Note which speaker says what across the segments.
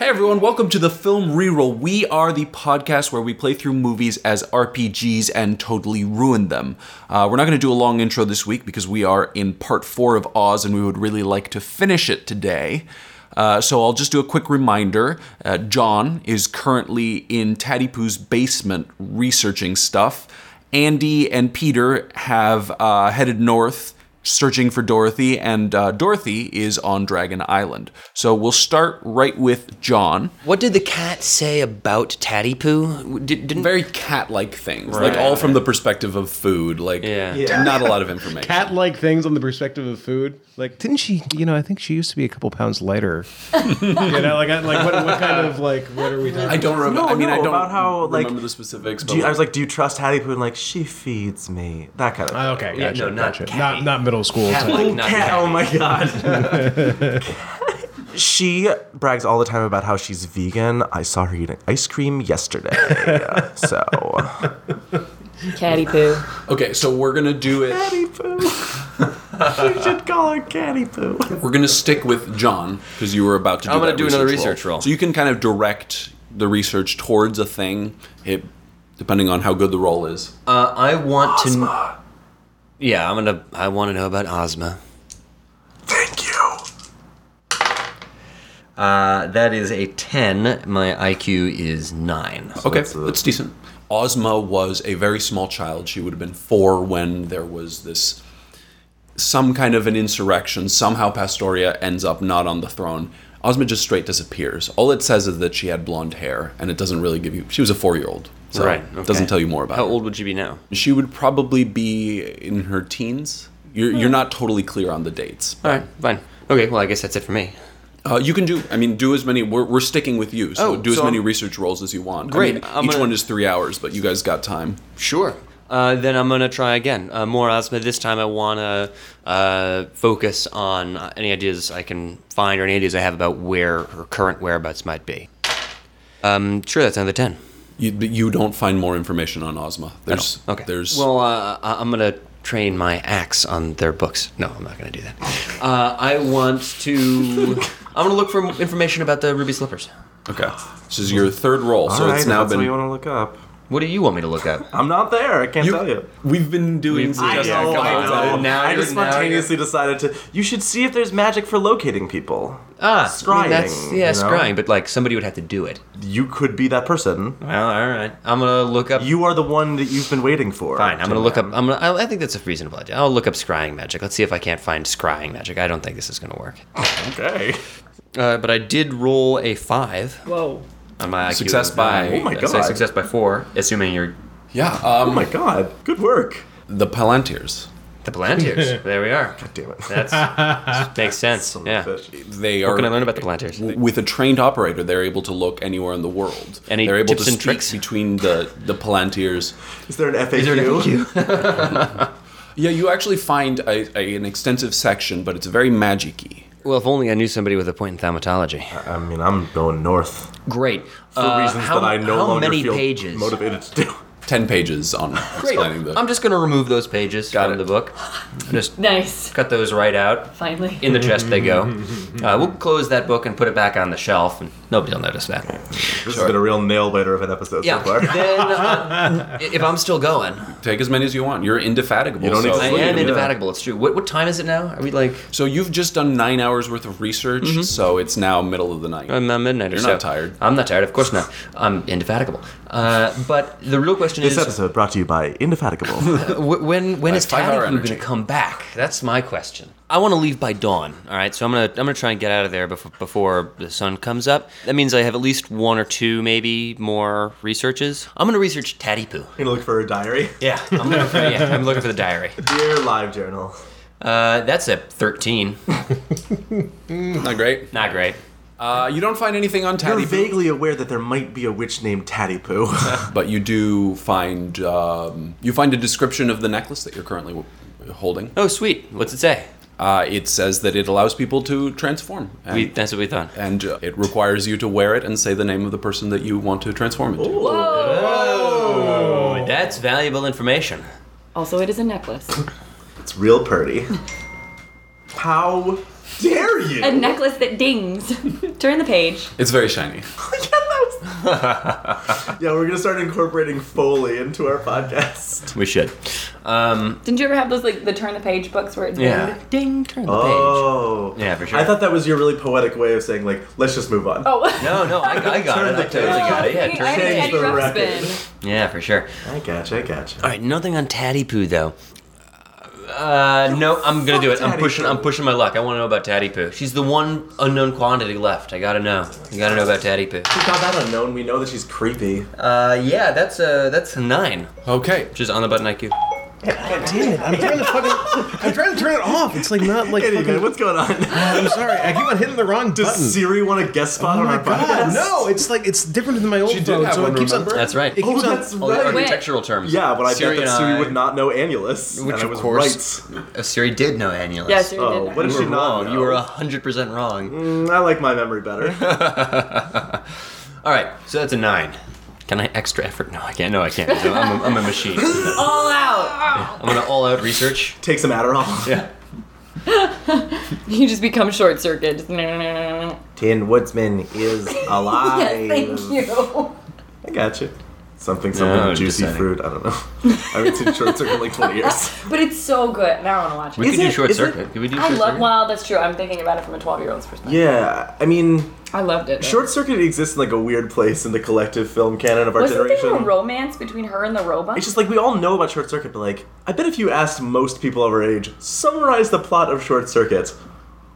Speaker 1: everyone. Welcome to the Film Reroll. We are the podcast where we play through movies as RPGs and totally ruin them. Uh, we're not going to do a long intro this week because we are in part four of Oz and we would really like to finish it today. Uh, so I'll just do a quick reminder. Uh, John is currently in Taddy Poo's basement researching stuff. Andy and Peter have uh, headed north searching for Dorothy, and uh, Dorothy is on Dragon Island. So we'll start right with John.
Speaker 2: What did the cat say about Tatty Poo? Did, didn't
Speaker 3: very cat-like things,
Speaker 2: Right.
Speaker 3: like all from the perspective of food. Like,
Speaker 2: Yeah.
Speaker 3: not a lot of information.
Speaker 4: cat like things on the perspective of food. Like, didn't she? You know, I think she used to be a couple pounds lighter. you know, like, I, like what, what kind of like what are we talking?
Speaker 3: I don't remember.
Speaker 5: No,
Speaker 3: I mean,
Speaker 5: no,
Speaker 3: I don't
Speaker 5: about how, like,
Speaker 3: remember the specifics. But
Speaker 5: Do you, I was like, do you trust Hattie Pooh? And like, she feeds me. That kind of.
Speaker 4: Ah, okay,
Speaker 2: Yeah,
Speaker 4: gotcha,
Speaker 2: no, not
Speaker 4: gotcha.
Speaker 2: cat-
Speaker 4: not not middle school.
Speaker 2: cat-
Speaker 4: type.
Speaker 2: like,
Speaker 5: oh,
Speaker 2: not
Speaker 5: cat-
Speaker 2: Hattie.
Speaker 5: oh my god. she brags all the time about how she's vegan. I saw her eating ice cream yesterday. Uh, so.
Speaker 6: Catty poo.
Speaker 3: okay, so we're gonna do it.
Speaker 5: Hattie Pooh. you should call her Catty Poo.
Speaker 3: We're gonna stick with John because you were about to. Do
Speaker 2: I'm gonna
Speaker 3: that
Speaker 2: do another research roll.
Speaker 3: So you can kind of direct the research towards a thing, it, depending on how good the roll is.
Speaker 2: Uh, I want to. Yeah, I'm gonna. I want to know about Ozma.
Speaker 5: Thank you.
Speaker 2: Uh, that is a ten. My IQ is nine.
Speaker 3: Okay, that's, decent. Ozma was a very small child. She would have been four when there was this some kind of an insurrection. Somehow Pastoria ends up not on the throne. Ozma just straight disappears. All it says is that she had blonde hair, and it doesn't really give you. She was a four-year-old, so
Speaker 2: Right,
Speaker 3: it doesn't
Speaker 2: okay.
Speaker 3: tell you more about.
Speaker 2: How
Speaker 3: her.
Speaker 2: old would you be now?
Speaker 3: She would probably be in her teens. You're, you're not totally clear on the dates.
Speaker 2: All right, fine. Okay, well I guess that's it for me.
Speaker 3: Uh, you can do. I mean, do as many. We're, we're sticking with you, so
Speaker 2: Oh,
Speaker 3: do as
Speaker 2: so
Speaker 3: many
Speaker 2: I'm-
Speaker 3: research rolls as you want. I
Speaker 2: Great,
Speaker 3: mean,
Speaker 2: I'm
Speaker 3: each
Speaker 2: gonna-
Speaker 3: one is three hours, but you guys got time.
Speaker 2: Sure. Uh, then I'm gonna try again. Uh, more Ozma. This time I wanna uh, focus on uh, any ideas I can find or any ideas I have about where her current whereabouts might be. Um, sure, that's another ten.
Speaker 3: You, but you don't find more information on Ozma. There's,
Speaker 2: Okay.
Speaker 3: There's.
Speaker 2: Well, uh, I- I'm gonna train my axe on their books. No, I'm not gonna do that. Uh, I want to. I'm gonna look for information about the ruby slippers.
Speaker 3: okay.
Speaker 2: uh,
Speaker 3: This is your third roll, so
Speaker 5: All right,
Speaker 3: it's now
Speaker 5: that's what
Speaker 3: been.
Speaker 5: you want to look up.
Speaker 2: What do you want me to look up?
Speaker 5: I'm not there. I can't tell you.
Speaker 3: We've been doing.
Speaker 5: I
Speaker 3: suggestions.
Speaker 5: know,
Speaker 3: Come on,
Speaker 5: I know.
Speaker 3: Zed.
Speaker 2: Now
Speaker 5: I
Speaker 2: you're-
Speaker 5: just
Speaker 2: now you're-
Speaker 5: spontaneously decided to. You should see if there's magic for locating people.
Speaker 2: Ah, I
Speaker 5: Scrying,
Speaker 2: mean, that's yeah,
Speaker 5: you know?
Speaker 2: scrying. But like somebody would have to do it.
Speaker 5: You could be that person.
Speaker 2: Well, all right. I'm gonna look up.
Speaker 5: You are the one that you've been waiting for.
Speaker 2: Fine. I'm gonna look up. I'm gonna. I, I think that's a reasonable idea. I'll look up scrying magic. Let's see if I can't find scrying magic. I don't think this is gonna work.
Speaker 5: Okay.
Speaker 2: Uh, but I did roll a five
Speaker 6: Whoa.
Speaker 2: on my IQ.
Speaker 3: Success by-
Speaker 5: Oh my
Speaker 2: I'd say
Speaker 5: God.
Speaker 2: Success by four, assuming you're
Speaker 3: Yeah. Um,
Speaker 5: Oh my god. Good work.
Speaker 3: the Palantirs.
Speaker 2: the Palantirs. there we are.
Speaker 5: Damn it.
Speaker 2: That's makes sense.
Speaker 5: Some
Speaker 2: Yeah.
Speaker 5: fish.
Speaker 3: They are.
Speaker 2: What can I learn about the planters?
Speaker 3: With a trained operator, they're able to look anywhere in the world.
Speaker 2: Any
Speaker 3: they're able
Speaker 2: tips
Speaker 3: to
Speaker 2: and
Speaker 3: speak
Speaker 2: tricks?
Speaker 3: between the the Palantirs.
Speaker 5: Is there an FAQ?
Speaker 3: Yeah, you actually find a, a, an extensive section, but it's very magic-y.
Speaker 2: Well, if only I knew somebody with a point in thaumatology.
Speaker 5: I mean, I'm going north
Speaker 2: Great. Uh,
Speaker 5: for reasons that I no longer feel motivated to do.
Speaker 3: Ten pages on
Speaker 2: Great. Um,
Speaker 3: explaining the.
Speaker 2: I'm just going to remove those pages
Speaker 3: Got
Speaker 2: from
Speaker 3: it.
Speaker 2: the book. Just
Speaker 6: Nice.
Speaker 2: cut those right out.
Speaker 6: Finally.
Speaker 2: In the chest they go. Uh, we'll close that book and put it back on the shelf, and nobody will notice that.
Speaker 5: This has been a real nail biter of an episode
Speaker 2: Yeah.
Speaker 5: so far.
Speaker 2: then, uh, if I'm still going,
Speaker 3: Take as many as you want. You're indefatigable.
Speaker 5: You don't need
Speaker 3: so-
Speaker 5: to
Speaker 2: I
Speaker 5: Absolutely,
Speaker 2: am
Speaker 5: yeah.
Speaker 2: indefatigable. It's true. What, what time is it now? Are we like?
Speaker 3: So you've just done nine hours worth of research, so it's now middle of the night.
Speaker 2: I'm uh, midnight or
Speaker 3: You're
Speaker 2: so.
Speaker 3: not tired.
Speaker 2: I'm not tired. Of course not. I'm indefatigable. Uh, but the real question
Speaker 5: This
Speaker 2: is,
Speaker 5: episode brought to you by Indefatigable.
Speaker 2: Wh- when when is
Speaker 3: five hour
Speaker 2: Tatty Poo
Speaker 3: energy.
Speaker 2: going to come back? That's my question. I want to leave by dawn. All right, so I'm gonna I'm gonna try and get out of there before before the sun comes up. That means I have at least one or two, maybe more researches. I'm gonna research Tatty Poo.
Speaker 5: I'm gonna look for a diary.
Speaker 2: Yeah, I'm looking for, yeah, I'm looking for the diary.
Speaker 5: Dear live journal.
Speaker 2: Uh, that's a 13.
Speaker 3: Not great.
Speaker 2: Not great.
Speaker 3: Uh, you don't find anything on
Speaker 5: You're
Speaker 3: Tatty, Poo,
Speaker 5: vaguely aware that there might be a witch named Tatty Poo.
Speaker 3: but you do find um, you find a description of the necklace that you're currently w- holding.
Speaker 2: Oh, sweet. What's it say?
Speaker 3: Uh, it says that it allows people to transform, and,
Speaker 2: We, that's what we thought.
Speaker 3: and, uh, it requires you to wear it and say the name of the person that you want to transform into.
Speaker 2: That's valuable information.
Speaker 6: Also, it is a necklace.
Speaker 5: it's real purdy. How dare
Speaker 3: are you?
Speaker 6: A necklace that dings. Turn the page.
Speaker 3: It's very shiny.
Speaker 5: Yeah, we're gonna start incorporating Foley into our podcast.
Speaker 2: We should. Um,
Speaker 6: Didn't you ever have those like the turn the page books where it's
Speaker 2: yeah. Ding. Turn the
Speaker 5: Oh,
Speaker 2: Yeah, for sure.
Speaker 5: I thought that was your really poetic way of saying like, let's just move on.
Speaker 6: Oh.
Speaker 2: No, no, I, I got
Speaker 5: Turn
Speaker 2: it.
Speaker 5: the
Speaker 2: I totally got it. Yeah,
Speaker 6: I
Speaker 2: turn
Speaker 6: had
Speaker 5: Change
Speaker 6: Eddie
Speaker 5: the
Speaker 6: Ruxpin.
Speaker 5: record.
Speaker 2: Yeah, for sure.
Speaker 5: I gotcha, I gotcha.
Speaker 2: All right, nothing on Tatty Poo though. Uh, no, I'm gonna do it. I'm
Speaker 5: Tatty
Speaker 2: pushing.
Speaker 5: Poo.
Speaker 2: I'm pushing my luck. I want to know about Tatty Poo. She's the one unknown quantity left. I gotta know. You gotta know about Tatty Poo.
Speaker 5: We got that unknown. We know that she's creepy.
Speaker 2: Uh, yeah, that's a that's a nine,
Speaker 3: Okay.
Speaker 2: which is on the button IQ.
Speaker 4: Damn it! I'm trying to fucking. I'm trying to turn it off. It's like not like.
Speaker 5: Anyway,
Speaker 4: Fucking,
Speaker 5: what's going on?
Speaker 4: I'm sorry. I keep on hitting the wrong
Speaker 5: Does
Speaker 4: button.
Speaker 5: Siri want a guest spot
Speaker 4: Oh
Speaker 5: on
Speaker 4: my
Speaker 5: our podcast?
Speaker 4: god! No, it's like it's different than my old
Speaker 3: She did
Speaker 4: phone,
Speaker 3: have
Speaker 4: so
Speaker 3: one,
Speaker 4: it keeps
Speaker 3: remember?
Speaker 4: on.
Speaker 2: That's right.
Speaker 4: It
Speaker 5: Oh,
Speaker 4: keeps on-
Speaker 5: that's
Speaker 2: All the
Speaker 5: right.
Speaker 6: Wait.
Speaker 2: architectural terms.
Speaker 5: Yeah, but I
Speaker 2: Siri
Speaker 5: bet
Speaker 2: and
Speaker 5: that Siri
Speaker 2: I-
Speaker 5: would not know annulus.
Speaker 2: Which,
Speaker 5: and I
Speaker 2: of
Speaker 5: was
Speaker 2: course.
Speaker 5: right.
Speaker 2: Uh, Siri did know annulus.
Speaker 6: Yes, you
Speaker 5: Oh,
Speaker 6: did.
Speaker 5: what
Speaker 2: you
Speaker 5: is
Speaker 2: were
Speaker 5: she not?
Speaker 2: wrong.
Speaker 5: know?
Speaker 2: You were hundred percent wrong.
Speaker 5: Mm, I like my memory better. Mm.
Speaker 2: All right, so that's a nine. Can I extra effort? No, I can't. No, I can't. I'm, I'm, a, I'm a machine.
Speaker 6: All out.
Speaker 2: I'm gonna all out research.
Speaker 5: Take some Adderall.
Speaker 2: Yeah.
Speaker 6: You just become short circuit.
Speaker 5: Tin Woodsman is alive.
Speaker 6: yes, thank you.
Speaker 5: I got you. Something, something,
Speaker 2: No,
Speaker 5: juicy
Speaker 2: deciding.
Speaker 5: fruit. I don't know. I haven't seen Short Circuit in like 20 years.
Speaker 6: But it's so good. Now I want to watch it.
Speaker 2: We
Speaker 5: Is
Speaker 2: could do
Speaker 5: it-
Speaker 2: short
Speaker 5: is it-
Speaker 2: circuit. Could we do
Speaker 6: I
Speaker 2: short
Speaker 6: love.
Speaker 2: circuit?
Speaker 6: Well, that's true. I'm thinking about it from a 12 year old's perspective.
Speaker 5: Yeah, I mean,
Speaker 6: I loved it.
Speaker 5: Short Circuit exists in like a weird place in the collective film canon of our
Speaker 6: Wasn't
Speaker 5: generation.
Speaker 6: there a romance between her and the robot?
Speaker 5: it's just like we all know about Short Circuit, but like, I bet if you asked most people of our age, summarize the plot of Short Circuit,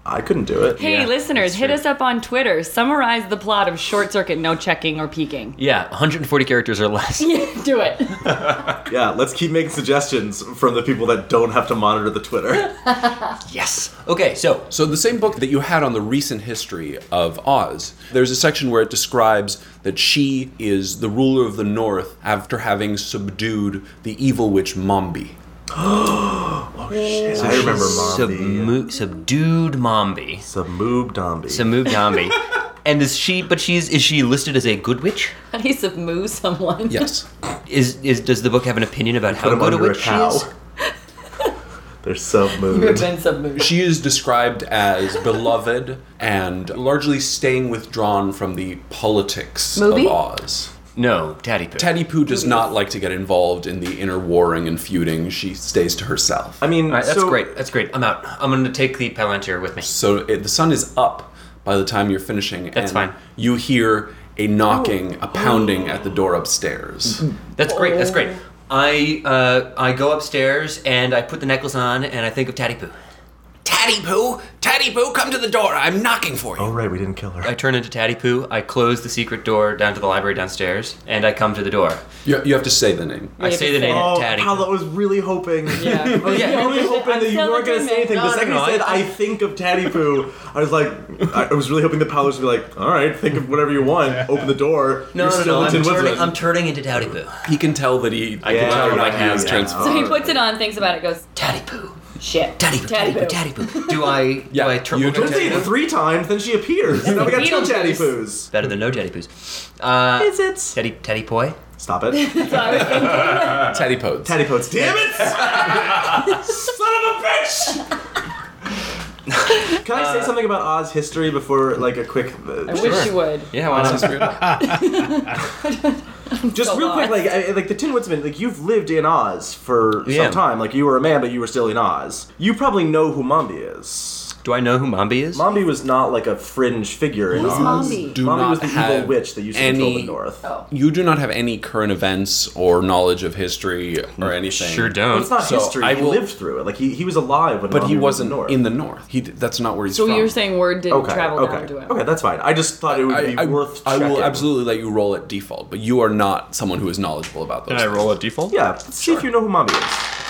Speaker 5: I couldn't do it.
Speaker 6: Hey,
Speaker 2: Yeah,
Speaker 6: listeners,
Speaker 2: that's
Speaker 6: hit
Speaker 2: true.
Speaker 6: us up on Twitter. Summarize the plot of Short Circuit No Checking or Peeking.
Speaker 2: Yeah, 140 characters or less.
Speaker 6: Do it.
Speaker 5: Yeah, let's keep making suggestions from the people that don't have to monitor the Twitter.
Speaker 2: Yes. Okay, so
Speaker 3: So the same book that you had on the recent history of Oz, there's a section where it describes that she is the ruler of the North after having subdued the evil witch Mombi.
Speaker 5: Shit, I remember Mombi.
Speaker 2: submu- subdued Mombi,
Speaker 5: Samoob Dombi.
Speaker 2: subdued Mombi, and is she? But she's is she listed as a good witch?
Speaker 6: How do you submove someone?
Speaker 3: Yes.
Speaker 2: Is is does the book have an opinion about
Speaker 5: Put
Speaker 2: how
Speaker 5: 'em
Speaker 2: good a
Speaker 5: under a
Speaker 2: witch she
Speaker 5: cow.
Speaker 2: is?
Speaker 5: They're so
Speaker 6: You have
Speaker 5: moved.
Speaker 6: been submoved.
Speaker 3: She is described as beloved and largely staying withdrawn from the politics
Speaker 6: Movie?
Speaker 3: of Oz.
Speaker 2: No, Tatty Poo.
Speaker 3: Teddy Pooh does not like to get involved in the inner warring and feuding. She stays to herself.
Speaker 5: I mean,
Speaker 2: All right, that's
Speaker 5: so-
Speaker 2: great. That's great. I'm out. I'm going to take the Palantir with me.
Speaker 3: So it, the sun is up by the time you're finishing.
Speaker 2: That's
Speaker 3: and
Speaker 2: fine.
Speaker 3: You hear a knocking,
Speaker 5: Oh.
Speaker 3: a pounding at the door upstairs.
Speaker 5: Mm-hmm.
Speaker 2: That's great. That's great. I uh, I go upstairs and I put the necklace on and I think of Tatty Poo.
Speaker 3: Taddy Pooh, Taddy Pooh, come to the door. I'm knocking for you.
Speaker 5: Oh, right, we didn't kill her.
Speaker 2: I turn into Tatty Pooh. I close the secret door down to the library downstairs and I come to the door.
Speaker 3: You, you have to say the name.
Speaker 2: I
Speaker 6: have
Speaker 2: say
Speaker 6: to
Speaker 2: the
Speaker 6: say
Speaker 2: name
Speaker 6: it.
Speaker 5: Oh,
Speaker 2: Tatty.
Speaker 5: Paolo was really hoping.
Speaker 6: Yeah.
Speaker 5: I was
Speaker 2: Yeah.
Speaker 5: really hoping that you
Speaker 6: I'm
Speaker 5: weren't going to
Speaker 6: still
Speaker 5: say anything.
Speaker 6: dreaming.
Speaker 5: The second
Speaker 2: No,
Speaker 5: he said,
Speaker 2: no, I-
Speaker 5: I, think of Tatty Poo, I was like, I I was really hoping that Paolo would be like, all right, think of whatever you want. Open the door.
Speaker 2: No,
Speaker 5: You're
Speaker 2: no,
Speaker 5: still
Speaker 2: no,
Speaker 5: in
Speaker 2: I'm
Speaker 5: Tin
Speaker 2: turning,
Speaker 5: Woodland.
Speaker 2: I'm turning into Tatty Poo.
Speaker 3: He can tell that he. I
Speaker 5: Yeah.
Speaker 3: can tell that he
Speaker 5: Yeah.
Speaker 3: has
Speaker 5: Yeah.
Speaker 3: transformed.
Speaker 6: So he puts it on, thinks about it, goes,
Speaker 2: Tatty Poo.
Speaker 6: shit.
Speaker 2: Tatty Poo. Tatty Poo. Tatty Poo. Do I?
Speaker 3: Yeah,
Speaker 2: Do I turn
Speaker 3: you
Speaker 2: look like
Speaker 5: Don't say
Speaker 2: Tatty
Speaker 5: it
Speaker 2: Poo?
Speaker 5: three times, then she appears. now we got two
Speaker 6: Beetlejuice.
Speaker 5: Tatty Poos.
Speaker 2: Better than no Tatty Poos. Uh,
Speaker 5: Is it?
Speaker 2: Tatty Tatty Poi.
Speaker 5: Stop it.
Speaker 6: So I was thinking,
Speaker 3: Taddy Poe.
Speaker 5: Tatty Poos. Damn it! Son of a bitch! Can
Speaker 2: Uh,
Speaker 5: I say something about Oz history before, like, a quick.
Speaker 6: I
Speaker 5: Uh,
Speaker 6: wish you would.
Speaker 2: Yeah, why not?
Speaker 5: Just
Speaker 6: So
Speaker 5: real quick,
Speaker 6: lost.
Speaker 5: like I, like the Tin Woodsman, like you've lived in Oz for
Speaker 2: Yeah.
Speaker 5: some time. Like you were a man, but you were still in Oz. You probably know who Mombi is.
Speaker 2: Do I know who Mombi is?
Speaker 5: Mombi was not like a fringe figure in
Speaker 6: Who's
Speaker 5: Oz.
Speaker 6: Mombi?
Speaker 3: Do
Speaker 5: Mombi was
Speaker 3: not
Speaker 5: the
Speaker 3: have
Speaker 5: evil witch that used to control the
Speaker 3: any-
Speaker 5: North.
Speaker 6: Oh.
Speaker 3: You do not have any current events or knowledge of history or anything.
Speaker 2: Mm, Sure
Speaker 5: But
Speaker 2: don't.
Speaker 5: it's not
Speaker 3: So,
Speaker 5: history.
Speaker 3: I
Speaker 5: he
Speaker 3: will-
Speaker 5: lived through it. Like he, he was alive when.
Speaker 3: But he
Speaker 5: Mombi was
Speaker 3: wasn't
Speaker 5: North.
Speaker 3: in the north. He d- that's not where he's
Speaker 6: So
Speaker 3: from.
Speaker 6: you're saying word didn't
Speaker 5: Okay.
Speaker 6: travel
Speaker 5: okay.
Speaker 6: down to him.
Speaker 5: Okay, that's fine. I just thought it would
Speaker 3: I,
Speaker 5: be
Speaker 3: I-
Speaker 5: worth.
Speaker 3: I will
Speaker 5: checking.
Speaker 3: absolutely let you roll at default, but you are not someone who is knowledgeable about those. things.
Speaker 2: a default?
Speaker 5: Yeah. Let's see if you know who Mombi is.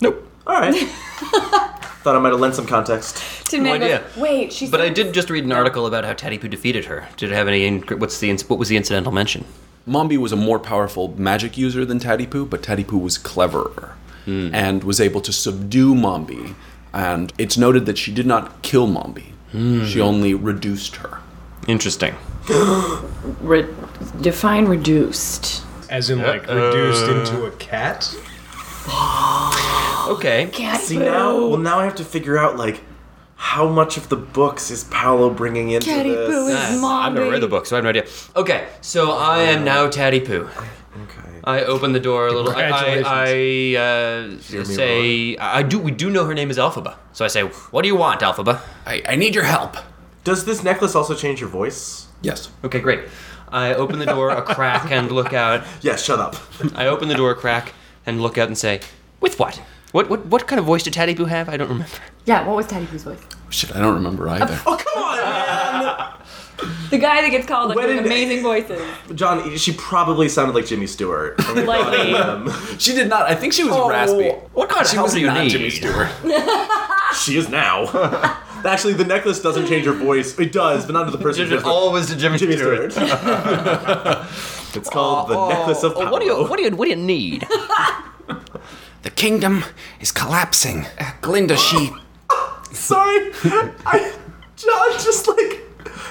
Speaker 3: Nope.
Speaker 5: All right. Thought I might have lent some context.
Speaker 6: Tin Man
Speaker 2: No
Speaker 6: goes,
Speaker 2: idea.
Speaker 6: Wait, she's.
Speaker 2: But I did just read an article about how Tatty Poo defeated her. Did it have any? inc- What's the? inc- What was the incidental mention?
Speaker 3: Mombi was a more powerful magic user than Taddy Poo, but Taddy Poo was cleverer
Speaker 7: Hmm.
Speaker 3: and was able to subdue Mombi. And it's noted that she did not kill Mombi,
Speaker 7: Hmm.
Speaker 3: she only reduced her.
Speaker 2: Interesting.
Speaker 6: Re- define reduced.
Speaker 4: As in, like reduced into a cat.
Speaker 2: Okay.
Speaker 6: Cat
Speaker 5: See now, well now I have to figure out like how much of the books is Paolo bringing into
Speaker 6: Daddy
Speaker 5: this?
Speaker 6: Boo is
Speaker 2: Nice.
Speaker 6: mommy.
Speaker 2: Uh, I've never read the book, so I have no idea. Okay, so I am now Tatty Poo.
Speaker 5: Okay.
Speaker 2: I open the door a little. I, I, I uh,
Speaker 5: me
Speaker 2: say, I I do. We do know her name is Alphaba, so I say, "What do you want, Alphaba?"
Speaker 7: I, I need your help.
Speaker 5: Does this necklace also change your voice?
Speaker 7: Yes.
Speaker 3: Oh,
Speaker 2: Okay, great. I open the door a crack and look out.
Speaker 5: Yeah, shut up.
Speaker 2: I open the door a crack and look out and say, "With what? What? What? What kind of voice did Tatty Poo have? I don't remember."
Speaker 6: Yeah, what was Daddy Poo's voice?
Speaker 7: Shit, I don't remember either.
Speaker 5: oh, come on, man!
Speaker 6: The guy that gets called like
Speaker 5: When
Speaker 6: with
Speaker 5: in-
Speaker 6: amazing voices.
Speaker 5: John, she probably sounded like Jimmy Stewart.
Speaker 6: Lightly.
Speaker 5: Um,
Speaker 7: She did not. I think she was
Speaker 3: Oh,
Speaker 7: raspy.
Speaker 2: What kind of
Speaker 7: She
Speaker 2: help
Speaker 7: was
Speaker 2: do you
Speaker 7: not
Speaker 2: need?
Speaker 7: Jimmy Stewart.
Speaker 5: she is now. Actually, the necklace doesn't change her voice. It does, but not to the person.
Speaker 2: It always to Jimmy,
Speaker 5: Jimmy Stewart. it's called the necklace of
Speaker 2: Oh,
Speaker 5: Paolo.
Speaker 2: what do you? What do you? What do you need?
Speaker 7: The kingdom is collapsing. Glinda, she.
Speaker 5: Sorry, I, John just like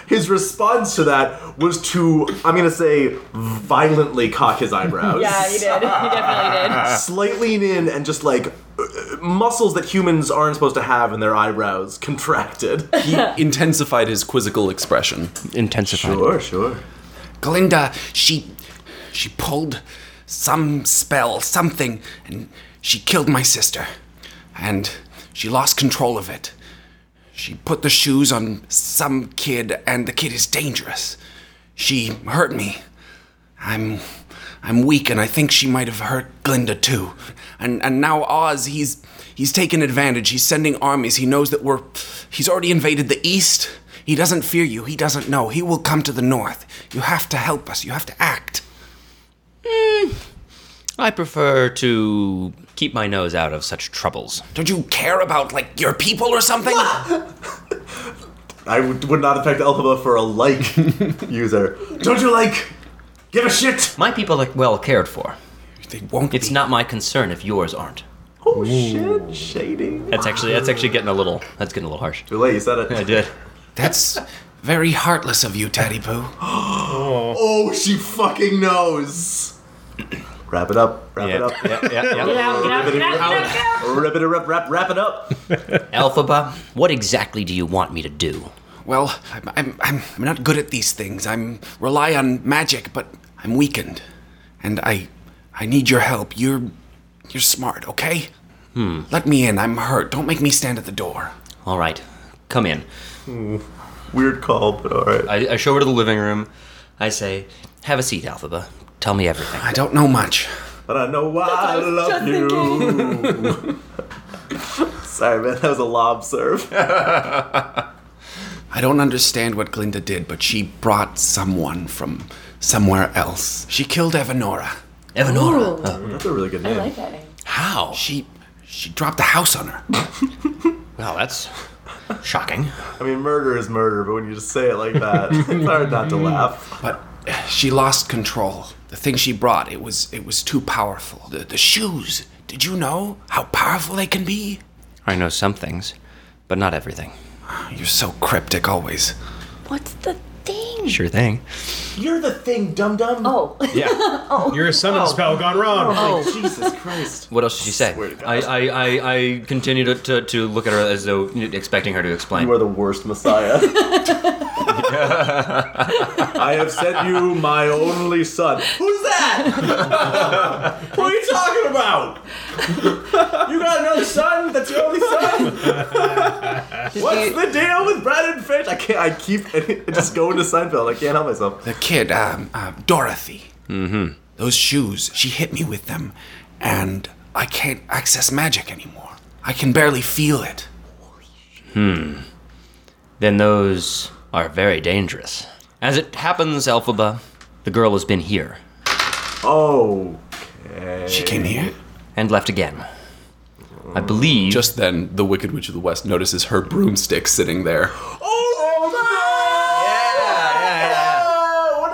Speaker 5: his response to that was to I'm gonna say violently cock his eyebrows.
Speaker 6: Yeah, he did. He definitely did.
Speaker 5: Slight lean in and just like uh, muscles that humans aren't supposed to have in their eyebrows contracted.
Speaker 7: He intensified his quizzical expression.
Speaker 2: Intensified.
Speaker 5: sure, sure.
Speaker 7: Glinda, she she pulled some spell, something, and she killed my sister. And she lost control of it. She put the shoes on some kid and the kid is dangerous. She hurt me. I'm I'm weak and I think she might have hurt Glinda too. And and now Oz, he's he's taken advantage. He's sending armies. He knows that we're he's already invaded the east. He doesn't fear you. He doesn't know. He will come to the north. You have to help us. You have to act.
Speaker 2: I prefer to keep my nose out of such troubles.
Speaker 7: Don't you care about like your people or something?
Speaker 5: I would, would not affect Elphaba for a like user. Don't you like? Give a shit.
Speaker 2: My people are well cared for.
Speaker 7: they won't
Speaker 2: It's
Speaker 7: be.
Speaker 2: not my concern if yours aren't.
Speaker 5: Oh shit, shading.
Speaker 2: That's actually that's actually getting a little that's getting a little harsh.
Speaker 5: Too late. You said it.
Speaker 2: I did.
Speaker 7: That's very heartless of you, Taddy Pooh.
Speaker 5: Oh, she fucking knows. wrap it up. Wrap it up.
Speaker 6: Get out, get out, get out, get out, get out.
Speaker 5: Rip it up, wrap, wrap it up.
Speaker 2: Alphaba, what exactly do you want me to do?
Speaker 7: Well, I'm, I'm, I'm, I'm not good at these things. I'm rely on magic, but I'm weakened, and I, I need your help. You're, you're smart, okay? Hmm. Let me in. I'm hurt. Don't make me stand at the door.
Speaker 2: All right, come in.
Speaker 5: Weird call, but alright.
Speaker 2: I, I show her to the living room. I say, "Have a seat, Alphaba. Tell me everything."
Speaker 7: I don't know much.
Speaker 5: But I know why I
Speaker 6: was just
Speaker 5: love you. Sorry, man, that was a lob serve.
Speaker 7: I don't understand what Glinda did, but she brought someone from somewhere else. She killed Evanora.
Speaker 2: Evanora,
Speaker 6: Ooh,
Speaker 5: That's a really good
Speaker 6: I
Speaker 5: name.
Speaker 6: like that name.
Speaker 2: how?
Speaker 7: She, she dropped a house on her.
Speaker 2: Well, that's shocking.
Speaker 5: I mean, murder is murder, but when you just say it like that, it's hard not to laugh.
Speaker 7: But she lost control. The thing she brought, it was it was too powerful. The, the shoes. Did you know how powerful they can be?
Speaker 2: I know some things, but not everything.
Speaker 7: You're so cryptic always.
Speaker 6: What's the thing?
Speaker 2: Sure thing.
Speaker 5: You're the thing, dum dum.
Speaker 6: Oh,
Speaker 4: You're a summon spell gone wrong.
Speaker 5: Oh. Jesus Christ.
Speaker 2: What else did she say?
Speaker 5: Swear to God.
Speaker 2: I, I, I, I continue to, to, to look at her as though expecting her to explain.
Speaker 5: You are the worst messiah. I have sent you my only son. Who's that? what are you talking about? You got another son? That's your only son? What's the deal with bread and fish? I can't. I keep I just go into Seinfeld. I can't help myself.
Speaker 7: The kid, um, uh, Dorothy. Mm-hmm. Those shoes. She hit me with them, and I can't access magic anymore. I can barely feel it.
Speaker 2: then those are very dangerous. As it happens, Alphaba, the girl has been here
Speaker 5: Oh,
Speaker 7: She came here.
Speaker 2: and left again. I believe.
Speaker 7: Just then, the Wicked Witch of the West notices her broomstick sitting there.
Speaker 5: what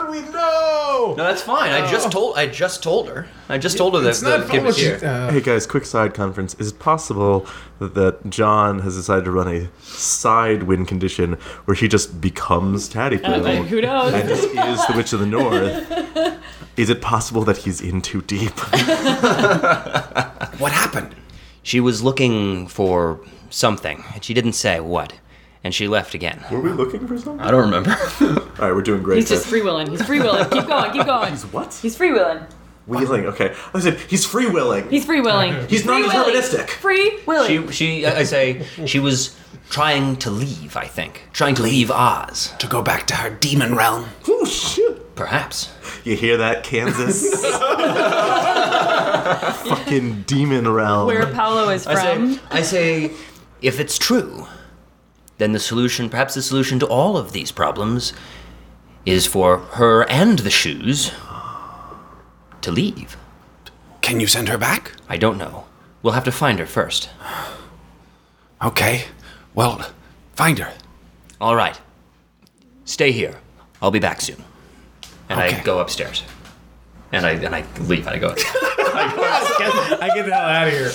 Speaker 5: do we know?
Speaker 2: no, that's fine. I just told. I just told her. I just told her that the kid was here.
Speaker 5: Hey guys, quick side conference. Is it possible that John has decided to run a side win condition where he just becomes Taddy Poo?
Speaker 6: like, who knows?
Speaker 5: and this is the Witch of the North. Is it possible that he's in too deep?
Speaker 7: What happened?
Speaker 2: She was looking for something, and she didn't say what.
Speaker 8: and she left again.
Speaker 5: Were we looking for something?
Speaker 2: I don't remember.
Speaker 5: All right, we're doing great.
Speaker 6: He's just
Speaker 5: guys.
Speaker 6: free willing. He's free willing. Keep going. Keep going. He's
Speaker 5: what?
Speaker 6: He's free willing.
Speaker 5: wheeling. Okay, I said he's free willing.
Speaker 6: He's free willing.
Speaker 5: He's
Speaker 6: free willing.
Speaker 5: non-deterministic.
Speaker 6: Free willing.
Speaker 2: she, she, I say, she was trying to leave. I think trying to leave Oz
Speaker 3: to go back to her demon realm.
Speaker 5: Oh shit!
Speaker 2: perhaps.
Speaker 5: You hear that, Kansas? Fucking demon realm.
Speaker 6: Where Paolo is from.
Speaker 2: I say, I say, if it's true, then the solution, perhaps the solution to all of these problems, is for her and the shoes to leave.
Speaker 3: Can you send her back?
Speaker 2: I don't know. We'll have to find her first.
Speaker 3: Okay. Well, find her.
Speaker 2: All right. Stay here. I'll be back soon. And
Speaker 3: Okay.
Speaker 2: I go upstairs. And I and I leave. I go.
Speaker 4: I get the hell out of here.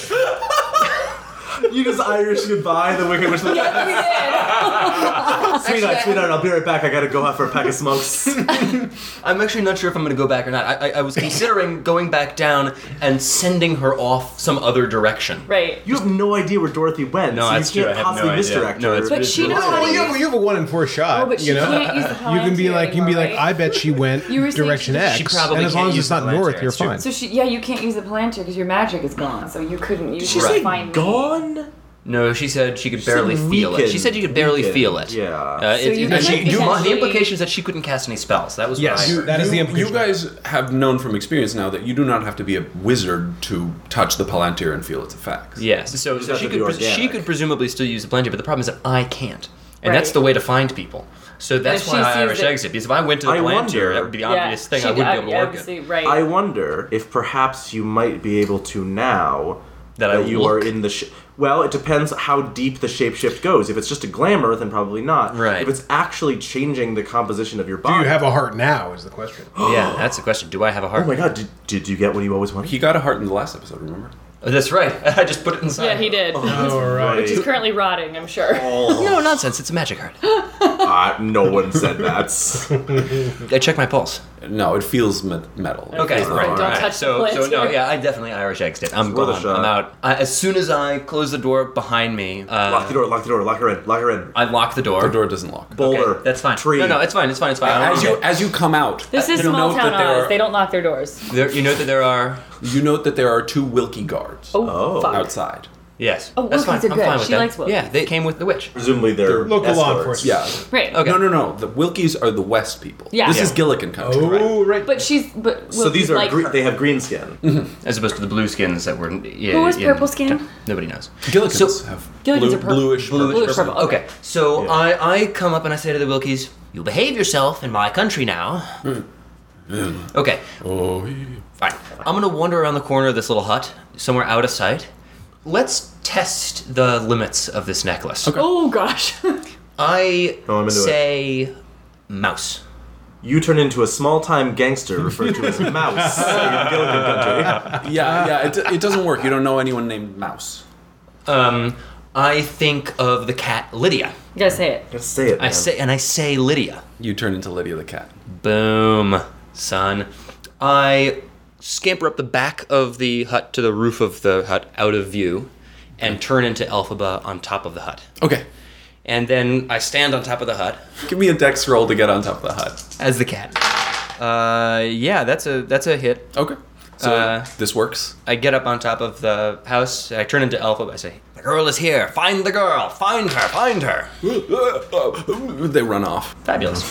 Speaker 5: You just Irish goodbye the Wicked Witch. of the- sweetheart, sweetheart, I'll be right back. I gotta go out for a pack of smokes.
Speaker 2: I'm actually not sure if I'm going to go back or not. I, I, I was considering going back down and sending her off some other direction.
Speaker 6: right.
Speaker 5: you have no idea where Dorothy went,
Speaker 8: No,
Speaker 5: so
Speaker 8: that's
Speaker 5: you
Speaker 8: true.
Speaker 5: can't
Speaker 8: I have
Speaker 5: possibly
Speaker 8: no idea.
Speaker 5: misdirect
Speaker 8: No,
Speaker 5: her.
Speaker 8: it's-
Speaker 6: But she knows how
Speaker 4: Well,
Speaker 6: to
Speaker 4: you have, you have a one in four shot.
Speaker 6: Oh, but she
Speaker 4: you know?
Speaker 6: can't use the
Speaker 4: you can be
Speaker 6: Palantir
Speaker 4: like, you can be
Speaker 6: anymore,
Speaker 4: like,
Speaker 6: right?
Speaker 4: I bet she went
Speaker 6: You were saying
Speaker 4: direction
Speaker 6: she-
Speaker 4: X,
Speaker 6: She
Speaker 2: probably
Speaker 4: and as
Speaker 2: can't
Speaker 4: long as
Speaker 2: use
Speaker 4: it's not
Speaker 2: the
Speaker 4: north,
Speaker 2: Palantir,
Speaker 4: you're
Speaker 2: it's true.
Speaker 4: fine.
Speaker 6: So she, yeah, you can't use the planter because your magic is gone. So you couldn't use.
Speaker 5: She's
Speaker 6: it to
Speaker 5: like
Speaker 6: find me.
Speaker 5: gone.
Speaker 2: No, she said she could barely
Speaker 5: said
Speaker 2: feel it. She
Speaker 5: weakened.
Speaker 2: said you could barely
Speaker 5: Weakened.
Speaker 2: feel it.
Speaker 5: Yeah.
Speaker 2: Uh,
Speaker 6: So
Speaker 2: it-
Speaker 6: you
Speaker 2: it-
Speaker 6: could
Speaker 2: she- you-
Speaker 6: potentially-
Speaker 2: the implication is that she couldn't cast any spells. That was what
Speaker 4: Yes,
Speaker 2: I heard.
Speaker 4: that is the
Speaker 3: you,
Speaker 4: implication.
Speaker 3: you guys have known from experience now that you do not have to be a wizard to touch the palantir and feel its effects.
Speaker 2: Yes. So, so
Speaker 5: has
Speaker 2: she
Speaker 5: to be
Speaker 2: could pres- she
Speaker 5: organic.
Speaker 2: could presumably still use the plunger, but the problem is that I can't, and that's
Speaker 6: Right.
Speaker 2: the way to find people. So that's
Speaker 6: she
Speaker 2: why I
Speaker 6: sees
Speaker 2: Irish
Speaker 6: that-
Speaker 2: exit because if I went to the
Speaker 5: I
Speaker 2: plantier,
Speaker 5: wonder-
Speaker 2: that would be the
Speaker 6: Yeah,
Speaker 2: obvious thing.
Speaker 6: she-
Speaker 2: I wouldn't be able to work
Speaker 6: obviously,
Speaker 2: it.
Speaker 6: Right.
Speaker 5: I wonder if perhaps you might be able to now
Speaker 2: That I
Speaker 5: you
Speaker 2: look.
Speaker 5: are in the. Sh- well, it depends how deep the shapeshift goes. If it's just a glamour, then probably not.
Speaker 2: Right.
Speaker 5: If it's actually changing the composition of your
Speaker 4: Do
Speaker 5: body.
Speaker 4: you have a heart now? Is the question.
Speaker 2: Yeah, that's the question. Do I have a heart?
Speaker 5: oh my god, did, did you get what you always wanted?
Speaker 3: He got a heart in the last episode, remember?
Speaker 2: Oh, that's right. I just put it inside.
Speaker 6: yeah, he did.
Speaker 5: Oh.
Speaker 4: All right.
Speaker 6: She's currently rotting. I'm sure.
Speaker 2: No nonsense. It's a magic heart.
Speaker 5: Uh, no one said that.
Speaker 2: I check my pulse.
Speaker 3: No, it feels met- metal.
Speaker 2: Okay,
Speaker 6: Don't
Speaker 2: right.
Speaker 6: touch
Speaker 2: right.
Speaker 6: the
Speaker 2: so, so
Speaker 6: plate
Speaker 2: no,
Speaker 6: here.
Speaker 2: yeah, I definitely Irish exit. I'm
Speaker 5: worth a
Speaker 2: gone.
Speaker 5: shot.
Speaker 2: I'm out. I, as soon as I close the door behind me, uh,
Speaker 5: Lock the door. Lock the door. Lock her in. Lock her in.
Speaker 2: I lock the door.
Speaker 3: The door doesn't lock.
Speaker 2: Okay,
Speaker 5: Boulder.
Speaker 2: that's fine.
Speaker 5: Tree.
Speaker 2: No, no, it's fine. It's fine. It's fine. I don't
Speaker 3: As
Speaker 2: know.
Speaker 3: you as you come out, uh,
Speaker 6: This is
Speaker 3: you
Speaker 6: small
Speaker 3: note
Speaker 6: town
Speaker 3: that there
Speaker 6: Oz.
Speaker 3: are,
Speaker 6: They don't lock their doors.
Speaker 2: There, you know that there are.
Speaker 3: you note that there are two Wilkie guards
Speaker 6: Oh,
Speaker 5: Oh.
Speaker 6: fuck.
Speaker 3: outside.
Speaker 2: Yes.
Speaker 6: Oh,
Speaker 2: that's fine.
Speaker 6: Wilkies are
Speaker 2: I'm
Speaker 6: good.
Speaker 2: fine with
Speaker 6: She
Speaker 2: that.
Speaker 6: likes Wilkies.
Speaker 2: Yeah, they came with the witch.
Speaker 5: Presumably they're
Speaker 4: Local law
Speaker 5: escorts.
Speaker 4: enforcement.
Speaker 3: Yeah.
Speaker 6: Right.
Speaker 2: Okay.
Speaker 3: No, no, no. The Wilkies are the West people.
Speaker 6: Yeah.
Speaker 3: This is
Speaker 6: Yeah.
Speaker 3: Gillikin country. right?
Speaker 4: Oh, right.
Speaker 6: But she's but
Speaker 5: So these are
Speaker 6: like
Speaker 5: gre-
Speaker 6: her.
Speaker 5: they have green skin.
Speaker 2: As opposed to the blue skins that were. Yeah,
Speaker 6: Who was purple skin?
Speaker 2: Nobody knows.
Speaker 3: Gillikins
Speaker 2: So-
Speaker 3: have
Speaker 6: Gillikins
Speaker 3: blue-
Speaker 6: are purple.
Speaker 3: bluish,
Speaker 6: Bluish purple.
Speaker 2: Okay, so
Speaker 5: Yeah.
Speaker 2: I, I come up and I say to the Wilkies, "You behave yourself in my country now." okay,
Speaker 3: Oh, yeah.
Speaker 2: fine. I'm gonna wander around the corner of this little hut, somewhere out of sight. Let's test the limits of this necklace. Okay.
Speaker 6: Oh gosh.
Speaker 2: I
Speaker 5: Oh, I'm into it.
Speaker 2: say mouse.
Speaker 5: You turn into a small-time gangster referred to as Mouse. in Gilligan
Speaker 3: yeah,
Speaker 5: Country.
Speaker 3: yeah. It, it doesn't work. You don't know anyone named Mouse.
Speaker 2: Um, I think of the cat Lydia.
Speaker 6: you gotta say it.
Speaker 5: Just say it.
Speaker 2: I
Speaker 5: man.
Speaker 2: say and I say Lydia.
Speaker 3: You turn into Lydia the cat.
Speaker 2: Boom, son. I scamper up the back of the hut to the roof of the hut, out of view, and turn into Elphaba on top of the hut.
Speaker 3: Okay.
Speaker 2: And then I stand on top of the hut
Speaker 3: Give me a dex roll to get on top of the hut.
Speaker 2: as the cat. Uh, yeah, that's a that's a hit.
Speaker 3: Okay. So
Speaker 2: Uh,
Speaker 3: this works.
Speaker 2: I get up on top of the house. I turn into Elphaba. I say, "The girl is here. Find the girl. Find her. Find her."
Speaker 3: They run off.
Speaker 2: Fabulous.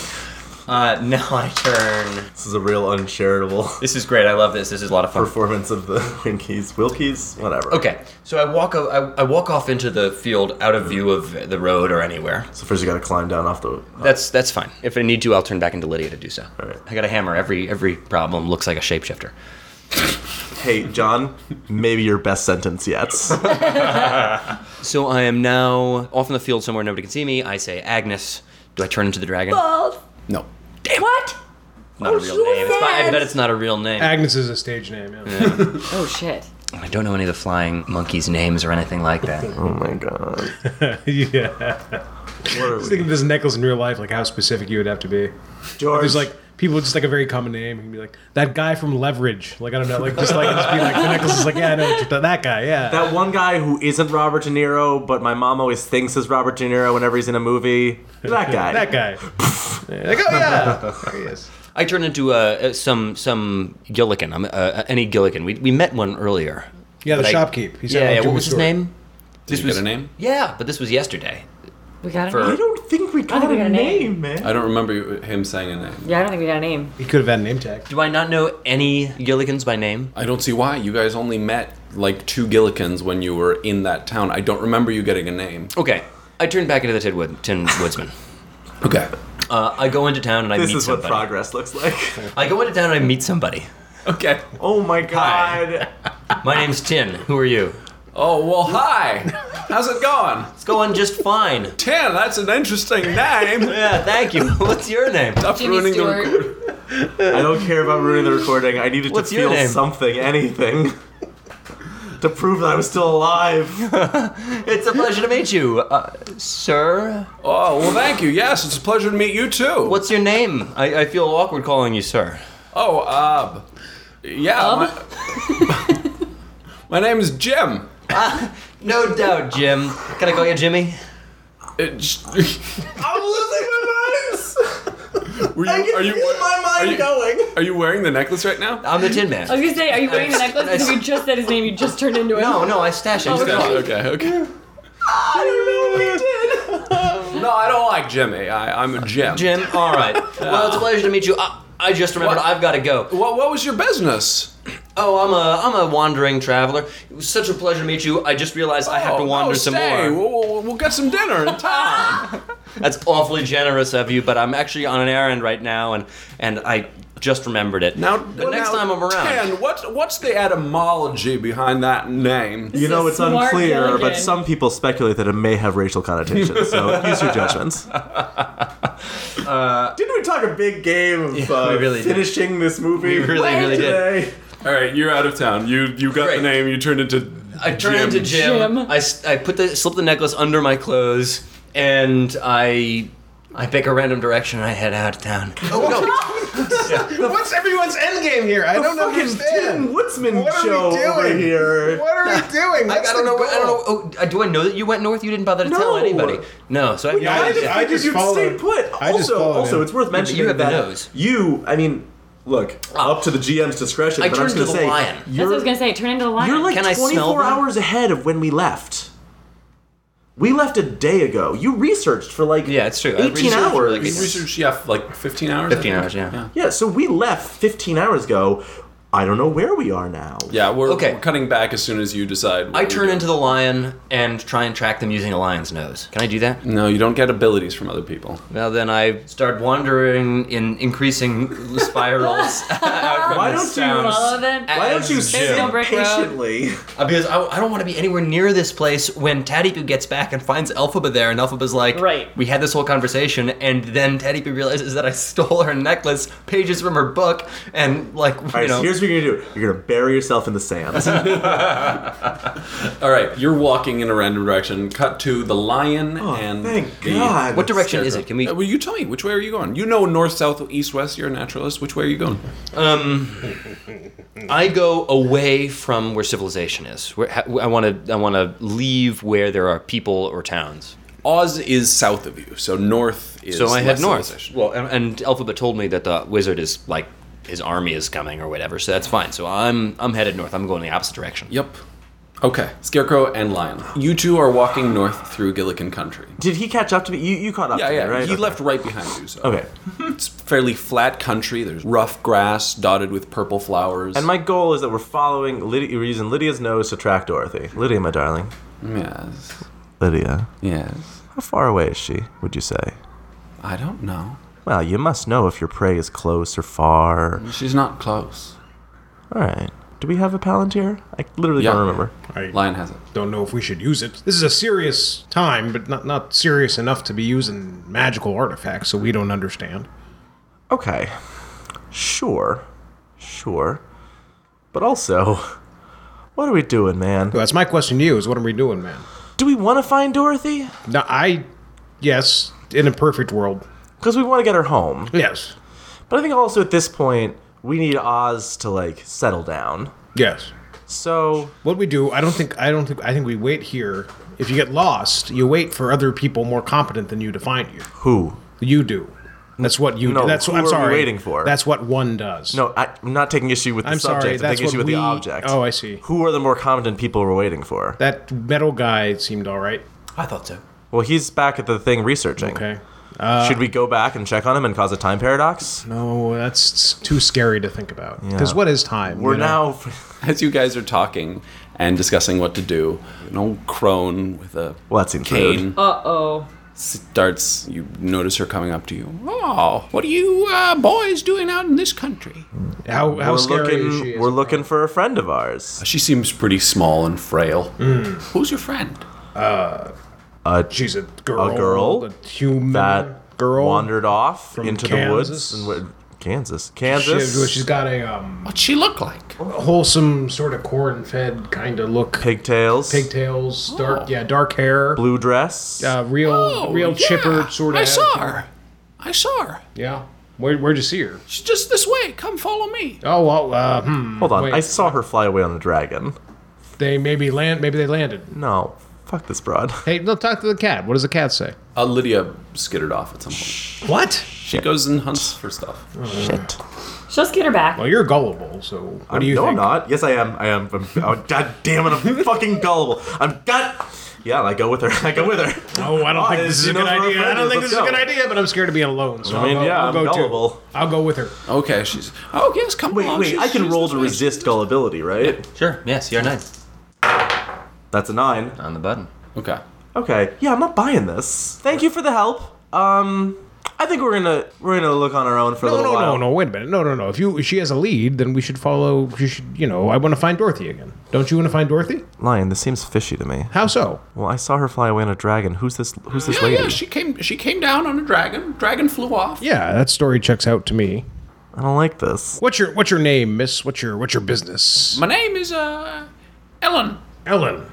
Speaker 2: Uh, now I turn.
Speaker 5: this is a real uncharitable
Speaker 2: This is great. I love this. This is a lot of fun.
Speaker 5: performance of the Winkies, Wilkies, whatever.
Speaker 2: Okay, so I walk. o- I, I walk off into the field, out of view of the road or anywhere.
Speaker 5: So first you gotta climb down off the.
Speaker 2: That's that's fine. If I need to, I'll turn back into Lydia to do so.
Speaker 5: right.
Speaker 2: I got a hammer. Every every problem looks like a shapeshifter.
Speaker 5: Hey, John, maybe your best sentence yet.
Speaker 2: So I am now off in the field somewhere nobody can see me. I say, Agnes, do I turn into the dragon?
Speaker 6: Well,
Speaker 3: No.
Speaker 6: what?
Speaker 2: not a real name. It's not, I bet it's not a real name.
Speaker 4: Agnes is a stage name. Yeah.
Speaker 6: Oh shit.
Speaker 2: I don't know any of the flying monkeys' names or anything like that.
Speaker 5: oh my god.
Speaker 4: yeah.
Speaker 5: What are
Speaker 4: I was
Speaker 5: we?
Speaker 4: thinking of this necklace in real life, like how specific you would have to be.
Speaker 5: George,
Speaker 4: There's like people with just like a very common name and be like that guy from Leverage. Like I don't know, like just like just be like the necklace is like yeah, I know what you're th- that guy. Yeah,
Speaker 5: That one guy who isn't Robert De Niro, but my mom always thinks is Robert De Niro whenever he's in a movie. That guy.
Speaker 4: that guy. Yeah, like, oh yeah, there he is.
Speaker 2: I turn into uh, uh, some some Gilligan. I'm uh, uh, any Gilligan. We, we met one earlier.
Speaker 4: Yeah, the
Speaker 2: But I-
Speaker 4: shopkeep. He sounded
Speaker 2: yeah,
Speaker 4: like
Speaker 2: yeah.
Speaker 4: Jimmy
Speaker 2: What was his
Speaker 4: Stewart.
Speaker 2: name?
Speaker 3: Did you get a name?
Speaker 2: Yeah, but this was yesterday.
Speaker 6: We got a
Speaker 2: For-
Speaker 5: I
Speaker 6: name.
Speaker 5: don't think we got,
Speaker 6: think we
Speaker 5: a,
Speaker 6: got a
Speaker 5: name,
Speaker 6: name.
Speaker 5: man.
Speaker 3: I don't remember you- him saying a name.
Speaker 6: Yeah, I don't think we got a name.
Speaker 4: He could have had a name tag.
Speaker 2: Do I not know any Gilligans by name?
Speaker 3: I don't see why. You guys only met like two Gillikins when you were in that town. I don't remember you getting a name.
Speaker 2: Okay. I turn back into the Tin, wood, tin Woodsman.
Speaker 3: Okay.
Speaker 2: Uh, I go into town and I
Speaker 5: This
Speaker 2: meet
Speaker 5: is what
Speaker 2: somebody.
Speaker 5: progress looks like.
Speaker 2: I go into town and I meet somebody.
Speaker 3: Okay.
Speaker 5: oh my god.
Speaker 2: My name's Tin. Who are you?
Speaker 3: Oh, well, hi. How's it going?
Speaker 2: It's going just fine.
Speaker 3: Tan, that's an interesting name.
Speaker 2: Yeah, thank you. What's your name?
Speaker 3: Stop
Speaker 6: Jimmy
Speaker 3: the record.
Speaker 6: Stewart.
Speaker 5: I don't care about ruining the recording. I needed
Speaker 2: What's
Speaker 5: to
Speaker 2: your
Speaker 5: feel
Speaker 2: name?
Speaker 5: something, anything. to prove that I was still alive.
Speaker 2: It's a pleasure to meet you, uh, sir.
Speaker 3: Oh, well, thank you. Yes, it's a pleasure to meet you too.
Speaker 2: What's your name? I, I feel awkward calling you sir.
Speaker 3: Oh, uh,
Speaker 6: Um,
Speaker 3: yeah. my- My, name is Jim.
Speaker 2: No doubt, Jim. Can I call you Jimmy?
Speaker 3: It j- I'm losing my mind. Were you, are you
Speaker 5: my
Speaker 3: are you-
Speaker 5: going.
Speaker 3: are you wearing the necklace right now?
Speaker 2: I'm the Tin Man.
Speaker 6: I was gonna say, are you wearing the necklace? Because if you just said his name, you just turned into him.
Speaker 2: No, no, I stash it. I just
Speaker 6: Okay.
Speaker 2: thought-
Speaker 3: Okay, okay. No, I don't like Jimmy. I, I'm a Jim.
Speaker 2: Jim, all right. Well, it's a pleasure to meet you. I, I just remembered
Speaker 3: What?
Speaker 2: I've got to go.
Speaker 3: What, what was your business?
Speaker 2: Oh, I'm a I'm a wandering traveler. It was such a pleasure to meet you. I just realized I have to
Speaker 3: Oh,
Speaker 2: wander
Speaker 3: no,
Speaker 2: some
Speaker 3: stay.
Speaker 2: more.
Speaker 3: We'll, we'll, we'll get some dinner in town.
Speaker 2: That's awfully generous of you, but I'm actually on an errand right now, and and I just remembered it.
Speaker 3: now,
Speaker 2: the next time I'm around.
Speaker 3: Tan, what, what's the etymology behind that name?
Speaker 5: You know, it's
Speaker 6: Smart
Speaker 5: unclear, but
Speaker 6: Gilligan.
Speaker 5: some people speculate that it may have racial connotations, so use your judgments. Uh, Didn't we talk a big game of uh,
Speaker 2: we really did.
Speaker 5: finishing this movie?
Speaker 2: We really, really did.
Speaker 5: today?
Speaker 3: All right, you're out of town. You you got
Speaker 2: Great.
Speaker 3: the name. You turned into.
Speaker 2: I turn into Jim.
Speaker 6: Jim.
Speaker 2: I, s- I put the slip the necklace under my clothes, and I I pick a random direction and I head out of town. Oh no!
Speaker 4: What's everyone's end game here? I don't
Speaker 5: Fucking Tim
Speaker 4: understand.
Speaker 5: Woodsman
Speaker 4: What are we
Speaker 5: show over
Speaker 4: doing?
Speaker 5: here.
Speaker 4: What are we doing?
Speaker 2: I, I don't know. what- I don't know. Oh, uh, do I know that you went north? You didn't bother to tell
Speaker 5: No.
Speaker 2: anybody. No. So I have no
Speaker 4: Yeah, I
Speaker 5: I,
Speaker 2: idea.
Speaker 4: just- I just
Speaker 5: you'd stay
Speaker 4: followed.
Speaker 5: put.
Speaker 4: I just
Speaker 5: also,
Speaker 4: followed
Speaker 5: also,
Speaker 4: him.
Speaker 5: it's worth mentioning
Speaker 2: you have the
Speaker 5: that
Speaker 2: nose.
Speaker 5: you. I mean, look, up to the GM's discretion.
Speaker 2: I
Speaker 5: but I'm just
Speaker 2: turned
Speaker 5: gonna
Speaker 2: to the
Speaker 5: say,
Speaker 2: lion. That's
Speaker 6: That's what I
Speaker 5: You're,
Speaker 6: was gonna say. Turn into the lion.
Speaker 5: you're like
Speaker 2: Can I smell them?
Speaker 5: 24 hours ahead of when we left. We left a day ago. You researched for like
Speaker 2: Yeah, it's true. I
Speaker 5: 18
Speaker 2: researched for,
Speaker 5: hours.
Speaker 2: like,
Speaker 3: You researched, yeah, like 15 hours? I
Speaker 2: 15
Speaker 3: think?
Speaker 2: hours. Yeah.
Speaker 5: yeah, so we left 15 hours ago. I don't know where we are now.
Speaker 3: Yeah, we're,
Speaker 2: Okay.
Speaker 3: we're cutting back as soon as you decide. what
Speaker 2: I
Speaker 3: we
Speaker 2: turn
Speaker 3: do.
Speaker 2: into the lion and try and track them using a lion's nose. Can I do that?
Speaker 3: No, you don't get abilities from other people.
Speaker 2: Well, then I start wandering in increasing spirals out from
Speaker 5: Why
Speaker 2: the
Speaker 5: don't you-
Speaker 2: sounds.
Speaker 6: Follow them.
Speaker 5: Why don't you
Speaker 2: as
Speaker 5: sit
Speaker 6: no brick road.
Speaker 5: patiently?
Speaker 2: Uh, because I, I don't want to be anywhere near this place when Taddy Poo gets back and finds Elphaba there, and Elphaba's like,
Speaker 6: Right.
Speaker 2: we had this whole conversation, and then Taddy Poo realizes that I stole her necklace, pages from her book, and like, you
Speaker 5: All right,
Speaker 2: know,
Speaker 5: so here's what you're gonna do. You're gonna bury yourself in the sand.
Speaker 3: All right, you're walking in a random direction. Cut to the lion and.
Speaker 5: Oh, Thank
Speaker 3: the-
Speaker 5: God.
Speaker 2: what direction is it? Can we?
Speaker 3: Uh, Well, you tell me, which way are you going? You know north, south, east, west, you're a naturalist. Which way are you going?
Speaker 2: I go away from where civilization is. Where ha- I want to, I want to leave where there are people or towns.
Speaker 3: Oz is south of you, so north is.
Speaker 2: So I head
Speaker 3: less
Speaker 2: north.
Speaker 3: civilization.
Speaker 2: Well, and, and Elphaba told me that the wizard is like his army is coming or whatever, so that's fine. So I'm I'm headed north. I'm going the opposite direction.
Speaker 3: Yep. Okay, Scarecrow and Lion. You two are walking north through Gillikin Country.
Speaker 5: Did he catch up to me? You, you caught up
Speaker 3: Yeah,
Speaker 5: to
Speaker 3: yeah.
Speaker 5: me, right?
Speaker 3: He
Speaker 5: Okay.
Speaker 3: left right behind you. So.
Speaker 5: Okay.
Speaker 3: It's fairly flat country. There's rough grass dotted with purple flowers.
Speaker 5: And my goal is that we're following Lydia, we're using Lydia's nose to track Dorothy. Lydia, my darling.
Speaker 3: yes,
Speaker 5: Lydia.
Speaker 3: yes.
Speaker 5: How far away is she, would you say?
Speaker 3: I don't know.
Speaker 5: Well, you must know if your prey is close or far.
Speaker 3: She's not close.
Speaker 5: All right. Do we have a Palantir? I literally
Speaker 3: Yeah.
Speaker 5: don't remember.
Speaker 4: I
Speaker 3: Lion has it.
Speaker 4: don't know if we should use it. This is a serious time, but not not serious enough to be using magical artifacts, so we don't understand.
Speaker 5: Okay. Sure. Sure. But also, what are we doing, man?
Speaker 4: So that's my question to you: Is what are we doing, man?
Speaker 5: Do we want to find Dorothy?
Speaker 4: Now, I, yes, in a perfect world,
Speaker 5: Because we want to get her home.
Speaker 4: yes,
Speaker 5: But I think also at this point, we need Oz to like settle down.
Speaker 4: Yes.
Speaker 5: So
Speaker 4: What we do, I don't think, I don't think, I think we wait here. If you get lost, you wait for other people more competent than you to find you.
Speaker 5: who?
Speaker 4: You do. That's what you.
Speaker 5: No,
Speaker 4: do. That's
Speaker 5: who
Speaker 4: what I'm
Speaker 5: are we
Speaker 4: sorry.
Speaker 5: waiting for?
Speaker 4: That's what one does.
Speaker 5: No, I, I'm not taking issue with the
Speaker 4: I'm
Speaker 5: subject.
Speaker 4: sorry.
Speaker 5: I'm
Speaker 4: That's
Speaker 5: taking
Speaker 4: what
Speaker 5: issue with
Speaker 4: we,
Speaker 5: the object.
Speaker 4: Oh, I see.
Speaker 5: Who are the more competent people we're waiting for?
Speaker 4: That metal guy seemed all right.
Speaker 2: I thought so.
Speaker 5: Well, he's back at the thing researching.
Speaker 4: Okay.
Speaker 5: Should we go back and check on him and cause a time paradox?
Speaker 4: No, that's too scary to think about. Because
Speaker 5: Yeah.
Speaker 4: what is time?
Speaker 5: We're
Speaker 4: you know?
Speaker 5: now.
Speaker 3: As you guys are talking and discussing what to do, an old crone with a
Speaker 5: Well, that's in code.
Speaker 3: cane
Speaker 6: Uh oh.
Speaker 3: starts. You notice her coming up to you. Oh, what are you uh, boys doing out in this country?
Speaker 4: How, how
Speaker 5: we're
Speaker 4: scary
Speaker 5: looking.
Speaker 4: is she?
Speaker 5: we're looking for a friend of ours.
Speaker 3: She seems pretty small and frail. Who's your friend?
Speaker 5: A
Speaker 4: She's a girl.
Speaker 5: girl
Speaker 4: A human
Speaker 5: that
Speaker 4: girl.
Speaker 5: wandered off
Speaker 4: from
Speaker 5: into
Speaker 4: Kansas.
Speaker 5: the woods and went, Kansas,
Speaker 4: She,
Speaker 5: Kansas.
Speaker 4: she's got a um,
Speaker 3: What's she look like?
Speaker 4: wholesome sort of corn-fed kind of look.
Speaker 5: pigtails,
Speaker 4: Pigtails, dark, yeah, dark hair,
Speaker 5: blue dress.
Speaker 4: uh, real, real
Speaker 3: Oh. yeah,
Speaker 4: chipper sort of.
Speaker 3: I saw her. I saw her.
Speaker 4: Yeah. Where, where'd you see her?
Speaker 3: She's just this way. Come follow me.
Speaker 4: Oh well, uh, hmm.
Speaker 5: Hold on,
Speaker 4: wait.
Speaker 5: I saw her fly away on a dragon.
Speaker 4: They maybe land. Maybe they landed.
Speaker 5: No, fuck this broad.
Speaker 4: Hey, no, talk to the cat. What does the cat say?
Speaker 3: Uh, Lydia skittered off at some point.
Speaker 4: What?
Speaker 3: She goes and hunts for stuff.
Speaker 5: Shit.
Speaker 6: She'll get her back.
Speaker 4: Well, you're gullible, so what
Speaker 5: I'm,
Speaker 4: do you
Speaker 5: no,
Speaker 4: think?
Speaker 5: I'm not. Yes, I am. I am. I'm, oh, God damn it! I'm fucking gullible. I'm god. Yeah, and I go with her. I go with her.
Speaker 4: Oh, I don't
Speaker 5: Oh,
Speaker 4: think this
Speaker 5: this-
Speaker 4: is a
Speaker 5: you
Speaker 4: good
Speaker 5: know, for our
Speaker 4: idea. I don't
Speaker 5: friends,
Speaker 4: think
Speaker 5: let's
Speaker 4: this is a good
Speaker 5: go.
Speaker 4: idea, but I'm scared of being alone. So
Speaker 5: I mean,
Speaker 4: will go,
Speaker 5: yeah,
Speaker 4: I'll
Speaker 5: I'm
Speaker 4: go too.
Speaker 5: gullible.
Speaker 4: I'll go with her.
Speaker 3: Okay, she's. Oh yes, come
Speaker 5: Wait,
Speaker 3: along.
Speaker 5: wait.
Speaker 3: She's-
Speaker 5: I can
Speaker 3: she's
Speaker 5: roll
Speaker 3: this
Speaker 5: to
Speaker 3: way.
Speaker 5: resist gullibility, right?
Speaker 2: Sure. Yes, you're nine
Speaker 5: That's a nine.
Speaker 2: on the button.
Speaker 3: Okay.
Speaker 5: Okay. Yeah, I'm not buying this. Thank you for the help. Um, I think we're gonna we're gonna look on our own for a
Speaker 4: No,
Speaker 5: little
Speaker 4: no,
Speaker 5: while.
Speaker 4: no, no. Wait a minute. No, no, no. If you if she has a lead, then we should follow. You should, you know. I want to find Dorothy again. Don't you want to find Dorothy?
Speaker 5: Lion, this seems fishy to me.
Speaker 4: How so?
Speaker 5: Well, I saw her fly away on a dragon. Who's this? Who's this
Speaker 3: Yeah,
Speaker 5: lady?
Speaker 3: yeah. She came. She came down on a dragon. Dragon flew off.
Speaker 4: Yeah, that story checks out to me.
Speaker 5: I don't like this.
Speaker 4: What's your What's your name, Miss? What's your What's your business?
Speaker 3: My name is uh, Ellen.
Speaker 4: Ellen.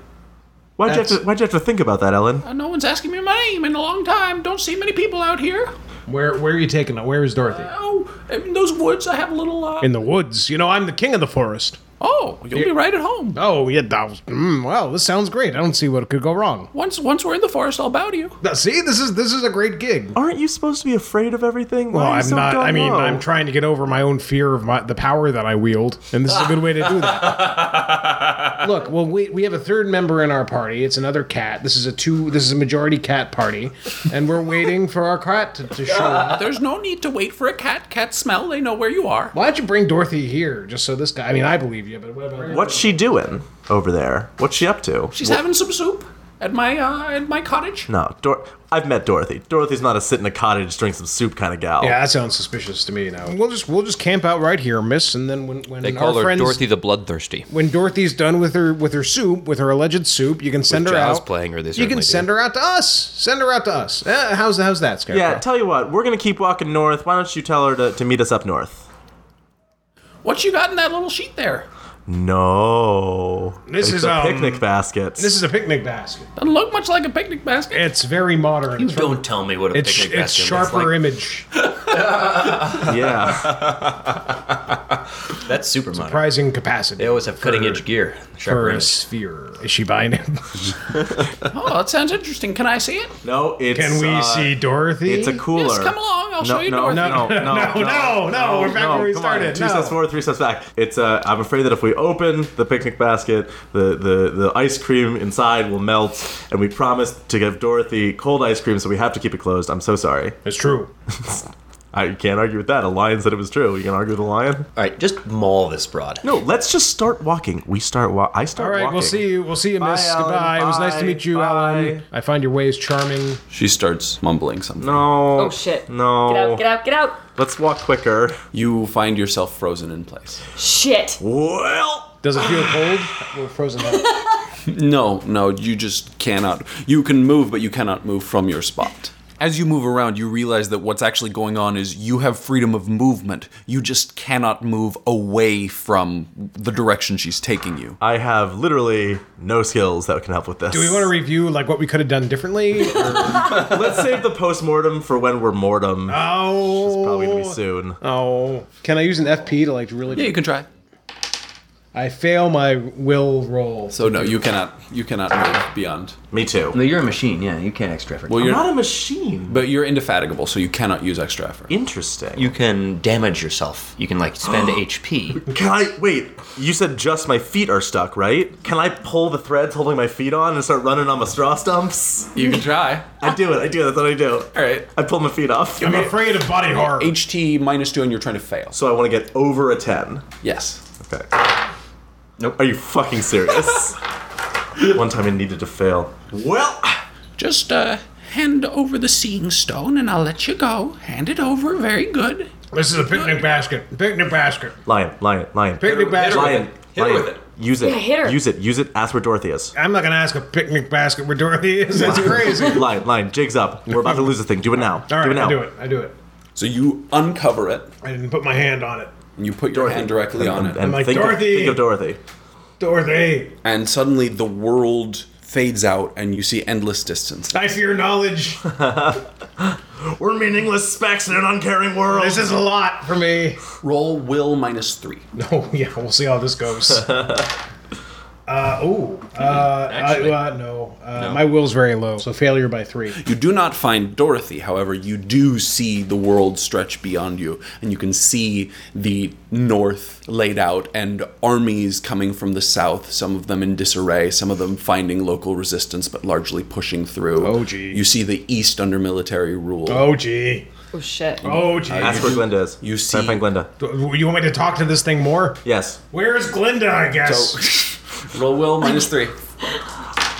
Speaker 5: Why'd you, have to,
Speaker 4: That's-
Speaker 5: why'd you have to think about that, Ellen?
Speaker 3: Uh, no one's asking me my name in a long time. Don't see many people out here.
Speaker 4: Where Where are you taking her? Where is Dorothy?
Speaker 3: Oh, in those woods, I have a little. Uh,
Speaker 4: In the woods. You know, I'm the king of the forest.
Speaker 3: oh, you'll be right at home.
Speaker 4: Oh, yeah. That was, mm, well, this sounds great. I don't see what could go wrong.
Speaker 3: Once, once we're in the forest, I'll bow to you.
Speaker 4: Now, See, this is this is a great gig.
Speaker 5: Aren't you supposed to be afraid of everything? Why
Speaker 4: Well,
Speaker 5: are you
Speaker 4: I'm
Speaker 5: so
Speaker 4: not. I mean,
Speaker 5: gung-ho?
Speaker 4: I'm trying to get over my own fear of my, the power that I wield, and this is a good way to do that. Look, well, we we have a third member in our party. It's another cat. This is a two. This is a majority cat party, and we're waiting for our cat to, to show up.
Speaker 3: There's no need to wait for a cat. Cats smell. They know where you are.
Speaker 4: Why don't you bring Dorothy here just so this guy? I mean, I believe you, but what about
Speaker 5: What's she doing over there? What's she up to?
Speaker 3: She's having some soup at my uh, at my cottage.
Speaker 5: no, Dor- I've met Dorothy. Dorothy's not a sit in a cottage, drink some soup kind of gal.
Speaker 4: Yeah, that sounds suspicious to me. Now we'll just we'll just camp out right here, Miss, and then when when
Speaker 9: They
Speaker 4: our
Speaker 9: call her
Speaker 4: friends
Speaker 9: Dorothy the Bloodthirsty.
Speaker 4: when Dorothy's done with her with her soup, with her alleged soup, you can send her
Speaker 9: Jaws
Speaker 4: out.
Speaker 9: playing her, they
Speaker 4: you can
Speaker 9: certainly
Speaker 4: send her out to us. Send her out to us. Uh, how's how's that, Scarecrow?
Speaker 5: Yeah, tell you what, we're gonna keep walking north. Why don't you tell her to, to meet us up north?
Speaker 3: What you got in that little sheet there?
Speaker 5: No.
Speaker 4: This
Speaker 5: It's
Speaker 4: is,
Speaker 5: a
Speaker 4: um,
Speaker 5: picnic basket.
Speaker 4: this is a picnic basket.
Speaker 3: Doesn't look much like a picnic basket.
Speaker 4: It's very modern. It's,
Speaker 2: Don't tell me what a
Speaker 4: it's,
Speaker 2: picnic
Speaker 4: it's
Speaker 2: basket
Speaker 4: sharper
Speaker 2: looks like.
Speaker 4: image.
Speaker 5: yeah.
Speaker 2: That's super modern.
Speaker 4: Rising capacity.
Speaker 2: They always have cutting edge
Speaker 4: for-
Speaker 2: gear. Sharper
Speaker 4: For a
Speaker 2: image.
Speaker 4: sphere. Is she buying it?
Speaker 3: Oh, that sounds interesting. Can I see it?
Speaker 5: no, it's
Speaker 4: Can we
Speaker 5: uh,
Speaker 4: see Dorothy?
Speaker 5: It's a cooler.
Speaker 3: Yes, come along. I'll
Speaker 5: no,
Speaker 3: show you
Speaker 5: no,
Speaker 3: Dorothy.
Speaker 5: no, no, no,
Speaker 4: no, no, no, we're back where we
Speaker 5: come
Speaker 4: started,
Speaker 5: On. Two
Speaker 4: no.
Speaker 5: steps forward, three steps back. It's. Uh, I'm afraid that if we open the picnic basket, the, the the ice cream inside will melt, and we promised to give Dorothy cold ice cream, so we have to keep it closed. I'm so sorry.
Speaker 4: It's true.
Speaker 5: I can't argue with that. A lion said it was true. You can argue with a lion?
Speaker 2: All right, just maul this broad.
Speaker 5: No, let's just start walking. We start walk. I start.
Speaker 4: All right,
Speaker 5: walking.
Speaker 4: we'll see you. We'll see you, Miss.
Speaker 5: Ellen.
Speaker 4: Goodbye. It was nice to
Speaker 5: Bye.
Speaker 4: meet you,
Speaker 5: Bye.
Speaker 4: Alan. I find your ways charming.
Speaker 3: She starts mumbling something.
Speaker 5: No.
Speaker 6: Oh shit.
Speaker 5: No.
Speaker 6: Get out, get out, get out.
Speaker 5: Let's walk quicker.
Speaker 3: You find yourself frozen in place.
Speaker 6: Shit.
Speaker 5: Well,
Speaker 4: Does it feel cold? We're frozen. Up.
Speaker 3: No, no, you just cannot. You can move, but you cannot move from your spot. As you move around, you realize that what's actually going on is you have freedom of movement. You just cannot move away from the direction she's taking you.
Speaker 5: I have literally no skills that can help with this.
Speaker 4: Do we want to review like what we could have done differently?
Speaker 5: Let's save the post mortem for when we're mortem.
Speaker 4: oh,
Speaker 5: It's probably gonna be soon.
Speaker 4: Oh, can I use an FP to like really?
Speaker 3: Yeah, you can try.
Speaker 4: I fail my will roll.
Speaker 3: So no, you cannot. You cannot move beyond.
Speaker 5: Me too.
Speaker 2: No, you're a machine. Yeah, you can't extra effort.
Speaker 3: Well,
Speaker 5: I'm
Speaker 3: you're
Speaker 5: not a machine.
Speaker 3: but you're indefatigable, so you cannot use extra effort.
Speaker 5: Interesting.
Speaker 2: you can damage yourself. You can like spend HP.
Speaker 5: can I wait? You said just my feet are stuck, right? Can I pull the threads holding my feet on and start running on my straw stumps?
Speaker 3: You can try.
Speaker 5: I do it. I do. it, That's what I do.
Speaker 3: All right.
Speaker 5: I pull my feet off.
Speaker 4: I'm afraid of body horror.
Speaker 3: HT minus two, and you're trying to fail.
Speaker 5: So I want to get over a ten.
Speaker 3: Yes.
Speaker 5: Okay.
Speaker 2: Nope.
Speaker 5: Are you fucking serious? One time I needed to fail. Well,
Speaker 3: Just uh, hand over the seeing stone, and I'll let you go. Hand it over. Very good.
Speaker 4: This is a picnic basket. Picnic basket.
Speaker 5: lion, lion, lion.
Speaker 4: Picnic basket.
Speaker 5: Lion.
Speaker 10: Hit her
Speaker 5: lion.
Speaker 10: with it.
Speaker 5: Use it.
Speaker 6: Yeah, hit her.
Speaker 5: Use it. Use it. Ask where Dorothy is.
Speaker 4: I'm not gonna ask a picnic basket where Dorothy is. That's crazy. All
Speaker 5: Lion, lion. Jig's up. We're about to lose the thing. Do it now. do it
Speaker 4: right,
Speaker 5: now.
Speaker 4: I do it. I do it.
Speaker 3: So you uncover it,
Speaker 4: I didn't put my hand on it.
Speaker 3: and you put your hand directly on it,
Speaker 5: And
Speaker 4: like,
Speaker 5: think,
Speaker 4: "Dorothy!"
Speaker 5: Of, think of Dorothy.
Speaker 4: Dorothy,
Speaker 3: and suddenly the world fades out, and you see endless distance.
Speaker 4: I fear knowledge.
Speaker 5: We're meaningless specks in an uncaring world.
Speaker 4: This is a lot for me.
Speaker 3: Roll will minus three.
Speaker 4: No, yeah, we'll see how this goes. uh, oh, uh, I,
Speaker 2: actually.
Speaker 4: uh, no. Uh, My will's very low, so failure by three.
Speaker 3: You do not find Dorothy, however, you do see the world stretch beyond you, and you can see the north laid out and armies coming from the south, some of them in disarray, some of them finding local resistance but largely pushing through.
Speaker 4: Oh, gee.
Speaker 3: You see the east under military rule.
Speaker 4: Oh, gee.
Speaker 6: Oh shit.
Speaker 4: Oh, gee.
Speaker 5: Ask where Glinda is.
Speaker 3: you
Speaker 5: Try and
Speaker 3: see-
Speaker 5: find Glinda.
Speaker 4: Do- you want me to talk to this thing more?
Speaker 5: Yes.
Speaker 4: Where's Glinda, I guess?
Speaker 3: Roll will minus three.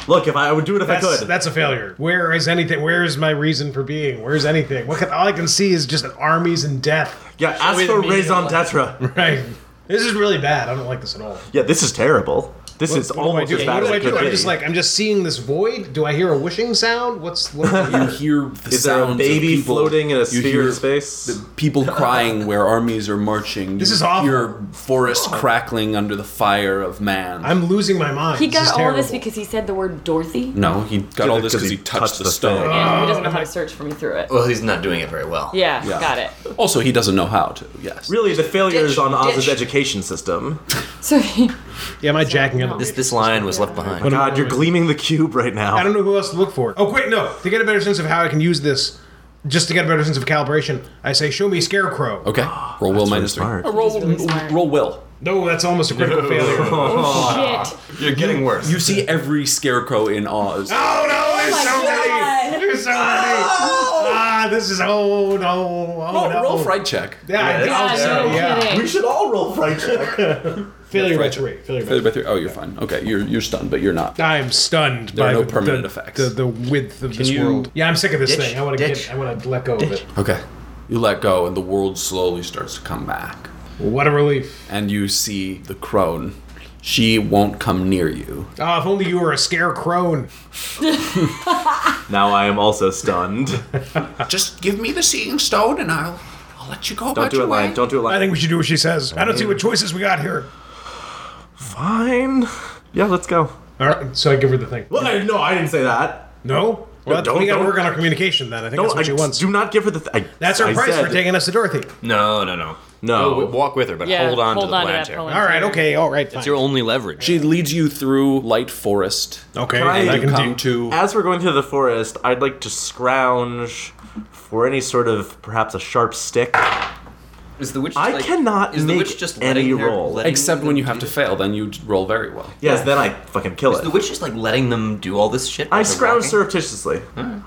Speaker 5: Look, if I, I would do it if I
Speaker 4: that's,
Speaker 5: could.
Speaker 4: that's a failure. Where is anything? Where is my reason for being? Where's anything? What can, all I can see is just armies and death.
Speaker 5: yeah, ask
Speaker 2: me
Speaker 5: for
Speaker 2: the meaning
Speaker 5: raison
Speaker 2: of
Speaker 5: d'etre.
Speaker 4: Right. This is really bad. I don't like this at all.
Speaker 5: Yeah, this is terrible. This is
Speaker 4: What do I
Speaker 5: almost
Speaker 4: do?
Speaker 5: as
Speaker 4: What
Speaker 5: bad as
Speaker 4: do I
Speaker 5: it
Speaker 4: do?
Speaker 5: could
Speaker 4: I'm
Speaker 5: be.
Speaker 4: just like I'm just seeing this void. Do I hear a whooshing sound? What's
Speaker 3: You
Speaker 4: what,
Speaker 3: hear the
Speaker 5: Is there a
Speaker 3: sounds of
Speaker 5: baby
Speaker 3: people.
Speaker 5: floating in a
Speaker 3: You
Speaker 5: sphere
Speaker 3: hear
Speaker 5: in space?
Speaker 3: the people crying where armies are marching.
Speaker 4: This
Speaker 3: You
Speaker 4: is awful.
Speaker 3: Hear forest crackling under the fire of man.
Speaker 4: I'm losing my mind.
Speaker 6: He
Speaker 4: This is
Speaker 6: got all this
Speaker 4: terrible.
Speaker 6: because he said the word Dorothy.
Speaker 3: no, he got all this because he touched, the, stone.
Speaker 5: thing.
Speaker 6: and he doesn't know how to search for me through it.
Speaker 2: Well, he's not doing it very well.
Speaker 6: Yeah,
Speaker 3: Yeah.
Speaker 6: got it.
Speaker 3: Also, he doesn't know how to. Yes.
Speaker 5: Really, the failure is
Speaker 6: Ditch,
Speaker 5: on Oz's
Speaker 6: ditch.
Speaker 5: education system.
Speaker 6: So he,
Speaker 4: Yeah, am I jacking up?
Speaker 2: This this line was left behind.
Speaker 5: God, you're gleaming the cube right
Speaker 4: I
Speaker 5: now.
Speaker 4: don't know who else to look for. Oh, wait, no. To get a better sense of how I can use this, just to get a better sense of calibration, I say, show me Scarecrow.
Speaker 3: Okay. Roll will minus three.
Speaker 5: Smart.
Speaker 3: Roll,
Speaker 6: really smart.
Speaker 3: roll will.
Speaker 4: No, that's almost a critical failure. Oh,
Speaker 6: oh shit.
Speaker 10: You're getting worse.
Speaker 3: You see every scarecrow in Oz.
Speaker 4: Ah, Oh, no, there's
Speaker 6: Oh my
Speaker 4: so
Speaker 6: God.
Speaker 4: many. There's so many. Ah, this is, oh, no. Oh,
Speaker 3: roll,
Speaker 4: no.
Speaker 3: roll fright check.
Speaker 4: Yeah, I-
Speaker 10: Yeah,
Speaker 4: I'll
Speaker 6: God,
Speaker 4: say,
Speaker 6: no
Speaker 4: yeah.
Speaker 6: kidding.
Speaker 5: should all roll fright
Speaker 4: Failure by
Speaker 3: Fright check.
Speaker 4: three. Failure by
Speaker 3: Failure
Speaker 4: three.
Speaker 3: by three. Oh, you're fine. Okay, you're you're stunned, but you're not.
Speaker 4: I am stunned
Speaker 3: There are
Speaker 4: by
Speaker 3: no
Speaker 4: the,
Speaker 3: permanent
Speaker 4: the,
Speaker 3: effects.
Speaker 4: The, the width of this
Speaker 3: you
Speaker 4: world. Yeah, I'm sick of this
Speaker 2: ditch?
Speaker 4: thing. I want to
Speaker 2: Ditch?
Speaker 4: get. I want to let go of it.
Speaker 3: Okay. You let go, and the world slowly starts to come back.
Speaker 4: What a relief!
Speaker 3: And you see the crone. She won't come near you.
Speaker 4: Ah, if only you were a scarecrow.
Speaker 5: Now I am also stunned.
Speaker 3: Just give me the seeing stone, and I'll I'll let you go.
Speaker 5: Ah. Don't do it, lion. Don't do
Speaker 4: I
Speaker 5: it, lion.
Speaker 4: think we should do what she says. I don't see what choices we got here.
Speaker 5: Fine. Yeah, let's go.
Speaker 4: All right, so I give her the thing.
Speaker 5: Well, I- no, I didn't say that.
Speaker 4: No? Well,
Speaker 5: don't-
Speaker 4: we gotta
Speaker 5: don't-
Speaker 4: work on our communication then. I think
Speaker 5: Don't,
Speaker 4: that's what she
Speaker 5: I,
Speaker 4: wants.
Speaker 5: do not give her the. Th- I,
Speaker 4: That's her
Speaker 5: I
Speaker 4: price
Speaker 5: said,
Speaker 4: for taking us to Dorothy.
Speaker 2: No, no, no. Go,
Speaker 5: No.
Speaker 2: walk with her, but
Speaker 6: Yeah,
Speaker 2: hold on to the
Speaker 6: that
Speaker 2: planter.
Speaker 6: pole
Speaker 4: All right,
Speaker 6: and tear.
Speaker 4: okay, all right, fine.
Speaker 2: It's your only leverage.
Speaker 3: She leads you through light forest.
Speaker 4: okay,
Speaker 5: Right.
Speaker 4: I
Speaker 3: You
Speaker 4: can do.
Speaker 3: come to
Speaker 5: As we're going through the forest, I'd like to scrounge for any sort of perhaps a sharp stick.
Speaker 2: is the witch?
Speaker 5: I cannot
Speaker 2: Is the
Speaker 5: make
Speaker 2: witch just
Speaker 5: any
Speaker 2: letting her-
Speaker 5: roll.
Speaker 2: letting
Speaker 3: except
Speaker 2: them
Speaker 3: when you
Speaker 2: do
Speaker 3: have to
Speaker 2: this?
Speaker 3: fail, then you roll very well.
Speaker 5: Yes, then I fucking kill
Speaker 2: Is the
Speaker 5: it.
Speaker 2: witch just like letting them do all this shit?
Speaker 5: I
Speaker 2: while they're
Speaker 5: scrounge
Speaker 2: walking?
Speaker 5: surreptitiously.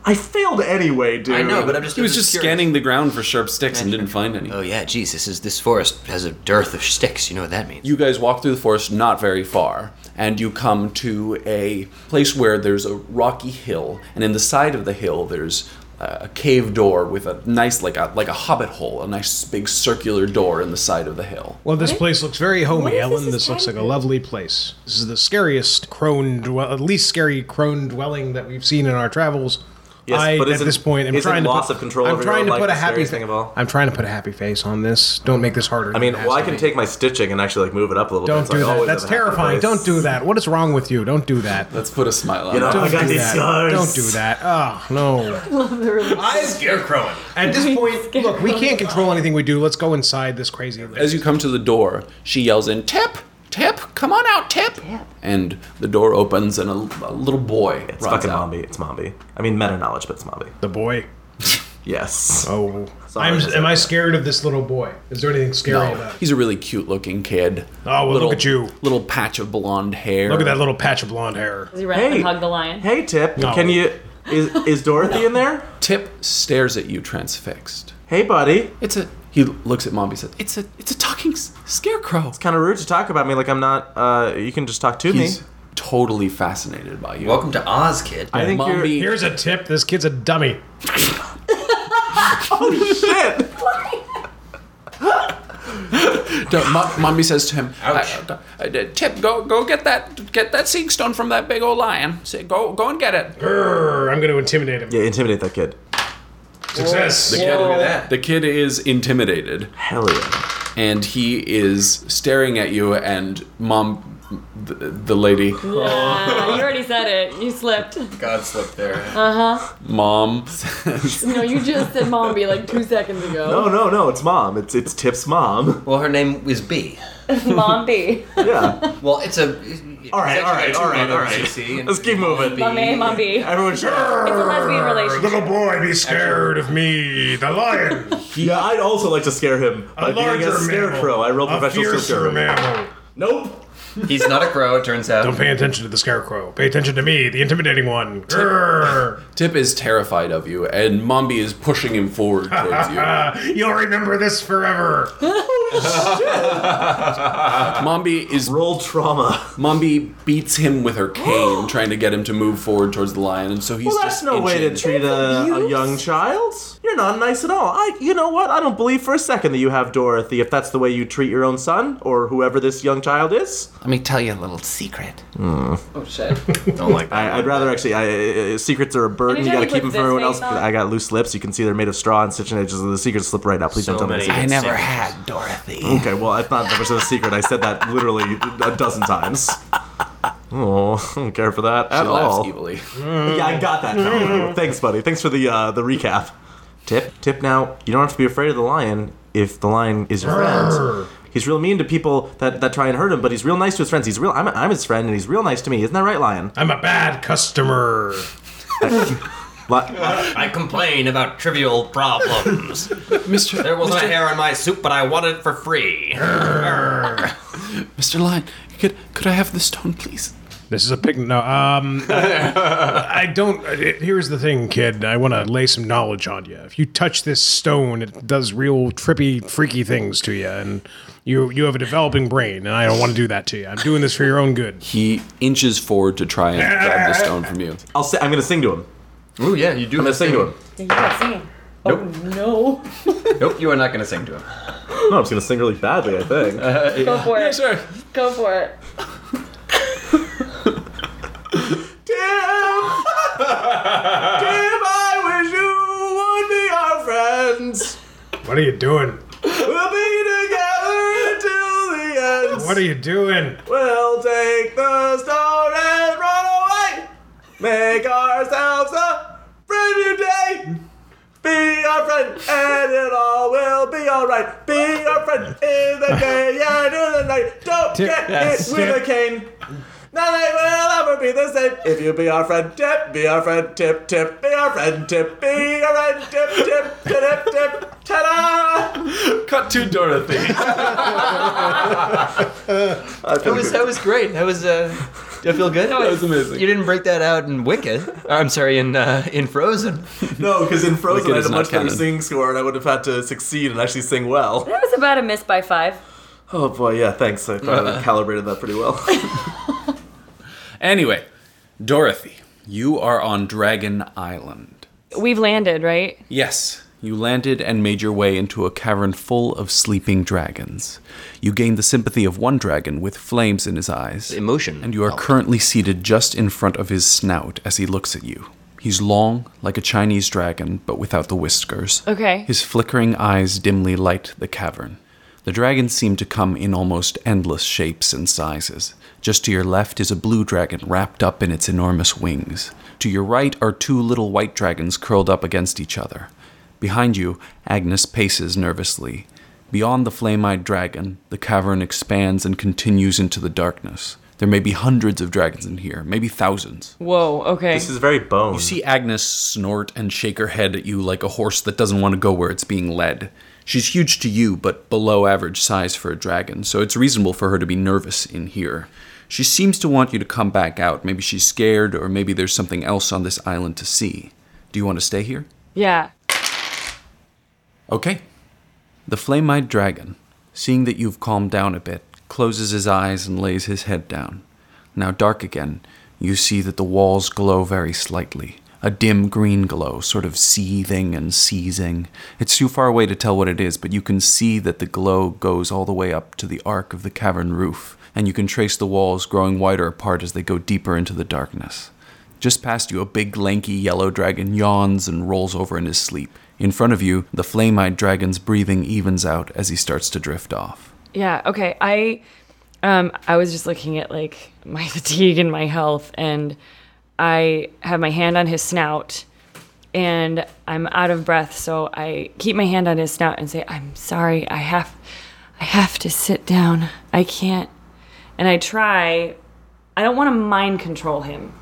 Speaker 5: I failed anyway, dude.
Speaker 2: Hmm. I know, but I'm just.
Speaker 3: He was
Speaker 2: I'm
Speaker 3: just
Speaker 2: curious.
Speaker 3: scanning the ground for sharp sticks and didn't find any.
Speaker 2: Oh yeah, geez, this is this forest has a dearth of sticks. You know what that means?
Speaker 3: you guys walk through the forest not very far and you come to a place where there's a rocky hill and in the side of the hill there's uh, a cave door with a nice like a like a hobbit hole a nice big circular door in the side of the hill
Speaker 4: Well, this place looks very
Speaker 6: what
Speaker 4: homey,
Speaker 6: if
Speaker 4: Ellen.
Speaker 6: this
Speaker 4: This,
Speaker 6: is
Speaker 4: looks like a
Speaker 6: private?
Speaker 4: lovely place. uh, This is the scariest crone, dwell- least scary crone dwelling that we've seen in our travels.
Speaker 5: Yes,
Speaker 4: I,
Speaker 5: but
Speaker 4: at
Speaker 5: isn't-
Speaker 4: this point, I'm
Speaker 5: isn't
Speaker 4: trying to
Speaker 5: loss
Speaker 4: put,
Speaker 5: of control
Speaker 4: I'm
Speaker 5: over your
Speaker 4: trying
Speaker 5: own
Speaker 4: to
Speaker 5: life
Speaker 4: put a
Speaker 5: the
Speaker 4: happy.
Speaker 5: scariest thing of all?
Speaker 4: I'm trying to put a happy face on this. Don't make this harder.
Speaker 5: I mean,
Speaker 4: than it
Speaker 5: well, I
Speaker 4: has to
Speaker 5: can
Speaker 4: be.
Speaker 5: take my stitching and actually like move it up a little
Speaker 4: Don't
Speaker 5: bit. so I
Speaker 4: do that.
Speaker 5: always
Speaker 4: That's
Speaker 5: have a happy
Speaker 4: terrifying.
Speaker 5: face.
Speaker 4: Don't do that. What is wrong with you? Don't do that.
Speaker 3: Let's put a smile on
Speaker 5: You know,
Speaker 3: it.
Speaker 5: I
Speaker 4: Don't
Speaker 5: got
Speaker 4: do
Speaker 5: these
Speaker 4: that.
Speaker 5: scars.
Speaker 4: Don't do that. Oh no.
Speaker 2: Scarecrowing.
Speaker 4: At this point, look, we can't control anything we do. Let's go inside this crazy. Lady.
Speaker 3: As you come to the door, she yells in, Tip! Tip! Come on out, Tip! And the door opens and a, a little boy
Speaker 5: It's
Speaker 3: runs
Speaker 5: fucking
Speaker 3: out.
Speaker 5: Mombi. It's Mombi. I mean, meta knowledge, but it's Mombi.
Speaker 4: The boy.
Speaker 5: Yes.
Speaker 4: Oh,
Speaker 5: Sorry,
Speaker 4: I'm.
Speaker 5: sorry.
Speaker 4: Am I scared of this little boy? Is there anything scary
Speaker 3: No,
Speaker 4: about? it?
Speaker 3: he's a really cute looking kid.
Speaker 4: Oh, well, look at you.
Speaker 3: Little patch of blonde hair.
Speaker 4: Look at that little patch of blonde hair.
Speaker 6: Does he run up and hug the lion?
Speaker 5: Hey, Tip.
Speaker 4: No.
Speaker 5: Can you? Is is Dorothy in there?
Speaker 3: Tip stares at you transfixed.
Speaker 5: Hey, buddy.
Speaker 3: It's a. He looks at Mombi. Says, "It's a. It's a talking s- scarecrow."
Speaker 5: Kind of rude to talk about me like I'm not. Uh, you can just talk to
Speaker 3: He's
Speaker 5: me.
Speaker 3: totally fascinated by you.
Speaker 2: Welcome to Oz, kid.
Speaker 5: I think you're.
Speaker 3: Mombi.
Speaker 4: Here's a tip. This kid's a dummy.
Speaker 5: Shit.
Speaker 3: D- Mo- Mombi says to him, uh, uh, uh, "Tip, go go get that get that seeing stone from that big old lion. Say, go go and get it."
Speaker 4: Grr, I'm going to intimidate him.
Speaker 5: Yeah, intimidate that kid.
Speaker 4: Success.
Speaker 3: The kid is intimidated,
Speaker 5: Hell yeah.
Speaker 3: and he is staring at you. And Mom, the, the lady,
Speaker 6: Ah, you already said it. You slipped.
Speaker 2: God slipped there.
Speaker 3: Uh, Mom says,
Speaker 6: No, you just said Mombi like two seconds ago.
Speaker 5: No, Oh, no, no. It's mom. It's it's Tip's mom.
Speaker 2: Well, her name is B.
Speaker 6: Mombi.
Speaker 5: Yeah.
Speaker 2: Well, it's a.
Speaker 5: All right,
Speaker 2: it's
Speaker 5: all right,
Speaker 2: actually
Speaker 5: all right,
Speaker 2: two
Speaker 5: all
Speaker 2: mothers,
Speaker 5: right.
Speaker 2: you see, and
Speaker 5: Let's keep moving.
Speaker 2: B.
Speaker 6: Mommy, Mombi.
Speaker 5: Everyone. Sure.
Speaker 6: It's a lesbian relationship.
Speaker 4: Little boy, be scared of me, the lion,
Speaker 5: Yeah, I'd also like to scare him
Speaker 4: a
Speaker 5: by being
Speaker 4: larger
Speaker 5: a
Speaker 4: mammal,
Speaker 5: scarecrow. I roll
Speaker 4: a
Speaker 5: professional
Speaker 4: fiercer
Speaker 5: scarecrow.
Speaker 4: mammal.
Speaker 5: Nope.
Speaker 2: He's not a crow, it turns out.
Speaker 4: Don't pay attention to the scarecrow. Pay attention to me, the intimidating one. Grr.
Speaker 3: "Tip is terrified of you, and Mombi is pushing him forward towards you."
Speaker 4: You'll remember this forever.
Speaker 3: Mombi is
Speaker 5: Roll trauma.
Speaker 3: Mombi beats him with her cane, trying to get him to move forward towards the lion, and so he's
Speaker 5: Well, that's
Speaker 3: just
Speaker 5: no way to
Speaker 3: inching.
Speaker 5: treat a, a young child. You're not nice at all. I, you know what? I don't believe for a second that you have Dorothy. If that's the way you treat your own son or whoever this young child is,
Speaker 7: Let me tell you a little secret.
Speaker 5: I, I'd rather actually. I, uh, secrets are a burden. You gotta
Speaker 6: Anytime he
Speaker 5: keep them
Speaker 6: puts
Speaker 5: for everyone else.
Speaker 6: this face on-
Speaker 5: I got loose lips. You can see they're made of straw and stitching edges. The secrets slip right out. Please
Speaker 2: So
Speaker 5: don't tell
Speaker 2: many.
Speaker 5: me. the
Speaker 7: I
Speaker 5: secret. Mm.
Speaker 7: never had Dorothy.
Speaker 5: Okay, well, it's not that much of a secret. I said that literally a dozen times. Oh, I don't care for that at
Speaker 3: He laughs
Speaker 5: all.
Speaker 3: evilly.
Speaker 5: Yeah, I got that. now. Thanks, buddy. Thanks for the uh, the recap. Tip, tip. Now you don't have to be afraid of the lion if the lion is your friend. He's real mean to people that, that try and hurt him, but he's real nice to his friends. He's real. I'm, I'm his friend, and he's real nice to me. Isn't that right, lion?
Speaker 4: I'm a bad customer.
Speaker 5: Li-
Speaker 2: I complain about trivial problems.
Speaker 3: Mr.
Speaker 2: There wasn't
Speaker 3: Mr.
Speaker 2: a hair on my soup, but I want it for free.
Speaker 3: Mr. Lion, could could I have the stone, please?
Speaker 4: This is a pig. No, um, I don't. It, here's the thing, kid. I want to lay some knowledge on you. If you touch this stone, it does real trippy, freaky things to you, and you you have a developing brain, and I don't want to do that to you. I'm doing this for your own good.
Speaker 3: He inches forward to try and grab the stone from you.
Speaker 5: I'll say, I'm gonna sing to him.
Speaker 2: Ooh, yeah, you do.
Speaker 5: I'm gonna sing to him.
Speaker 6: You're not singing. Oh
Speaker 2: Nope, you are not gonna sing to him.
Speaker 5: No, I'm just gonna sing really badly. I think.
Speaker 6: no. Go for it.
Speaker 3: Sure.
Speaker 6: Go for it.
Speaker 5: Tim, Tim, I wish you would be our friends.
Speaker 4: What are you doing?
Speaker 5: We'll be together until the end.
Speaker 4: What are you doing?
Speaker 5: We'll take the stone and run away. Make ourselves a brand new day. Be our friend, and it all will be alright. Be our friend in the day and in the night. Don't get hit with a cane. Nothing will ever be the same if you be our friend. Tip, be our friend. Tip, tip, be our friend. Tip, be our friend. Tip, tip, tip, tip. Ta-da!
Speaker 3: Cut to Dorothy.
Speaker 2: That was that was great. That was uh, do I feel good? That
Speaker 3: was amazing.
Speaker 2: You didn't break that out in Wicked. I'm sorry, in uh, in Frozen.
Speaker 5: No, because in Frozen
Speaker 3: Wicked is not canon.
Speaker 5: score, and I would have had to succeed and actually sing well.
Speaker 6: That was about a miss by five.
Speaker 5: Oh boy, yeah, thanks. I thought I calibrated that pretty well.
Speaker 3: anyway, Dorothy, you are on Dragon Island.
Speaker 6: We've landed, right?
Speaker 3: Yes, you landed and made your way into a cavern full of sleeping dragons. You gained the sympathy of one dragon with flames in his eyes.
Speaker 2: Emotion.
Speaker 3: And you are currently seated just in front of his snout as he looks at you. He's long, like a Chinese dragon, but without the whiskers.
Speaker 6: Okay.
Speaker 3: His flickering eyes dimly light the cavern. The dragons seem to come in almost endless shapes and sizes. Just to your left is a blue dragon wrapped up in its enormous wings. To your right are two little white dragons curled up against each other. Behind you, Agnes paces nervously. Beyond the flame eyed dragon, the cavern expands and continues into the darkness. There may be hundreds of dragons in here, maybe thousands.
Speaker 6: Whoa. Okay.
Speaker 11: This is very bone.
Speaker 3: You see Agnes snort and shake her head at you like a horse that doesn't want to go where it's being led. She's huge to you, but below average size for a dragon, so it's reasonable for her to be nervous in here. She seems to want you to come back out. Maybe she's scared, or maybe there's something else on this island to see. Do you want to stay here?
Speaker 6: yeah.
Speaker 3: Okay. The flame eyed dragon, seeing that you've calmed down a bit, closes his eyes and lays his head down. Now dark again, you see that the walls glow very slightly. A dim green glow, sort of seething and seizing. It's too far away to tell what it is, but you can see that the glow goes all the way up to the arc of the cavern roof, and you can trace the walls growing wider apart as they go deeper into the darkness. Just past you, a big, lanky yellow dragon yawns and rolls over in his sleep. In front of you, the flame eyed dragon's breathing evens out as he starts to drift off.
Speaker 6: Yeah. Okay. I, um, I was just looking at like my fatigue and my health, and I have my hand on his snout, and I'm out of breath, so I keep my hand on his snout and say, "I'm sorry. I have, I have to sit down. I can't." And I try. I don't want to mind control him.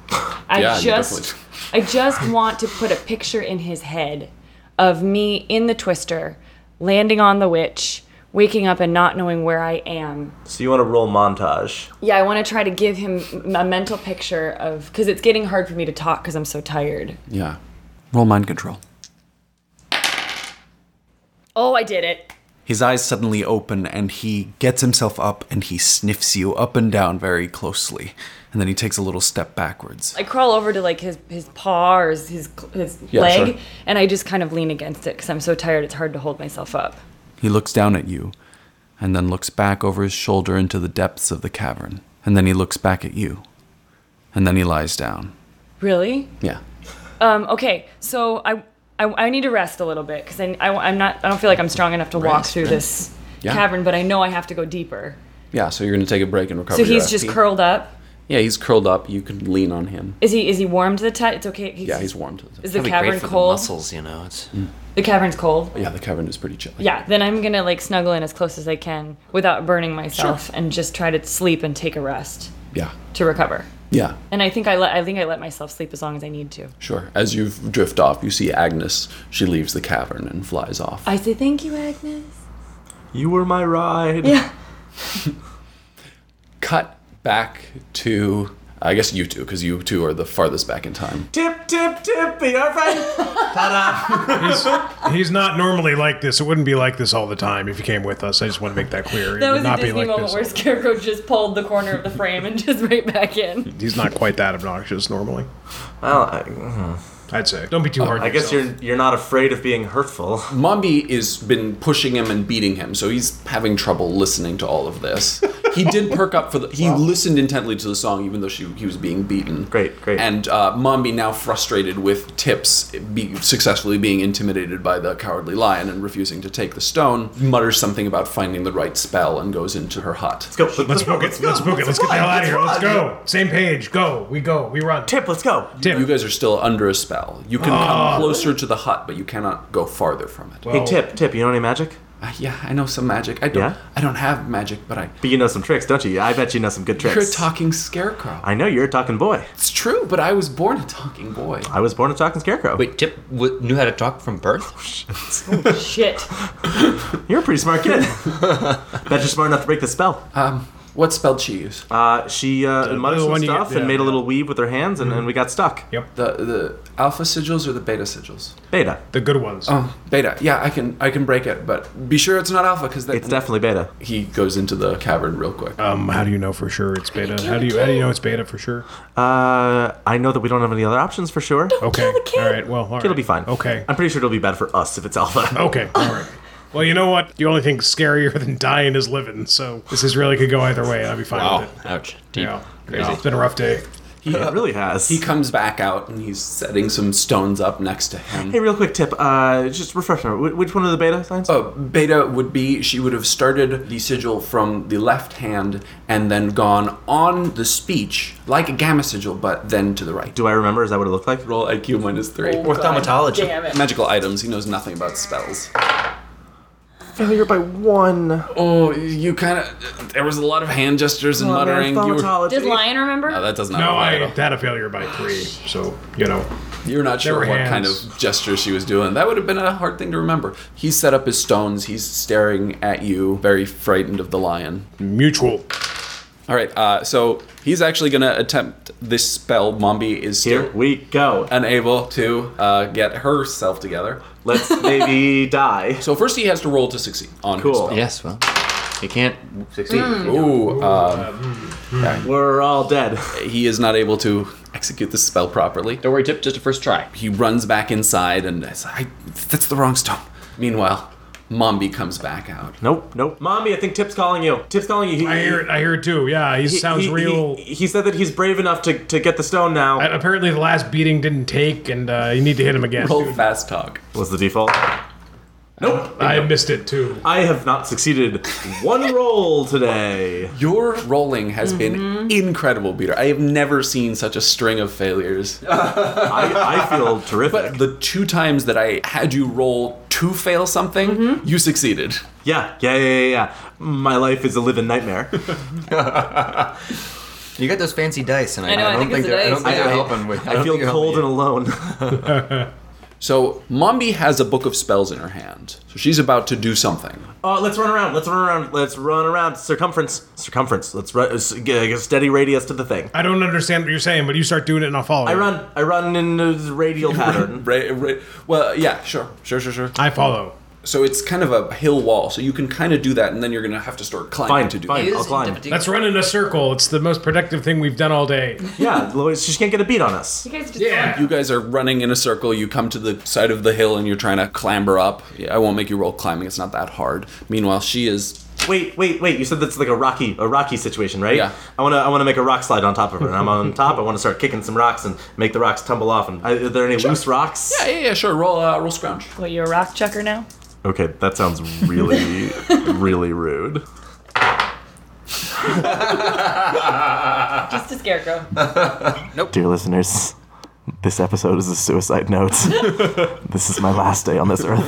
Speaker 6: I
Speaker 3: Yeah, you
Speaker 6: just, I just want to put a picture in his head of me in the twister, landing on the witch, waking up and not knowing where I am.
Speaker 11: So you want to roll montage?
Speaker 6: Yeah, I want to try to give him m- a mental picture of because it's getting hard for me to talk because I'm so tired.
Speaker 3: Yeah. Roll mind control.
Speaker 6: Oh, I did it.
Speaker 3: His eyes suddenly open and he gets himself up and he sniffs you up and down very closely. And then he takes a little step backwards.
Speaker 6: I crawl over to like his his paw or his his, cl- his
Speaker 3: Yeah,
Speaker 6: leg,
Speaker 3: sure.
Speaker 6: and I just kind of lean against it because I'm so tired. It's hard to hold myself up.
Speaker 3: He looks down at you and then looks back over his shoulder into the depths of the cavern. And then he looks back at you. And then he lies down.
Speaker 6: Really?
Speaker 3: Yeah.
Speaker 6: Um. Okay. So I. I, I need to rest a little bit because I, I, am not I don't feel like I'm strong enough to walk through this
Speaker 3: Yeah.
Speaker 6: cavern, but I know I have to go deeper.
Speaker 3: Yeah, so you're going to take a break and recover.
Speaker 6: So
Speaker 3: your
Speaker 6: he's just
Speaker 3: FP.
Speaker 6: curled up.
Speaker 3: Yeah, he's curled up. You can lean on him.
Speaker 6: Is he is he warm to the touch? It's okay.
Speaker 3: Yeah, he's warm to the
Speaker 6: Is the
Speaker 2: Probably
Speaker 6: cavern
Speaker 2: great for
Speaker 6: cold?
Speaker 2: The muscles, you know. It's
Speaker 6: The cavern's cold.
Speaker 3: Yeah, the cavern is pretty chilly.
Speaker 6: Yeah, then I'm gonna like snuggle in as close as I can without burning myself, and just try to sleep and take a rest
Speaker 3: Yeah.
Speaker 6: to recover.
Speaker 3: Yeah.
Speaker 6: And I think I let I think I let myself sleep as long as I need to.
Speaker 3: Sure. As you drift off, you see Agnes. She leaves the cavern and flies off.
Speaker 6: I say thank you, Agnes.
Speaker 11: You were my ride.
Speaker 6: Yeah.
Speaker 3: Cut back to, I guess you two, because you two are the farthest back in time.
Speaker 11: Tip, tip, tip. Be our friend.
Speaker 4: He's, he's not normally like this. It wouldn't be like this all the time if you came with us. I just want to make that clear.
Speaker 6: That
Speaker 4: it
Speaker 6: was
Speaker 4: would
Speaker 6: a
Speaker 4: not
Speaker 6: Disney
Speaker 4: be like
Speaker 6: moment
Speaker 4: this.
Speaker 6: where Scarecrow just pulled the corner of the frame and just right back in.
Speaker 4: He's not quite that obnoxious normally.
Speaker 11: Well, I,
Speaker 4: I'd say. Don't be too hard.
Speaker 11: I
Speaker 4: on
Speaker 11: guess
Speaker 4: yourself.
Speaker 11: you're you're not afraid of being hurtful.
Speaker 3: Mombi has been pushing him and beating him, so he's having trouble listening to all of this. He did perk up for the. He listened intently to the song, even though she, he was being beaten.
Speaker 11: Great, great.
Speaker 3: And uh, Mombi, now frustrated with Tips be, successfully being intimidated by the cowardly lion and refusing to take the stone, mutters something about finding the right spell and goes into her hut.
Speaker 11: Let's go.
Speaker 4: Let's book it. Let's book it. Let's get the hell out of here. Let's
Speaker 11: run.
Speaker 4: go. Same page. Go. We go. We run.
Speaker 11: Tip, let's go.
Speaker 4: Tip.
Speaker 3: You guys are still under a spell. You can
Speaker 11: Ah.
Speaker 3: come closer to the hut, but you cannot go farther from it.
Speaker 11: Hey, Tip, Tip, you know any magic?
Speaker 3: Uh, yeah, I know some magic. I don't.
Speaker 11: Yeah?
Speaker 3: I don't have magic, but I.
Speaker 11: But you know some tricks, don't you? I bet you know some good tricks.
Speaker 3: You're a talking scarecrow.
Speaker 11: I know you're a talking boy.
Speaker 3: It's true, but I was born a talking boy.
Speaker 11: I was born a talking scarecrow.
Speaker 9: Wait, Tip w- knew how to talk from birth?
Speaker 6: Shit.
Speaker 11: You're a pretty smart kid. Bet you're smart enough to break the spell.
Speaker 3: Um, what spell did she use?
Speaker 11: Uh, she uh, muttered
Speaker 4: the
Speaker 11: some
Speaker 4: one you
Speaker 11: stuff
Speaker 4: get-
Speaker 11: and
Speaker 4: yeah,
Speaker 11: made a
Speaker 4: yeah.
Speaker 11: little weave with her hands, and, and we got stuck.
Speaker 4: Yep.
Speaker 3: The the alpha sigils or the beta sigils?
Speaker 11: Beta.
Speaker 4: The good ones.
Speaker 7: Uh,
Speaker 3: Oh, beta. Yeah, I can I can break it, but be sure it's not alpha because
Speaker 11: It's definitely beta.
Speaker 3: he goes into the cavern real quick.
Speaker 4: Um, how do you know for sure it's beta? How do you how do you know it's beta for sure?
Speaker 11: Uh, I know that we don't have any other options for sure.
Speaker 4: Okay. All right. Well, all right.
Speaker 11: It'll be fine.
Speaker 4: Okay. Oh.
Speaker 11: I'm pretty sure it'll be bad for us if it's alpha.
Speaker 4: Okay. All right. Well, you know what? The only thing scarier than dying is living. So this is really could go either way. I'll be fine with it.
Speaker 9: Ouch. Deep.
Speaker 4: Yeah. Yeah, It's been a rough day.
Speaker 5: He really has.
Speaker 3: He comes back out and he's setting some stones up next to him.
Speaker 5: hey, real quick tip. Uh, just refresh me. Wh- Which one of the beta signs?
Speaker 3: Uh, beta would be she would have started the sigil from the left hand and then gone on the speech like a gamma sigil, but then to the right.
Speaker 5: Do I remember? Is that what it looked like?
Speaker 3: Roll IQ minus three.
Speaker 2: Orthomatology.
Speaker 3: Magical items. He knows nothing about spells.
Speaker 5: Failure by one.
Speaker 3: Oh, you kind of. There was a lot of hand gestures and muttering. You were, no,
Speaker 6: Does Lion remember?
Speaker 3: that does not.
Speaker 4: No,
Speaker 3: apply
Speaker 4: I
Speaker 3: at all.
Speaker 4: had a failure by three, so you know.
Speaker 3: You're not sure
Speaker 4: were
Speaker 3: what kind
Speaker 4: hands.
Speaker 3: of gesture she was doing. That would have been a hard thing to remember. He set up his stones. He's staring at you, very frightened of the lion.
Speaker 4: Mutual.
Speaker 3: All right. Uh, so he's actually going to attempt this spell. Mombi is still
Speaker 5: Here we go.
Speaker 3: unable to uh, get herself together.
Speaker 5: Let's maybe die.
Speaker 3: So first he has to roll to succeed on his
Speaker 5: Cool.
Speaker 3: spell. Mm.
Speaker 7: Yes, well, you can't succeed.
Speaker 3: Ooh, um,
Speaker 5: We're all dead.
Speaker 3: he is not able to execute this spell properly.
Speaker 7: Don't worry, tip. Just a first try.
Speaker 3: He runs back inside and is- I, that's the wrong stone. Meanwhile, Mombi comes back out.
Speaker 5: Nope, nope. Mommy, I think Tip's calling you. Tip's calling you. He,
Speaker 4: I hear it. I hear it too. Yeah, he,
Speaker 5: he-
Speaker 4: sounds
Speaker 5: he-
Speaker 4: real.
Speaker 5: He, he said that he's brave enough to, to get the stone now.
Speaker 4: And apparently, the last beating didn't take, and uh, you need to hit him again.
Speaker 3: Roll fast talk.
Speaker 5: What's the default?
Speaker 4: I missed it too.
Speaker 5: I have not succeeded one roll today.
Speaker 3: Your rolling has been incredible, Peter. I have never seen such a string of failures.
Speaker 5: I, I feel terrific.
Speaker 3: But the two times that I had you roll to fail something, you succeeded.
Speaker 5: yeah, yeah, yeah, yeah, yeah. My life is a living nightmare.
Speaker 12: You got those fancy dice, and I,
Speaker 6: I know, I
Speaker 12: don't
Speaker 6: think
Speaker 12: think
Speaker 6: it's the
Speaker 12: they're, I don't
Speaker 6: dice.
Speaker 12: think they're
Speaker 5: I-
Speaker 12: helping with.
Speaker 5: I
Speaker 12: don't
Speaker 5: feel
Speaker 12: think they're
Speaker 5: cold and
Speaker 12: helping
Speaker 5: alone.
Speaker 3: So Mombi has a book of spells in her hand. So she's about to do something.
Speaker 5: Uh, let's run around. Let's run around. Let's run around. Circumference. Circumference. Let's run. s- Get get a steady radius to the thing.
Speaker 4: I don't understand what you're saying, but you start doing it, and I'll follow.
Speaker 5: I
Speaker 4: you.
Speaker 5: run. I run in a radial pattern.
Speaker 3: Right, right. Well, yeah, sure, sure, sure, sure.
Speaker 4: I follow.
Speaker 3: So it's kind of a hill wall, so you can kind of do that, and then you're gonna have to start climbing
Speaker 5: Fine,
Speaker 3: to do
Speaker 5: fine.
Speaker 3: that.
Speaker 5: I'll climb.
Speaker 4: Let's run in a circle. It's the most productive thing we've done all day.
Speaker 5: Yeah, Lois, she can't get a beat on us.
Speaker 6: You guys just
Speaker 4: Yeah.
Speaker 3: You guys are running in a circle. You come to the side of the hill, and you're trying to clamber up. Yeah, I won't make you roll climbing; it's not that hard. Meanwhile, she is.
Speaker 5: Wait, wait, wait. You said that's like a rocky, a rocky situation, right?
Speaker 3: Yeah.
Speaker 5: I wanna, I wanna make a rock slide on top of her. And I'm on top. I wanna start kicking some rocks and make the rocks tumble off. And I, are there any loose rocks?
Speaker 3: Yeah, yeah, sure. Roll, uh, roll scrounge.
Speaker 6: What, you a rock checker now?
Speaker 5: Okay, that sounds really, really rude.
Speaker 6: Just a scarecrow.
Speaker 9: Dear listeners, this episode is a suicide note. this is my last day on this earth.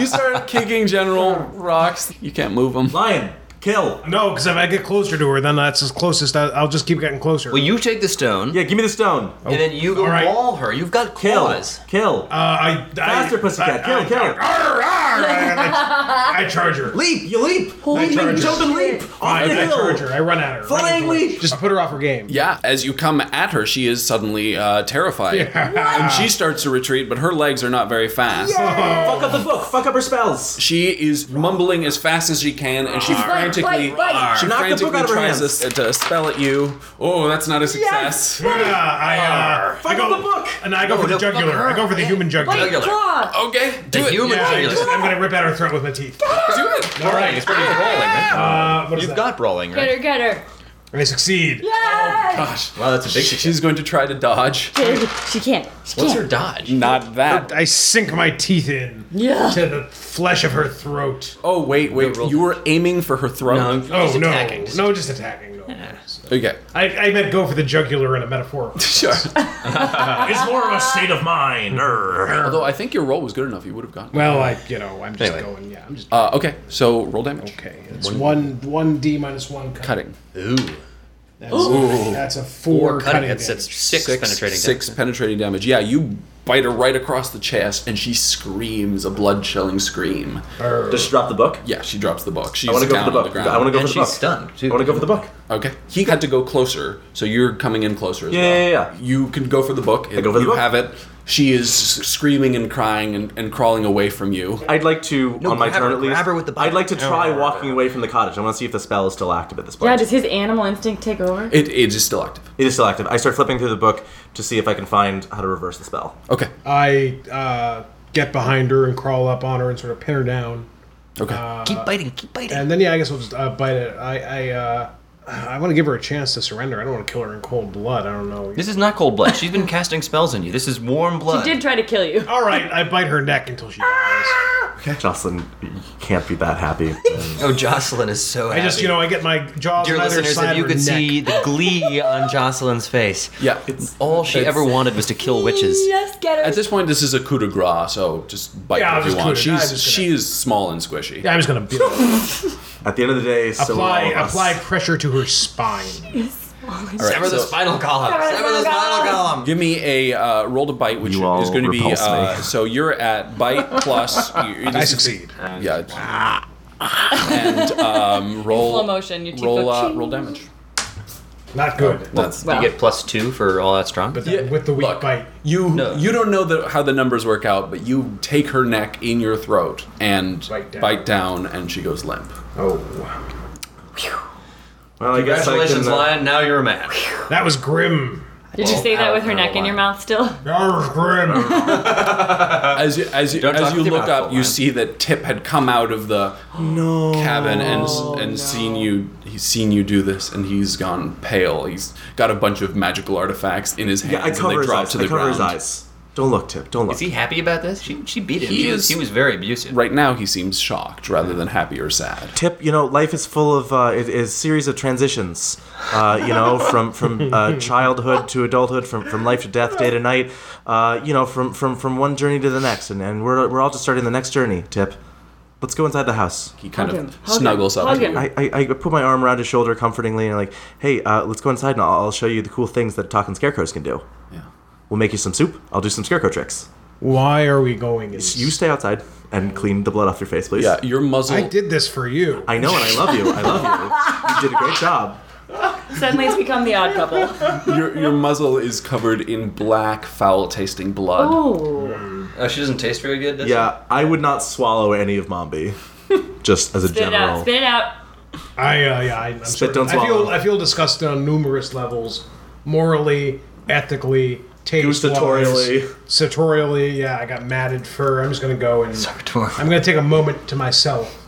Speaker 3: You start kicking general rocks. You can't move them.
Speaker 5: Lion, kill.
Speaker 4: No, because if I get closer to her, then that's as closest. I, I'll just keep getting closer.
Speaker 2: Well, you take the stone,
Speaker 5: Yeah, give me the stone.
Speaker 2: and then you go
Speaker 4: All right.
Speaker 2: maul her. You've got
Speaker 5: Kill.
Speaker 2: claws.
Speaker 5: Kill.
Speaker 4: uh, I, I
Speaker 5: Faster, pussycat. Kill, kill.
Speaker 4: Arr, arr, and I, I charge her.
Speaker 5: leap. You leap.
Speaker 4: I charge
Speaker 5: Jump
Speaker 4: her.
Speaker 5: and leap. Off
Speaker 4: I,
Speaker 5: the
Speaker 4: I
Speaker 5: hill.
Speaker 4: charge her. I run at her.
Speaker 5: Flying
Speaker 4: Run at her.
Speaker 5: leap.
Speaker 4: Just put her off her game.
Speaker 3: Yeah, as you come at her, she is suddenly uh, terrified, and she starts to retreat, but her legs are not very fast.
Speaker 4: Oh,
Speaker 5: Fuck up the book. Fuck up her spells.
Speaker 3: She is mumbling as fast as she can, and she frantically
Speaker 6: fight, fight.
Speaker 3: she
Speaker 5: Knock the book
Speaker 3: frantically
Speaker 5: out of her
Speaker 3: tries
Speaker 5: hands.
Speaker 3: to, to spell at you. Oh, that's not a success.
Speaker 4: Yeah, I, uh, I
Speaker 5: Fuck up
Speaker 4: go,
Speaker 5: the book.
Speaker 4: And I go for the
Speaker 2: no, fuck
Speaker 4: jugular.
Speaker 2: her.
Speaker 4: I go for the human jugular.
Speaker 2: Jugular.
Speaker 4: Oh,
Speaker 6: Claw!
Speaker 3: Okay, do
Speaker 2: The
Speaker 3: it.
Speaker 2: human
Speaker 4: Yeah, I
Speaker 2: jugular.
Speaker 4: just, I'm gonna rip out her throat with my teeth.
Speaker 3: Do it.
Speaker 4: All right.
Speaker 12: It's pretty good rolling, man.
Speaker 4: Uh, what is
Speaker 12: You've
Speaker 4: that?
Speaker 12: got rolling,
Speaker 6: Get
Speaker 12: right?
Speaker 6: her, get her.
Speaker 4: I succeed.
Speaker 6: Yeah!
Speaker 3: Gosh,
Speaker 12: Wow, that's a big success.
Speaker 3: she's going to try to dodge.
Speaker 6: she can't. She
Speaker 2: What's
Speaker 6: can't.
Speaker 2: her dodge?
Speaker 3: Not that.
Speaker 4: I sink my teeth in
Speaker 6: Yeah.
Speaker 4: to the flesh of her throat.
Speaker 3: Oh wait, wait. You were aiming for her throat.
Speaker 4: Oh no!
Speaker 2: attacking, just-
Speaker 4: No, just attacking. No.
Speaker 3: Okay,
Speaker 4: I, I meant go for the jugular in a metaphorical.
Speaker 3: sure.
Speaker 4: it's more of a state of mind.
Speaker 3: Although I think your roll was good enough, you would have gotten. it.
Speaker 4: Well, I you know I'm just
Speaker 12: Anyway.
Speaker 4: going. Yeah, I'm just
Speaker 3: Uh, okay, so roll damage.
Speaker 4: okay. It's one one d minus one cut.
Speaker 3: Cutting
Speaker 12: Ooh.
Speaker 4: That's, A, that's a four,
Speaker 2: Or
Speaker 4: cutting.
Speaker 2: cutting. That's that's
Speaker 4: damage.
Speaker 2: six, penetrating.
Speaker 3: six penetrating damage. Yeah, you bite her right across the chest, and she screams a blood-chilling scream.
Speaker 5: Does she drop the book?
Speaker 3: Yeah, she drops the book. She's
Speaker 5: I wanna
Speaker 3: down
Speaker 5: go for the
Speaker 3: on the
Speaker 5: book.
Speaker 3: ground.
Speaker 5: I wanna go
Speaker 12: And
Speaker 5: for the book.
Speaker 12: she's stunned,
Speaker 5: I
Speaker 12: too.
Speaker 5: wanna go for the book.
Speaker 3: Okay. He had to go closer, so you're coming in closer as
Speaker 5: Yeah,
Speaker 3: well.
Speaker 5: yeah, yeah.
Speaker 3: You can go for the book. I
Speaker 5: go for the
Speaker 3: you
Speaker 5: book.
Speaker 3: have it. She is screaming and crying and, and crawling away from you.
Speaker 5: I'd like to, on my
Speaker 12: grab
Speaker 5: turn
Speaker 12: her-
Speaker 5: at least,
Speaker 12: grab her with the
Speaker 5: I'd like to
Speaker 12: button.
Speaker 5: try walking away from the cottage. I want to see if the spell is still active at this point.
Speaker 6: Yeah, does his animal instinct take over?
Speaker 3: It, it is still active.
Speaker 5: it is still active. I start flipping through the book to see if I can find how to reverse the spell.
Speaker 3: Okay.
Speaker 4: I uh, get behind her and crawl up on her and sort of pin her down.
Speaker 3: Okay.
Speaker 2: Keep biting. Keep biting.
Speaker 4: And then yeah, I guess we'll just uh, bite it. I I uh, I want to give her a chance to surrender. I don't want to kill her in cold blood. I don't know.
Speaker 9: This is not cold blood. She's been casting spells on you. This is warm blood.
Speaker 6: She did try to kill you.
Speaker 4: All right, I bite her neck until she dies.
Speaker 5: Jocelyn, you can't be that happy.
Speaker 9: Oh, Jocelyn is so.
Speaker 4: I just, you know, I get my jaws
Speaker 9: Dear
Speaker 4: on either
Speaker 9: listeners,
Speaker 4: side
Speaker 9: if you
Speaker 4: of her
Speaker 9: could
Speaker 4: neck.
Speaker 9: see the glee on Jocelyn's face,
Speaker 3: Yeah, it's
Speaker 9: all she ever wanted was to kill witches.
Speaker 6: Just get her.
Speaker 3: At this point, this is a coup de grace, so just bite
Speaker 4: Yeah,
Speaker 3: her
Speaker 4: I'll
Speaker 3: if you
Speaker 4: just
Speaker 3: want.
Speaker 4: coup de- I'm
Speaker 3: She's
Speaker 4: just gonna-
Speaker 3: she is small and squishy.
Speaker 4: Yeah, I'm just gonna beat her.
Speaker 5: At the end of the day, so
Speaker 4: apply
Speaker 5: will all of us.
Speaker 4: apply pressure to her spine.
Speaker 3: All right,
Speaker 9: Sever the
Speaker 3: so
Speaker 9: spinal column. Sever the spinal column.
Speaker 3: give me a uh, roll to bite, which
Speaker 5: You all
Speaker 3: is going to be
Speaker 5: repulse me.
Speaker 3: uh, so you're at bite plus. You,
Speaker 4: I succeed.
Speaker 3: Yeah.
Speaker 4: Ah.
Speaker 3: it's- and um, roll
Speaker 6: Slow motion, your teeth
Speaker 3: roll
Speaker 6: go
Speaker 3: uh,
Speaker 6: ching.
Speaker 3: roll damage.
Speaker 4: Not good.
Speaker 3: That's
Speaker 6: Well,
Speaker 9: You get plus two for all that strong.
Speaker 4: But then with the weak
Speaker 3: look,
Speaker 4: bite,
Speaker 3: You
Speaker 9: No.
Speaker 3: you don't know the, how the numbers work out, but you take her neck in your throat and
Speaker 4: Bite down.
Speaker 3: bite down and she goes limp.
Speaker 4: oh,
Speaker 5: Well, I guess I
Speaker 9: Congratulations,
Speaker 5: can. uh,
Speaker 9: Lion. Now you're a man.
Speaker 4: that was grim.
Speaker 6: did you say that with her
Speaker 9: Ow,
Speaker 6: neck in
Speaker 9: ow,
Speaker 6: your
Speaker 9: ow.
Speaker 6: mouth still?
Speaker 4: That was grim.
Speaker 3: As you, as you,
Speaker 9: Don't
Speaker 3: as
Speaker 9: talk
Speaker 3: you
Speaker 9: with your
Speaker 3: look
Speaker 9: mouth
Speaker 3: up,
Speaker 9: full,
Speaker 3: you
Speaker 9: man.
Speaker 3: see that Tip had come out of the cabin and s- and seen you. He's seen you do this, and he's gone pale. He's got a bunch of magical artifacts in his hands,
Speaker 5: yeah, I
Speaker 3: and
Speaker 5: cover
Speaker 3: they
Speaker 5: his
Speaker 3: drop
Speaker 5: eyes.
Speaker 3: to
Speaker 5: I
Speaker 3: the
Speaker 5: cover
Speaker 3: ground.
Speaker 5: his eyes. Don't look, Tip. Don't look.
Speaker 9: Is he happy about this? She she beat him.
Speaker 3: He
Speaker 9: He, was
Speaker 3: is-
Speaker 9: he was very abusive.
Speaker 3: Right now, he seems shocked rather than happy or sad.
Speaker 5: Tip, you know, life is full of uh, it is series of transitions. Uh, you know, from from uh, childhood to adulthood, from from life to death, day to night. Uh, you know, from from from one journey to the next, and, and we're we're all just starting the next journey. Tip, let's go inside the house.
Speaker 3: He kind
Speaker 6: Hug him,
Speaker 3: of
Speaker 6: hug him,
Speaker 3: snuggles up
Speaker 6: hug
Speaker 3: to
Speaker 6: him.
Speaker 3: you.
Speaker 5: I, I, I put my arm around his shoulder comfortingly and like, hey, uh, let's go inside and I'll, I'll show you the cool things that talking scarecrows can do.
Speaker 3: Yeah.
Speaker 5: We'll make you some soup. I'll do some scarecrow tricks.
Speaker 4: Why are we going? In
Speaker 5: You stay outside and clean the blood off your face, please.
Speaker 3: Yeah, your muzzle.
Speaker 4: I did this for you.
Speaker 5: I know and I love you. I love you. You did a great job.
Speaker 6: Suddenly it's become the odd couple.
Speaker 3: Your, your muzzle is covered in black, foul-tasting blood.
Speaker 6: Oh,
Speaker 9: Oh, she doesn't taste very good. Does
Speaker 5: Yeah, I would not swallow any of Mombi. Just as a
Speaker 6: spit it
Speaker 5: general.
Speaker 6: out, spit it out.
Speaker 4: I uh, yeah, I, I'm sorry.
Speaker 5: Spit, don't
Speaker 4: I feel
Speaker 5: swallow.
Speaker 4: I feel disgusted on numerous levels, morally, ethically, taste
Speaker 5: Gustatorially.
Speaker 4: sartorially. Yeah, I got matted fur. I'm just gonna go and I'm gonna take a moment to myself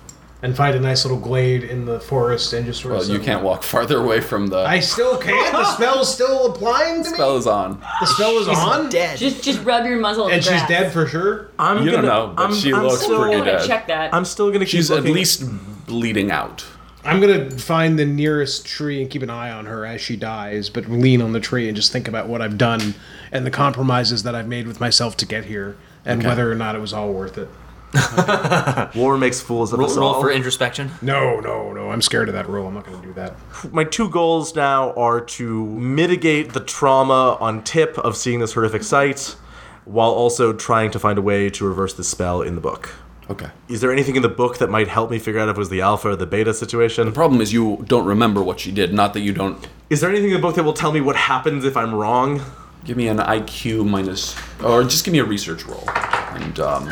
Speaker 4: and find a nice little glade in the forest and just sort
Speaker 3: Well,
Speaker 4: of.
Speaker 3: you
Speaker 4: settle.
Speaker 3: can't walk farther away from the
Speaker 4: I still can't. The spell's still applying to me.
Speaker 3: spell is on.
Speaker 4: The spell is on,
Speaker 13: Dead.
Speaker 6: Just, just rub your muzzle. in
Speaker 4: and
Speaker 6: the
Speaker 4: she's
Speaker 6: grass.
Speaker 4: dead for sure.
Speaker 5: I'm
Speaker 3: You don't
Speaker 5: gonna,
Speaker 3: know, but
Speaker 5: I'm,
Speaker 3: she
Speaker 5: I'm
Speaker 3: looks
Speaker 5: still,
Speaker 6: I
Speaker 3: pretty
Speaker 6: want
Speaker 3: dead.
Speaker 6: to check that.
Speaker 5: I'm still gonna keep
Speaker 3: She's at
Speaker 5: looking-
Speaker 3: least bleeding out.
Speaker 4: I'm gonna find the nearest tree and keep an eye on her as she dies, but lean on the tree and just think about what I've done and the compromises that I've made with myself to get here, and whether or not it was all worth it.
Speaker 5: war makes fools of
Speaker 9: Roll,
Speaker 5: us
Speaker 9: roll
Speaker 5: all.
Speaker 9: for introspection.
Speaker 4: No, no, no. I'm scared of that rule. I'm not gonna do that.
Speaker 5: my two goals now are to mitigate the trauma on tip of seeing this horrific sight while also trying to find a way to reverse the spell in the book
Speaker 3: Okay.
Speaker 5: is there anything in the book that might help me figure out if it was the alpha or the beta situation
Speaker 3: Problem is, you don't remember what she did. Not that you don't.
Speaker 5: is there anything in the book that will tell me what happens if i'm wrong
Speaker 3: Give me an IQ minus, or just give me a research roll. And um,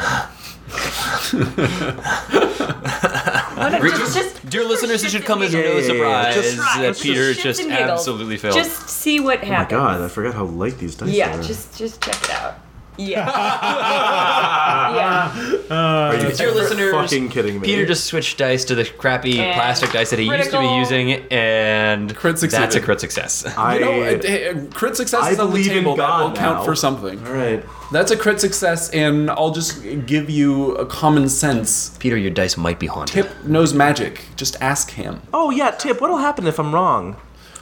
Speaker 6: Just, just
Speaker 9: Dear listeners, this should come as
Speaker 5: Yeah, yeah,
Speaker 9: no
Speaker 5: yeah, yeah.
Speaker 9: surprise
Speaker 5: Just-
Speaker 9: that Peter
Speaker 6: shits
Speaker 9: just
Speaker 6: and giggles.
Speaker 9: absolutely failed.
Speaker 6: Just see what
Speaker 5: my
Speaker 6: happens.
Speaker 5: god i forgot how light these dice
Speaker 6: Yeah,
Speaker 5: are
Speaker 6: just just check it out. Yeah. yeah.
Speaker 5: are you
Speaker 9: Dear listeners,
Speaker 5: fucking kidding me
Speaker 9: Peter just switched dice to the crappy
Speaker 6: And
Speaker 9: plastic dice that he
Speaker 6: critical.
Speaker 9: used to be using, and
Speaker 3: Crit succeeded.
Speaker 9: that's a crit success.
Speaker 5: I,
Speaker 3: you know, a- a- a crit success
Speaker 5: I
Speaker 3: is on the
Speaker 5: believe in
Speaker 3: table. that
Speaker 5: God
Speaker 3: will count
Speaker 5: now.
Speaker 3: for something.
Speaker 5: all right
Speaker 3: That's a crit success, and I'll just give you a common sense.
Speaker 9: Peter, your dice might be haunted.
Speaker 3: Tip knows magic. Just ask him.
Speaker 5: oh yeah tip what'll happen if i'm wrong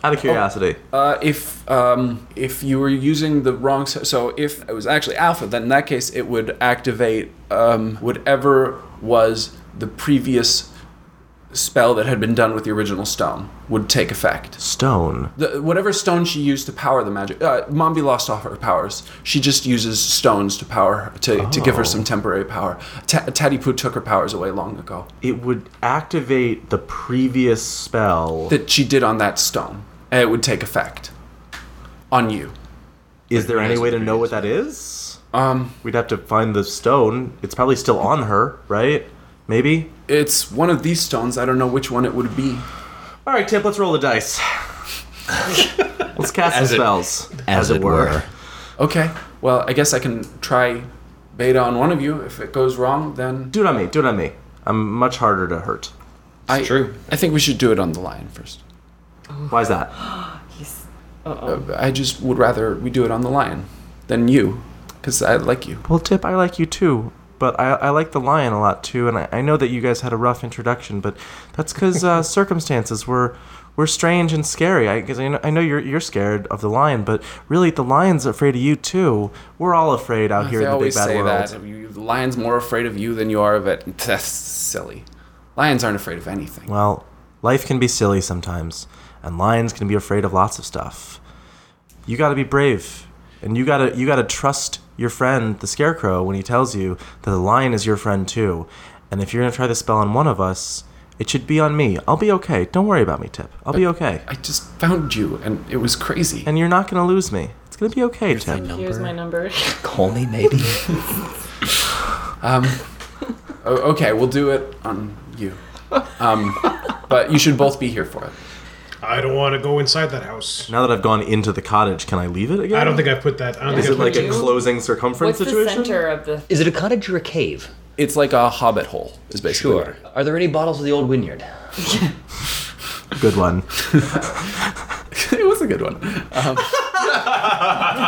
Speaker 9: Oh,
Speaker 5: out of curiosity
Speaker 3: Uh, if um, if you were using the wrong s- so if it was actually alpha, then in that case it would activate um, whatever was the previous spell that had been done with the original stone would take effect.
Speaker 5: stone
Speaker 3: The, whatever stone she used to power the magic, uh, Mombi lost all her powers. She just uses stones to power to, to give her some temporary power. Ta Taddy Poo took her powers away long ago.
Speaker 5: it would activate the previous spell.
Speaker 3: That she did on that stone, and it would take effect on you.
Speaker 5: Is there any way to know what that is? Um, we'd have to find the stone. It's probably still on her, right? Maybe.
Speaker 3: It's one of these stones. I don't know which one it would be.
Speaker 5: All right, Tip. Let's roll the dice. let's cast
Speaker 9: As
Speaker 5: some
Speaker 9: it-
Speaker 5: spells,
Speaker 9: as it were.
Speaker 3: Okay. Well, I guess I can try beta on one of you. If it goes wrong, then
Speaker 5: Do it on me. Do it on me. I'm much harder to hurt.
Speaker 3: I, true. I think we should do it on the lion first.
Speaker 5: Why is that?
Speaker 7: I just would rather we do it on the lion than you, because I like you.
Speaker 5: Well, Tip, I like you too, but I, I like the lion a lot too, and I, I know that you guys had a rough introduction, but that's because uh, circumstances were were strange and scary. I because I know, I know you're you're scared of the lion, but really the lion's afraid of you too. We're all afraid out here
Speaker 7: they
Speaker 5: in the big
Speaker 7: always
Speaker 5: bad
Speaker 7: say
Speaker 5: world.
Speaker 7: that You- the lion's more afraid of you than you are of it. That's silly. Lions aren't afraid of anything.
Speaker 5: Well, life can be silly sometimes, and lions can be afraid of lots of stuff. You got to be brave, and you got to you got to trust your friend the scarecrow when he tells you that the lion is your friend too. And if you're going to try the spell on one of us, it should be on me. I'll be okay. Don't worry about me, Tip. I'll be okay.
Speaker 7: I just found you, and it was crazy.
Speaker 5: And you're not going to lose me. It's going to be okay, Tip.
Speaker 6: Here's my number.
Speaker 9: Call me, maybe.
Speaker 7: O- okay, we'll do it on you. Um, but you should both be here for it.
Speaker 4: I don't want to go inside that house.
Speaker 5: Now that I've gone into the cottage, can I leave it again?
Speaker 4: I don't think I put that. I don't
Speaker 5: Is it
Speaker 4: think I
Speaker 5: like
Speaker 4: put
Speaker 5: a closing circumference
Speaker 6: What's the
Speaker 5: situation?
Speaker 6: center of the?
Speaker 9: Is it a cottage or a cave?
Speaker 7: It's like a hobbit hole, is basically. what it is.
Speaker 9: Are there any bottles of the old vineyard?
Speaker 5: Good one.
Speaker 7: it was a good one.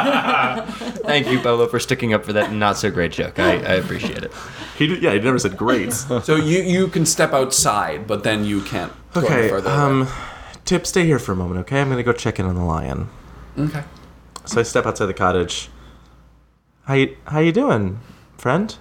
Speaker 2: Thank you, Pablo, for sticking up for that not so great joke. I, I appreciate it.
Speaker 5: He, d- yeah, he never said great.
Speaker 7: So you you can step outside, but then you can't go any
Speaker 5: Okay,
Speaker 7: further.
Speaker 5: um, Tip, stay here for a moment, okay? I'm gonna go check in on the lion.
Speaker 7: okay.
Speaker 5: So I step outside the cottage. How you, how you doing, friend?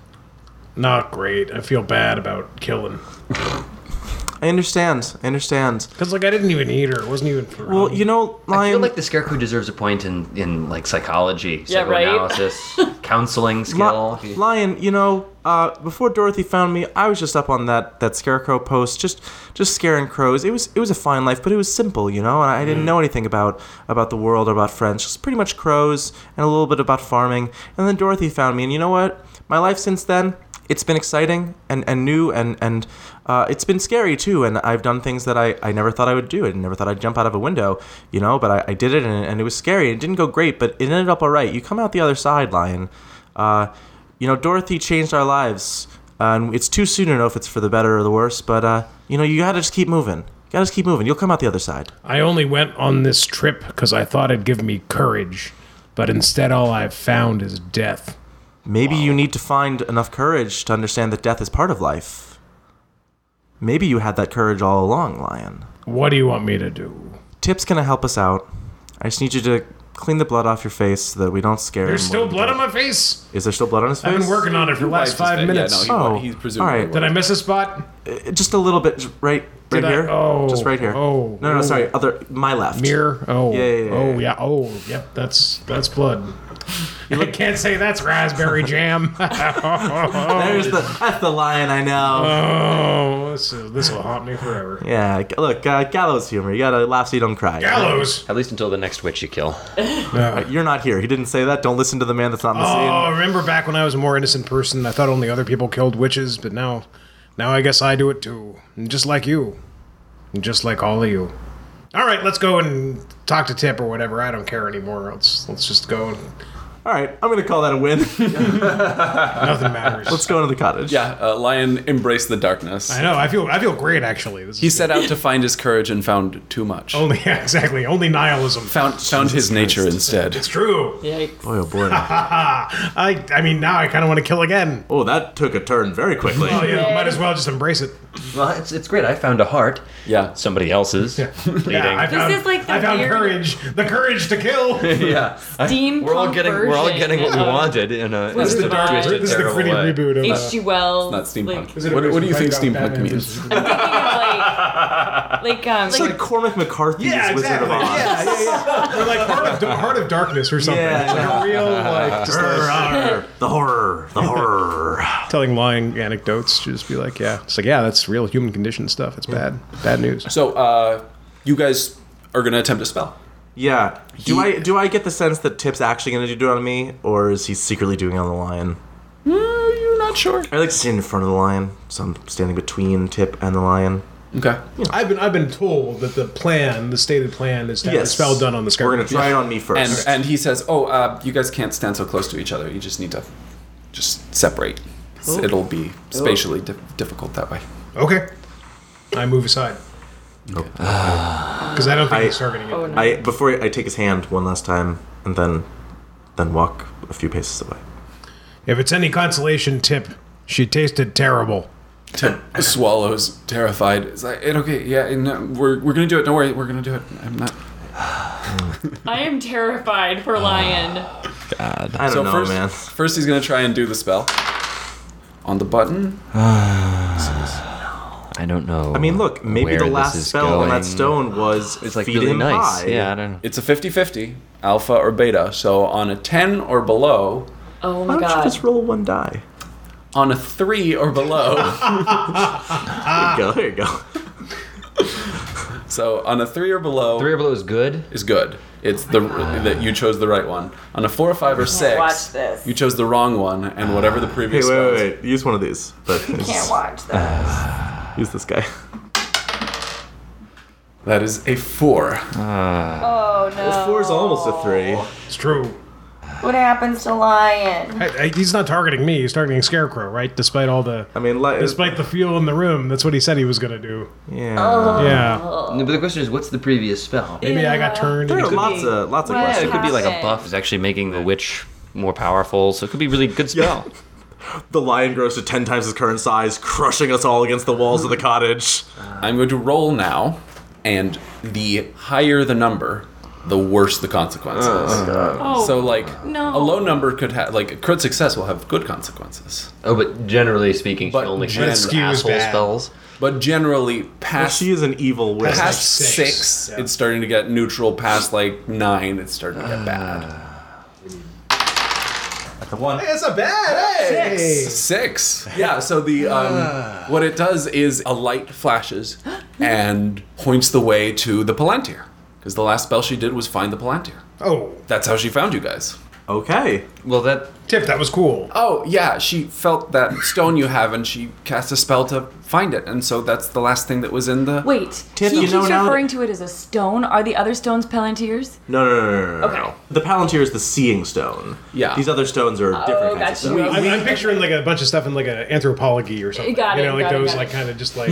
Speaker 4: Not great. I feel bad about killing.
Speaker 5: I understand, I understand.
Speaker 4: Cause like I didn't even eat her. It wasn't even for.
Speaker 5: Well, you know,
Speaker 9: I
Speaker 5: lion,
Speaker 9: feel like the scarecrow deserves a point in, in like psychology,
Speaker 6: Yeah, right?
Speaker 9: psychoanalysis, counseling
Speaker 5: li-
Speaker 9: skill.
Speaker 5: lion, you know, uh, before Dorothy found me, I was just up on that, that scarecrow post, just just scaring crows. It was it was a fine life, but it was simple, you know, and I didn't know anything about about the world or about friends, just pretty much crows and a little bit about farming. And then Dorothy found me, and you know what? My life since then, it's been exciting and, and new and and uh, it's been scary too and i've done things that I, I never thought i would do i never thought i'd jump out of a window you know but i, I did it and, and it was scary it didn't go great but it ended up all right you come out the other side lion uh, you know dorothy changed our lives uh, and it's too soon to know if it's for the better or the worse but uh, you know you gotta just keep moving you gotta just keep moving you'll come out the other side
Speaker 4: I only went on this trip because I thought it'd give me courage, but instead all I've found is death.
Speaker 5: Maybe you need to find enough courage to understand that death is part of life. Maybe you had that courage all along, Lion.
Speaker 4: What do you want me to do?
Speaker 5: Tip's gonna help us out. I just need you to clean the blood off your face so that we don't scare
Speaker 4: There's
Speaker 5: him.
Speaker 4: still
Speaker 5: when-
Speaker 4: blood on my face.
Speaker 5: Is there still blood on his face?
Speaker 4: I've been working on it for the last
Speaker 7: Yeah,
Speaker 4: five minutes.
Speaker 7: no, he,
Speaker 5: Oh,
Speaker 7: oh, he's presumably
Speaker 5: all right.
Speaker 4: Did I miss a spot?
Speaker 5: Uh, Just a little bit, j- right, right
Speaker 4: Did I-
Speaker 5: here.
Speaker 4: oh,
Speaker 5: just right here.
Speaker 4: oh,
Speaker 5: no, no,
Speaker 4: oh.
Speaker 5: sorry, other my left.
Speaker 4: Mirror. Oh.
Speaker 5: Yeah, yeah, yeah,
Speaker 4: oh
Speaker 5: yeah.
Speaker 4: yeah. Oh yep. That's that's blood. I can't say that's raspberry jam.
Speaker 5: There's the that's the lion I know.
Speaker 4: oh, this is, this will haunt me forever.
Speaker 5: Yeah, g- look, uh, gallows humor. You gotta laugh so you don't cry.
Speaker 4: Gallows. Uh,
Speaker 2: At least until the next witch you kill.
Speaker 5: You're not here. He didn't say that. Don't listen to the man that's not in the
Speaker 4: Oh,
Speaker 5: scene.
Speaker 4: remember back when I was a more innocent person? I thought only other people killed witches, but now, now I guess I do it too, And just like you, And just like all of you. All right, let's go and talk to Tip or whatever. I don't care anymore. Let's let's just go. and Oh.
Speaker 5: All right, I'm gonna call that a win.
Speaker 4: Nothing matters.
Speaker 5: Let's go into the cottage.
Speaker 7: Yeah, uh, lion embraced the darkness.
Speaker 4: I know. I feel I feel great actually. This
Speaker 7: He
Speaker 4: is
Speaker 7: set out to find his courage and found too much.
Speaker 4: only yeah, exactly only nihilism.
Speaker 7: Found found his nature instead.
Speaker 4: It's true.
Speaker 6: Yikes.
Speaker 5: Boy, oh boy.
Speaker 4: I I mean now I kind of want to kill again.
Speaker 5: oh, that took a turn very quickly.
Speaker 4: Oh yeah, might as well just embrace it.
Speaker 9: Well, it's, it's great. I found a heart.
Speaker 7: Yeah.
Speaker 9: Somebody else's.
Speaker 4: Yeah, I found,
Speaker 6: is like the
Speaker 4: I found
Speaker 6: weird-
Speaker 4: courage, the courage to kill.
Speaker 6: Steam.
Speaker 2: We're all getting we're all
Speaker 6: version
Speaker 2: getting what we
Speaker 6: of
Speaker 2: wanted in a, in a
Speaker 6: is the dark-
Speaker 2: twisted,
Speaker 4: this is the
Speaker 2: terrible
Speaker 4: gritty
Speaker 2: way.
Speaker 4: reboot of uh,
Speaker 6: H.G. Wells.
Speaker 7: Not
Speaker 6: Like,
Speaker 7: steampunk.
Speaker 4: Is it a
Speaker 7: what, what do you
Speaker 4: version
Speaker 7: think
Speaker 4: of Batman
Speaker 7: steampunk means?
Speaker 4: versus-
Speaker 6: like, like um,
Speaker 5: It's like Cormac McCarthy's
Speaker 4: Yeah,
Speaker 5: Wizard
Speaker 4: exactly.
Speaker 5: of Oz.
Speaker 4: Yeah, yeah, yeah. Or like Heart of, Heart of Darkness or something.
Speaker 5: Yeah,
Speaker 4: It's like a real like just like,
Speaker 5: The horror, the horror.
Speaker 4: telling lying anecdotes. Just be like, yeah, it's like yeah, that's real human condition stuff. It's bad, bad news.
Speaker 7: So uh, you guys are gonna attempt a spell.
Speaker 5: yeah. Do I do I get the sense that Tip's actually going to do it on me, or is he secretly doing it on the lion?
Speaker 7: Uh, You're not sure.
Speaker 5: I like to stand in front of the lion, so I'm standing between Tip and the lion.
Speaker 7: Okay.
Speaker 4: I've been I've been told that the plan, the stated plan, is to have
Speaker 5: Yes.
Speaker 4: the spell done on the scarecrow.
Speaker 5: We're going to try it on me
Speaker 7: And
Speaker 5: first.
Speaker 7: and he says, "Oh, uh, you guys can't stand so close to each other. You just need to just separate. It'll be spatially di- difficult that way."
Speaker 4: Okay, I move aside. Because I don't think
Speaker 5: I-
Speaker 4: it's targeting it.
Speaker 6: Oh, no.
Speaker 5: I before I take his hand one last time, and then then walk a few paces away.
Speaker 4: If it's any consolation tip, she tasted terrible.
Speaker 3: swallows, terrified. It's like, it okay, yeah, and, uh, we're, we're gonna do it. Don't worry, we're gonna do it. I'm not.
Speaker 6: I am terrified for Lion.
Speaker 5: I don't know,
Speaker 3: first,
Speaker 5: man.
Speaker 3: first he's gonna try and do the spell on the button.
Speaker 14: I don't know.
Speaker 5: I mean, look, maybe
Speaker 14: where
Speaker 5: the
Speaker 14: this
Speaker 5: last
Speaker 14: is
Speaker 5: spell on
Speaker 14: going.
Speaker 5: that stone was
Speaker 14: It's like
Speaker 5: feed
Speaker 14: really
Speaker 5: him
Speaker 14: nice.
Speaker 5: high.
Speaker 14: Yeah, I don't know.
Speaker 3: It's a 50-50, alpha or beta. So on a ten or below,
Speaker 6: Oh
Speaker 5: Why
Speaker 6: my
Speaker 5: don't you
Speaker 6: god.
Speaker 5: just roll one die?
Speaker 3: on a three or below.
Speaker 5: There you go. There you go.
Speaker 3: so on a three or below
Speaker 9: Three of below is good.
Speaker 3: is good. It's the that you chose the right one. On a four or five or six,
Speaker 6: watch this.
Speaker 3: you chose the wrong one, and whatever the
Speaker 5: Hey,
Speaker 3: previous
Speaker 5: wait,
Speaker 3: spell.
Speaker 5: wait, wait. Use one of these. But
Speaker 6: can't watch this.
Speaker 5: use this guy.
Speaker 3: That is a four.
Speaker 15: Oh no.
Speaker 5: Four is almost a three.
Speaker 6: Oh.
Speaker 4: It's true.
Speaker 15: What happens to Lion?
Speaker 4: I, I, he's not targeting me. He's targeting Scarecrow, right? Despite all the,
Speaker 5: I mean, like,
Speaker 4: despite the feel in the room, that's what he said he was gonna do.
Speaker 5: yeah.
Speaker 6: Oh,
Speaker 4: Yeah.
Speaker 9: No, but the question is, what's the previous spell?
Speaker 4: Maybe I got turned.
Speaker 5: There are
Speaker 4: into-
Speaker 5: lots of lots of
Speaker 15: Wow.
Speaker 9: Yeah, it
Speaker 5: questions.
Speaker 9: could be like a
Speaker 15: Passive.
Speaker 9: buff is actually making the witch more powerful, so it could be a really good spell.
Speaker 5: The lion grows to ten times his current size, crushing us all against the walls of the cottage.
Speaker 3: I'm going to roll now, and the higher the number, the worse the consequences.
Speaker 6: Oh,
Speaker 3: so like
Speaker 6: no.
Speaker 3: a low number could have like a crit success will have good consequences,
Speaker 9: Oh, but generally speaking, she
Speaker 3: But
Speaker 9: only
Speaker 3: gen-
Speaker 9: has
Speaker 4: Skews
Speaker 9: asshole
Speaker 4: bad.
Speaker 9: spells.
Speaker 3: but generally past
Speaker 5: She is an evil witch.
Speaker 3: past
Speaker 4: like
Speaker 3: six,
Speaker 4: six, yeah.
Speaker 3: it's starting to get neutral. Past like nine, it's starting to get
Speaker 4: Ah.
Speaker 3: bad.
Speaker 14: The one.
Speaker 16: It's a bad. Hey.
Speaker 4: Hey. Ah.
Speaker 3: Six, yeah. So the um, what it does is a light flashes and points the way to the Palantir, because the last spell she did was find the Palantir.
Speaker 4: Oh,
Speaker 3: That's how she found you guys.
Speaker 5: Okay.
Speaker 9: Well, that
Speaker 4: Tip, that was cool.
Speaker 3: Oh, yeah, she felt that stone you have and she cast a spell to find it. And so that's the last thing that was in the.
Speaker 6: Wait,
Speaker 5: Tip,
Speaker 6: he
Speaker 5: you know
Speaker 6: keeps
Speaker 5: now
Speaker 6: referring to it as a stone. Are the other stones Palantirs?
Speaker 5: No, no, no, no, no, no.
Speaker 6: Okay.
Speaker 5: no. The Palantir is the seeing stone.
Speaker 3: Yeah.
Speaker 5: These other stones are different kinds of
Speaker 6: Oh, gotcha.
Speaker 5: stones.
Speaker 4: I'm, I'm picturing like a bunch of stuff in like an anthropology or something.
Speaker 6: Got
Speaker 4: you
Speaker 6: it,
Speaker 4: know, like
Speaker 6: got it,
Speaker 4: those
Speaker 6: got
Speaker 4: like
Speaker 6: it.
Speaker 4: kind of just like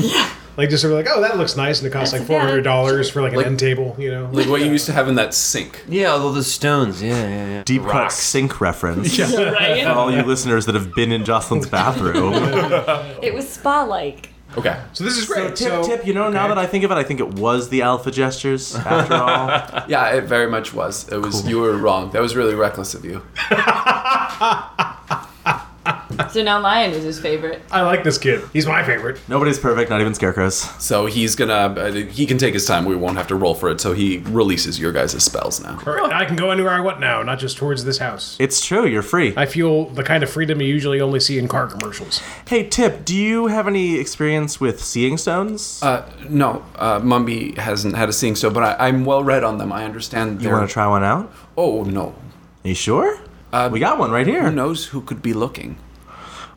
Speaker 4: like just sort of like oh that looks nice and it costs
Speaker 6: That's
Speaker 4: like four hundred dollars for like an
Speaker 9: Like-
Speaker 4: end table. You know,
Speaker 3: Like what you used to have in that sink.
Speaker 9: yeah, although the stones, yeah, yeah, yeah.
Speaker 5: Deep cut sink reference. For all you listeners that have been in Jocelyn's bathroom.
Speaker 6: It was spa-like.
Speaker 3: Okay.
Speaker 4: so this is
Speaker 5: so
Speaker 4: great.
Speaker 5: tip, tip, you know, now that I think of it, I think it was the alpha gestures after all.
Speaker 3: Yeah, it very much was. It was, you were wrong. That was really reckless of you.
Speaker 6: So now Lion is his favorite.
Speaker 4: I like this kid. He's my favorite.
Speaker 5: Nobody's perfect, not even scarecrows.
Speaker 3: So he's gonna, uh, he can take his time. We won't have to roll for it. So he releases your guys' spells now.
Speaker 4: All right, I can go anywhere I want now, not just towards this house.
Speaker 5: It's true, you're free.
Speaker 4: I feel the kind of freedom you usually only see in car commercials.
Speaker 5: Hey, Tip, do you have any experience with seeing stones?
Speaker 3: Uh, no, uh, Mumby hasn't had a seeing stone, but I, I'm well read on them. I understand.
Speaker 5: you want to try one out?
Speaker 3: Oh, no.
Speaker 5: Are you sure? we got one right here.
Speaker 3: Who knows who could be looking?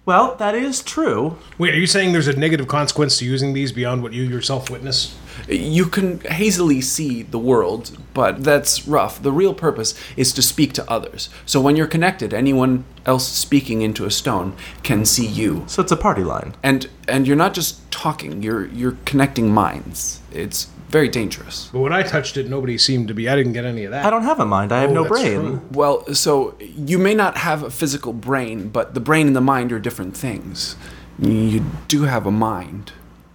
Speaker 5: Well, that is true.
Speaker 4: Wait, are you saying there's a negative consequence to using these beyond what you yourself witness?
Speaker 3: You can hazily see the world, but that's rough. The real purpose is to speak to others. So when you're connected, anyone else speaking into a stone can see you.
Speaker 5: So it's a party line.
Speaker 3: And and you're not just talking, you're you're connecting minds. It's very dangerous.
Speaker 4: But when I touched it, nobody seemed to be. I didn't get any of that.
Speaker 5: I don't have a mind. I have no
Speaker 4: that's
Speaker 5: brain.
Speaker 4: true.
Speaker 3: Well, so you may not have a physical brain, but the brain and the mind are different things. You do have a mind.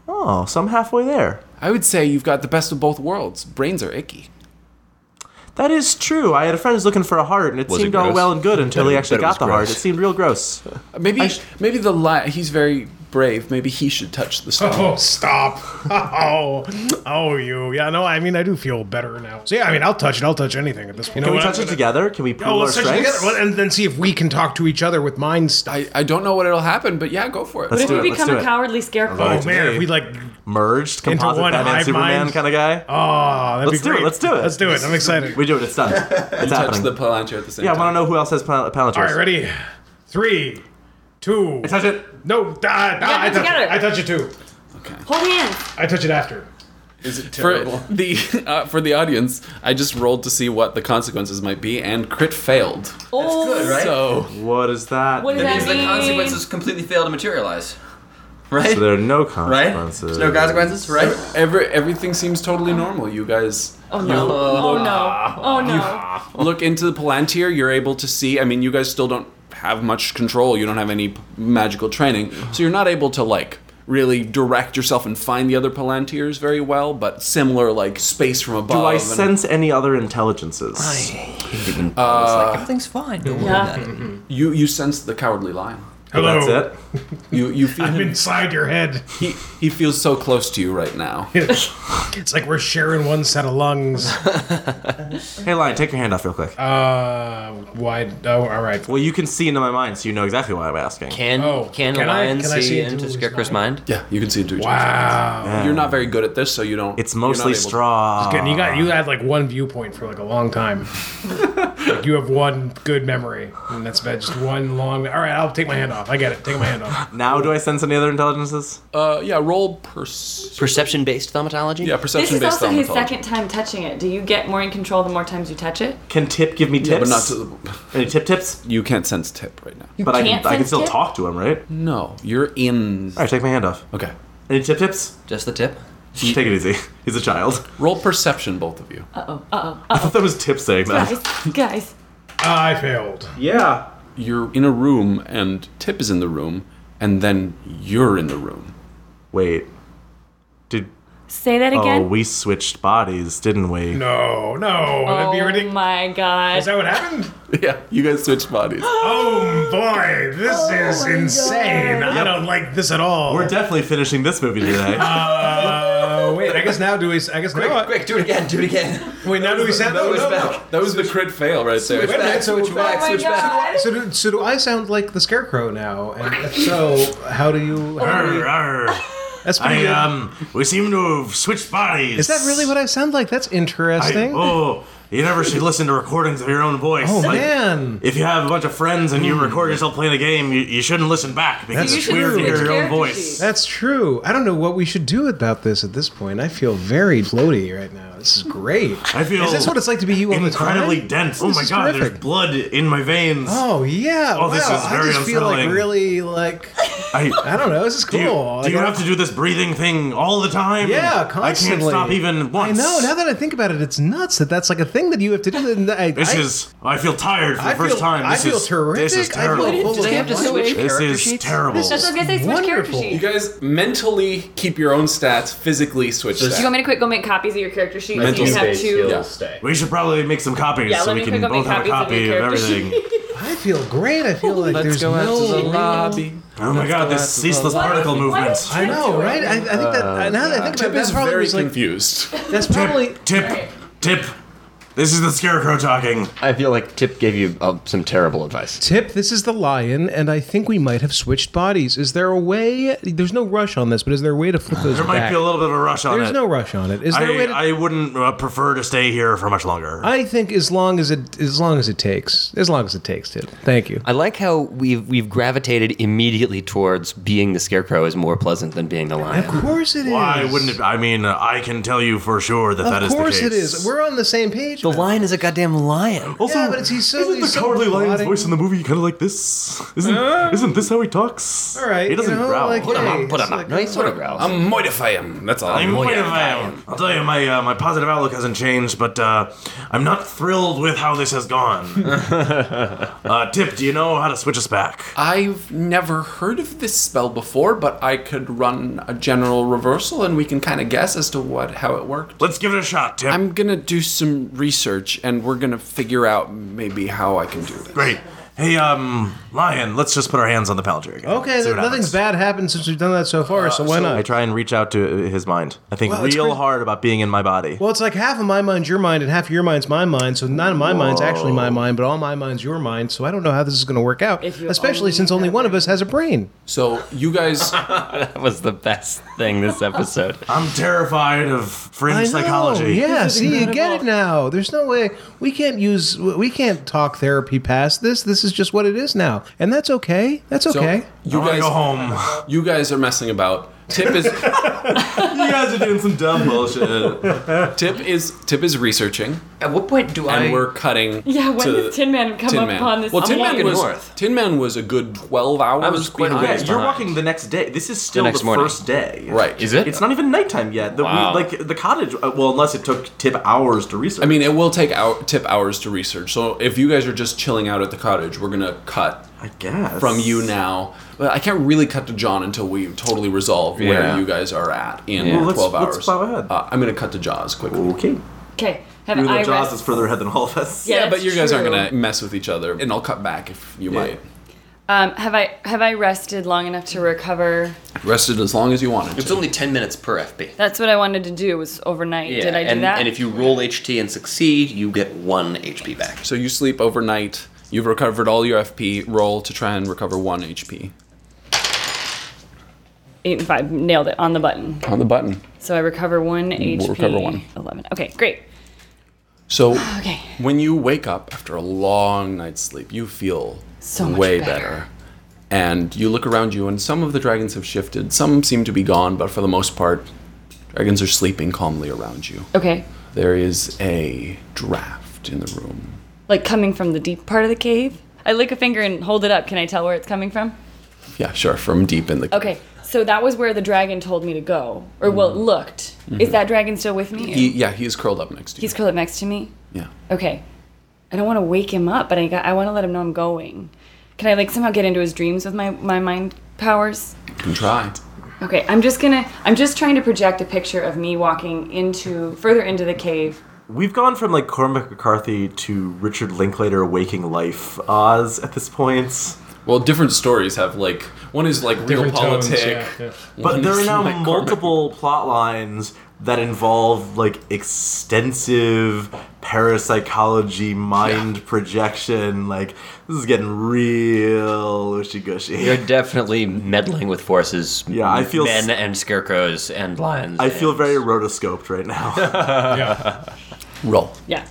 Speaker 5: Oh, so I'm halfway there.
Speaker 3: I would say you've got the best of both worlds. Brains are icky.
Speaker 5: That is true. I had a friend who's looking for a heart, and it
Speaker 9: it
Speaker 5: seemed all
Speaker 9: gross?
Speaker 5: well and good until he actually
Speaker 9: bet it was
Speaker 5: got the heart. It
Speaker 9: gross.
Speaker 5: seemed real gross.
Speaker 3: Maybe
Speaker 5: I sh-
Speaker 3: maybe the li- he's very brave. Maybe he should touch the stone.
Speaker 4: Oh, stop. Oh, oh, you. Yeah, no, I mean, I do feel better now. So, yeah, I mean, I'll touch it. I'll touch anything at this point.
Speaker 5: Can we touch it together? Can we pool
Speaker 4: Oh,
Speaker 5: our
Speaker 4: let's touch it
Speaker 5: strengths?
Speaker 4: together well, and then see if we can talk to each other with mind stuff.
Speaker 3: I, I don't know what it'll happen, but yeah, go for it.
Speaker 5: Let's
Speaker 6: If
Speaker 5: do
Speaker 6: we
Speaker 5: it. Let's
Speaker 6: become
Speaker 5: do
Speaker 6: a
Speaker 5: it.
Speaker 6: cowardly scarecrow,
Speaker 4: Oh, man,
Speaker 5: today.
Speaker 4: if we like,
Speaker 5: Merged, composite
Speaker 4: one
Speaker 5: Batman,
Speaker 4: hive
Speaker 5: Superman
Speaker 4: mind.
Speaker 5: kind of guy.
Speaker 4: oh, that'd
Speaker 5: Let's
Speaker 4: be
Speaker 5: do it,
Speaker 4: great.
Speaker 5: let's do it.
Speaker 4: Let's do it. I'm excited.
Speaker 5: We do it. It's done. It's
Speaker 3: touch
Speaker 5: happening.
Speaker 3: the palantir at the same
Speaker 5: yeah, I
Speaker 3: time.
Speaker 5: want to know who else has pal- palantirs.
Speaker 4: All right, ready? Three, two.
Speaker 5: Touch it.
Speaker 4: No, ah, ah, I, touch
Speaker 6: together.
Speaker 4: it. I touch it too.
Speaker 6: hold hands.
Speaker 4: I touch it after.
Speaker 3: Is it terrible? For the uh, for the audience, I just rolled to see what the consequences might be, and crit failed.
Speaker 6: Oh,
Speaker 14: Good, right?
Speaker 3: So
Speaker 5: What is that?
Speaker 6: what
Speaker 14: That
Speaker 6: does that
Speaker 14: means the
Speaker 6: mean?
Speaker 14: consequences completely fail to materialize.
Speaker 7: Right?
Speaker 5: So there are no
Speaker 17: Right?
Speaker 5: consequences.
Speaker 17: There's no consequences, right?
Speaker 7: Every, everything seems totally normal. You guys
Speaker 6: Oh no! Oh no! Oh no!
Speaker 7: look into the Palantir. You're able to see. I mean, you guys still don't have much control. You don't have any p- magical training. So you're not able to, like, really direct yourself and find the other Palantirs very well, but similar, like, space from above.
Speaker 5: Do I
Speaker 7: and-
Speaker 5: sense any other intelligences?
Speaker 17: like, everything's fine. Don't worry about it.
Speaker 7: You, you sense the cowardly lion.
Speaker 5: Well,
Speaker 4: Hello.
Speaker 5: That's it.
Speaker 7: You, you feel
Speaker 4: I'm
Speaker 7: him,
Speaker 4: inside your head.
Speaker 7: he, he feels so close to you right now.
Speaker 4: It's like we're sharing one set of lungs.
Speaker 5: Hey, Lion, take your hand off real quick.
Speaker 4: Uh, why? Oh, all right.
Speaker 5: well, you can see into my mind, so you know exactly why I'm asking.
Speaker 9: Can
Speaker 4: Oh,
Speaker 9: can,
Speaker 4: can
Speaker 9: a
Speaker 4: I-
Speaker 9: lion
Speaker 4: can I see
Speaker 9: see
Speaker 4: into
Speaker 9: into
Speaker 4: his
Speaker 9: Scarecrow's
Speaker 4: mind?
Speaker 9: mind?
Speaker 7: Yeah, you can see it through.
Speaker 4: Wow.
Speaker 7: You're not very good at this, so you don't.
Speaker 5: It's
Speaker 7: you're not
Speaker 5: mostly
Speaker 7: able to-
Speaker 5: straw.
Speaker 4: And you got you had like one viewpoint for like a long time. like you have one good memory, and that's about just one long. All right, I'll take my hand off. I get it. Take my hand off.
Speaker 5: Now, do I sense any other intelligences?
Speaker 7: Uh, yeah, roll perce-
Speaker 2: Perception based thaumatology?
Speaker 7: yeah,
Speaker 6: This
Speaker 7: perception
Speaker 6: is
Speaker 7: based
Speaker 6: also
Speaker 7: on
Speaker 6: his
Speaker 7: mythology.
Speaker 6: second time touching it. Do you get more in control the more times you touch it?
Speaker 5: Can Tip give me tips?
Speaker 7: Yeah, but not to the.
Speaker 5: Any tip tips?
Speaker 7: You can't sense tip right now.
Speaker 5: but I
Speaker 6: can't
Speaker 5: can, I can
Speaker 6: sense
Speaker 5: still
Speaker 6: tip?
Speaker 5: talk to him, right?
Speaker 7: No, you're in.
Speaker 5: All right, take my hand off.
Speaker 7: Okay.
Speaker 5: Any tip tips?
Speaker 9: Just the tip.
Speaker 5: Take it easy. He's a child.
Speaker 7: Roll perception, both of you.
Speaker 5: I thought that was Tip saying
Speaker 7: Ah.
Speaker 6: Guys,
Speaker 5: that.
Speaker 6: guys,
Speaker 4: I failed.
Speaker 5: Yeah.
Speaker 7: You're in a room, and Tip is in the room, and then you're in the room.
Speaker 5: Wait. Did
Speaker 6: say that
Speaker 5: oh
Speaker 6: again.
Speaker 5: we switched bodies, didn't we?
Speaker 4: No, no. that'd be
Speaker 6: oh
Speaker 4: ridiculous.
Speaker 6: my
Speaker 4: Is
Speaker 6: god!
Speaker 4: that what happened?
Speaker 7: Yeah, you guys switched bodies.
Speaker 4: Oh boy, this is insane. I don't like this at all.
Speaker 5: We're definitely finishing this movie today.
Speaker 4: uh, wait, I guess now do we? I guess now.
Speaker 17: Quick, do it again, do it again.
Speaker 4: wait, now do we sound? No,
Speaker 17: Throw us
Speaker 4: no.
Speaker 17: back.
Speaker 7: That was the crit fail right
Speaker 17: Switch
Speaker 7: there.
Speaker 17: back, switch back, switch back.
Speaker 4: So do, so do I sound like the scarecrow now? And if so, how do you? How do
Speaker 5: Arr,
Speaker 4: you
Speaker 5: arr.
Speaker 4: that's pretty
Speaker 5: I
Speaker 4: good.
Speaker 5: um, we seem to have switched bodies.
Speaker 4: Is that really what I sound like? That's
Speaker 5: I,
Speaker 4: interesting.
Speaker 5: oh, you never should listen to recordings of your own voice.
Speaker 4: oh
Speaker 5: Like,
Speaker 4: man.
Speaker 5: If you have a bunch of friends and you record yourself playing a game, you, you shouldn't listen back because
Speaker 4: Hmm. That's
Speaker 5: it's
Speaker 4: true.
Speaker 5: weird to
Speaker 4: You should
Speaker 5: hear your own
Speaker 6: character
Speaker 5: voice.
Speaker 4: That's true. I don't know what we should do about this at this point. I feel very floaty right now. This is great.
Speaker 5: I feel
Speaker 4: Is this what it's like to be you all the time?
Speaker 5: incredibly dense. Oh
Speaker 4: This
Speaker 5: my
Speaker 4: is
Speaker 5: god,
Speaker 4: terrific.
Speaker 5: there's blood in my veins.
Speaker 4: Oh yeah.
Speaker 5: Oh,
Speaker 4: wow.
Speaker 5: this is
Speaker 4: I
Speaker 5: very
Speaker 4: just feel like
Speaker 5: unsettling.
Speaker 4: really like
Speaker 5: I,
Speaker 4: I don't know. This is cool.
Speaker 5: do you, do you
Speaker 4: Like,
Speaker 5: have to do this breathing thing all the time?
Speaker 4: Yeah,
Speaker 5: I
Speaker 4: constantly.
Speaker 5: can't stop even
Speaker 4: I
Speaker 5: once.
Speaker 4: know. Now that I think about it, it's nuts that that's like a thing that you have to do. And I,
Speaker 5: This
Speaker 4: I,
Speaker 5: is. I feel tired for the
Speaker 4: I
Speaker 5: first
Speaker 4: feel-
Speaker 5: time.
Speaker 4: I
Speaker 5: This
Speaker 4: feel
Speaker 5: is, This is
Speaker 4: terrific. I feel
Speaker 5: terrible.
Speaker 4: full
Speaker 9: Do they have to
Speaker 4: of-
Speaker 9: switch
Speaker 5: this
Speaker 9: character
Speaker 5: is
Speaker 9: sheets?
Speaker 5: terrible.
Speaker 6: That's what they say. Switch character
Speaker 4: wonderful.
Speaker 6: sheets.
Speaker 7: You guys mentally keep your own stats, physically switch
Speaker 6: Do you want
Speaker 7: stats.
Speaker 6: me to quick go make copies of your character sheets?
Speaker 7: Mental
Speaker 6: you have
Speaker 7: space,
Speaker 6: two.
Speaker 7: yeah.
Speaker 11: stay.
Speaker 5: We should probably make some copies
Speaker 6: Yeah,
Speaker 5: so
Speaker 6: let
Speaker 5: we
Speaker 6: me
Speaker 5: can
Speaker 6: pick up
Speaker 5: both
Speaker 6: my
Speaker 5: have a
Speaker 6: copies of
Speaker 5: copy
Speaker 6: your
Speaker 5: of
Speaker 6: character
Speaker 5: everything.
Speaker 4: I feel great. I feel like there's no.
Speaker 5: Oh my god, this ceaseless
Speaker 6: Why
Speaker 5: particle
Speaker 6: does- why does
Speaker 5: movement.
Speaker 4: I know, right? I, I think that
Speaker 5: Uh,
Speaker 4: now that I think about it,
Speaker 7: Tip is
Speaker 4: that probably
Speaker 7: very
Speaker 4: was like
Speaker 7: confused.
Speaker 4: that's probably
Speaker 5: Tip, tip. This is the scarecrow talking.
Speaker 2: I feel like Tip gave you uh, some terrible advice.
Speaker 4: Tip, this is the lion, and I think we might have switched bodies. Is there a way? There's no rush on this, but is there a way to flip those
Speaker 5: There might
Speaker 4: back?
Speaker 5: be a little bit of a rush on
Speaker 4: there's
Speaker 5: it.
Speaker 4: no rush on it. Is there a way to?
Speaker 5: I, I wouldn't uh, prefer to stay here for much longer.
Speaker 4: I think as long as it as long as it takes as long as it takes Tip. Thank you.
Speaker 2: I like how we've we've gravitated immediately towards being the scarecrow is more pleasant than being the lion.
Speaker 4: Of course it is.
Speaker 5: Why wouldn't it? I mean, uh, I can tell you for sure that that
Speaker 4: of
Speaker 5: is the
Speaker 4: course
Speaker 5: case.
Speaker 4: it is. We're on the same page.
Speaker 2: The lion is a goddamn lion.
Speaker 5: also,
Speaker 4: Yeah, but it's- he's so-
Speaker 5: isn't
Speaker 4: he's
Speaker 5: the
Speaker 4: so
Speaker 5: cowardly lion's
Speaker 4: plotting.
Speaker 5: voice in the movie kind of like this? Isn't isn't this how he talks?
Speaker 4: all right.
Speaker 5: he doesn't
Speaker 4: you know,
Speaker 5: growl.
Speaker 4: Like,
Speaker 9: Put him
Speaker 4: hey,
Speaker 9: up, put
Speaker 4: it's
Speaker 9: him up.
Speaker 4: like-
Speaker 9: No, he sort of growls.
Speaker 7: I'm moidify him. That's all.
Speaker 5: I'm might have. I'll tell you, my uh, my positive outlook hasn't changed, but uh, I'm not thrilled with how this has gone. uh, Tip, do you know how to switch us back?
Speaker 7: I've never heard of this spell before, but I could run a general reversal, and we can kind of guess as to what how it worked.
Speaker 5: Let's give it a shot, Tip.
Speaker 7: I'm gonna do some research, and we're gonna figure out maybe how I can do this.
Speaker 5: Great. Hey, um, Lion, let's just put our hands on the Palantir again.
Speaker 4: Okay,
Speaker 5: See what
Speaker 4: nothing's
Speaker 5: happens.
Speaker 4: bad happened since we've done that so far. so why not?
Speaker 5: I try and reach out to his mind. I think
Speaker 4: Well, it's
Speaker 5: real
Speaker 4: pretty-
Speaker 5: hard about being in my body.
Speaker 4: Well, it's like half of my mind's your mind and half of your mind's my mind. So none of my mind's actually my mind, but all my mind's your mind. So I don't know how this is going to work out,
Speaker 6: If you
Speaker 4: especially
Speaker 6: only
Speaker 4: since only
Speaker 6: had
Speaker 4: one of us has a brain.
Speaker 7: So you guys,
Speaker 2: That was the best thing this episode.
Speaker 5: I'm terrified of
Speaker 4: I
Speaker 5: fringe
Speaker 4: know.
Speaker 5: psychology.
Speaker 4: Yeah. See, you get it now. There's no way we can't use we can't talk therapy past this. This is just what it is now, and that's okay. That's
Speaker 7: so
Speaker 4: okay.
Speaker 7: you
Speaker 5: I want to
Speaker 7: guys,
Speaker 5: go home.
Speaker 7: you guys are messing about. Tip is
Speaker 5: you guys are doing some dumb bullshit.
Speaker 7: Tip is Tip is researching.
Speaker 9: At what point do
Speaker 7: and
Speaker 9: I?
Speaker 7: we're cutting.
Speaker 6: Yeah, when
Speaker 7: to
Speaker 6: does Tin Man come
Speaker 7: Tin
Speaker 6: up
Speaker 7: Man.
Speaker 6: upon this?
Speaker 7: Well,
Speaker 6: I'm
Speaker 7: Tin Man
Speaker 6: walking
Speaker 7: was
Speaker 9: north.
Speaker 7: Tin Man was a good twelve hours.
Speaker 9: I was quite
Speaker 7: behind.
Speaker 5: Yeah,
Speaker 9: It's
Speaker 5: you're
Speaker 9: behind.
Speaker 5: walking the next day. This is still the,
Speaker 2: next morning.
Speaker 5: first day.
Speaker 7: Right.
Speaker 2: Is it?
Speaker 5: It's not even nighttime yet. The,
Speaker 2: Wow.
Speaker 5: we, like the cottage. uh, Well, unless it took Tip hours to research.
Speaker 7: I mean, it will take out tip hours to research. So if you guys are just chilling out at the cottage, we're gonna cut
Speaker 5: I guess
Speaker 7: from you now. But I can't really cut to John until we totally resolve
Speaker 2: Yeah.
Speaker 7: where you guys are at in
Speaker 5: Well, let's-
Speaker 7: 12
Speaker 5: let's
Speaker 7: hours.
Speaker 5: plow ahead.
Speaker 7: Uh, I'm gonna cut to Jaws quickly.
Speaker 5: Okay.
Speaker 6: Okay, have
Speaker 5: Even though
Speaker 6: I
Speaker 5: Jaws
Speaker 6: rest.
Speaker 5: is further ahead than all of us.
Speaker 6: Yeah,
Speaker 7: Yeah, but
Speaker 6: that's
Speaker 7: you guys aren't
Speaker 6: true.
Speaker 7: gonna mess with each other, and I'll cut back if you might.
Speaker 6: Um, have I have I rested long enough to recover?
Speaker 7: Rested as long as you wanted.
Speaker 2: It's
Speaker 7: to.
Speaker 2: only 10 minutes per FP.
Speaker 6: That's what I wanted to do. Was overnight. Did I do
Speaker 2: and,
Speaker 6: that?
Speaker 2: and if you roll HT and succeed, you get one HP back.
Speaker 7: So you sleep overnight. You've recovered all your FP. Roll to try and recover one HP
Speaker 6: Eight and five, nailed it on the button.
Speaker 7: on the button.
Speaker 6: So I recover one HP.
Speaker 7: recover one.
Speaker 6: Eleven. Okay, great.
Speaker 7: So
Speaker 6: Okay.
Speaker 7: when you wake up after a long night's sleep, you feel
Speaker 6: So much
Speaker 7: way
Speaker 6: better.
Speaker 7: And you look around you, and some of the dragons have shifted. Some seem to be gone, but for the most part, dragons are sleeping calmly around you.
Speaker 6: Okay.
Speaker 7: There is a draft in the room.
Speaker 6: Like coming from the deep part of the cave. I lick a finger and hold it up. Can I tell where it's coming from?
Speaker 7: Yeah, sure, from deep in the.
Speaker 6: Okay. So that was where the dragon told me to go, or well, it looked. Is that dragon still with me?
Speaker 7: Mm-hmm. He, yeah, he's curled up next to you.
Speaker 6: He's curled up next to me.
Speaker 7: yeah.
Speaker 6: Okay. I don't want to wake him up, but I got, I want to let him know I'm going. Can I like somehow get into his dreams with my my mind powers?
Speaker 7: You can try.
Speaker 6: Okay, I'm just gonna. I'm just trying to project a picture of me walking into further into the cave.
Speaker 5: We've gone from like Cormac McCarthy to Richard Linklater waking life Oz at this point.
Speaker 7: Well, different stories have like one is like real
Speaker 4: Different tones,
Speaker 7: politic.
Speaker 4: yeah, yeah.
Speaker 5: But there are now
Speaker 7: Like Cormac.
Speaker 5: multiple plot lines that involve like extensive parapsychology, mind projection. Like this is getting real wishy
Speaker 9: You're
Speaker 5: gushy.
Speaker 9: definitely meddling with forces.
Speaker 5: Yeah, I feel
Speaker 9: men
Speaker 5: s-
Speaker 9: and scarecrows and lions.
Speaker 5: I feel
Speaker 9: and-
Speaker 5: very rotoscoped right now.
Speaker 7: Roll.
Speaker 6: Yeah.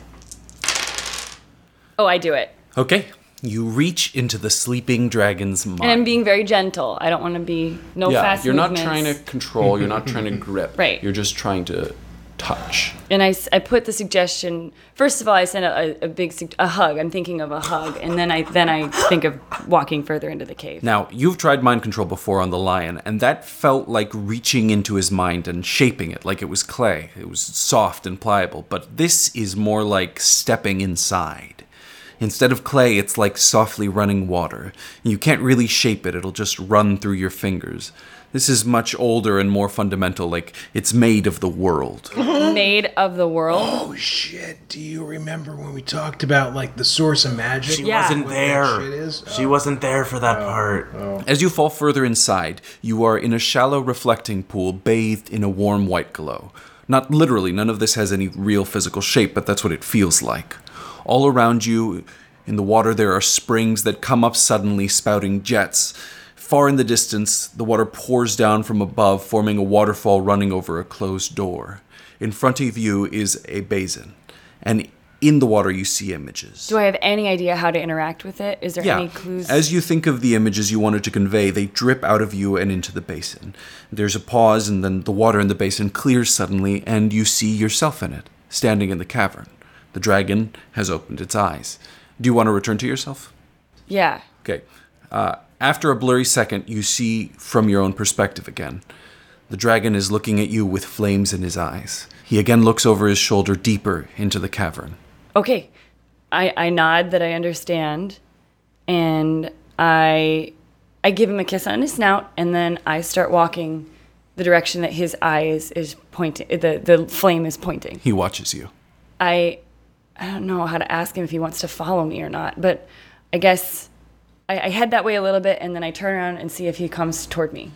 Speaker 6: Oh, I do it,
Speaker 3: Okay. You reach into the sleeping dragon's mind.
Speaker 6: and I'm being very gentle. I don't want to be no
Speaker 7: yeah,
Speaker 6: fast
Speaker 7: you're
Speaker 6: movements.
Speaker 7: not trying to control. You're not trying to grip.
Speaker 6: Right.
Speaker 7: You're just trying to touch.
Speaker 6: And I, s- I put the suggestion. First of all, I sent a, a, a big sug- a hug. I'm thinking of a hug, and then I then I think of walking further into the cave.
Speaker 3: Now, you've tried mind control before on the lion, and that felt like reaching into his mind and shaping it like it was clay. It was soft and pliable, but this is more like stepping inside. Instead of clay, it's like softly running water. You can't really shape it, it'll just run through your fingers. This is much older and more fundamental, like it's made of the world.
Speaker 6: Made of the world.
Speaker 4: Oh shit! Do you remember when we talked about like the source of magic?
Speaker 5: She
Speaker 6: Yeah.
Speaker 5: wasn't
Speaker 4: What that
Speaker 5: there. oh.
Speaker 4: shit is?
Speaker 5: She
Speaker 4: Oh.
Speaker 5: wasn't there for that part.
Speaker 3: As you fall further inside, you are in a shallow reflecting pool bathed in a warm white glow. Not literally, none of this has any real physical shape, but that's what it feels like. All around you, in the water, there are springs that come up suddenly, spouting jets. Far in the distance, the water pours down from above, forming a waterfall running over a closed door. In front of you is a basin, and in the water, you see images.
Speaker 6: Do I have any idea how to interact with it? Is there any clues?
Speaker 3: As you think of the images you wanted to convey, they drip out of you and into the basin. There's a pause, and then the water in the basin clears suddenly, and you see yourself in it, standing in the cavern. The dragon has opened its eyes. Do you want to return to yourself?
Speaker 6: yeah.
Speaker 3: Okay. Uh, after a blurry second, you see from your own perspective again. The dragon is looking at you with flames in his eyes. He again looks over his shoulder deeper into the cavern.
Speaker 6: Okay. I, I nod that I understand, and I I give him a kiss on his snout, and then I start walking the direction that his eye is, is pointing. The the flame is pointing.
Speaker 3: He watches you.
Speaker 6: I I don't know how to ask him if he wants to follow me or not, but I guess I, I head that way a little bit, and then I turn around and see if he comes toward me.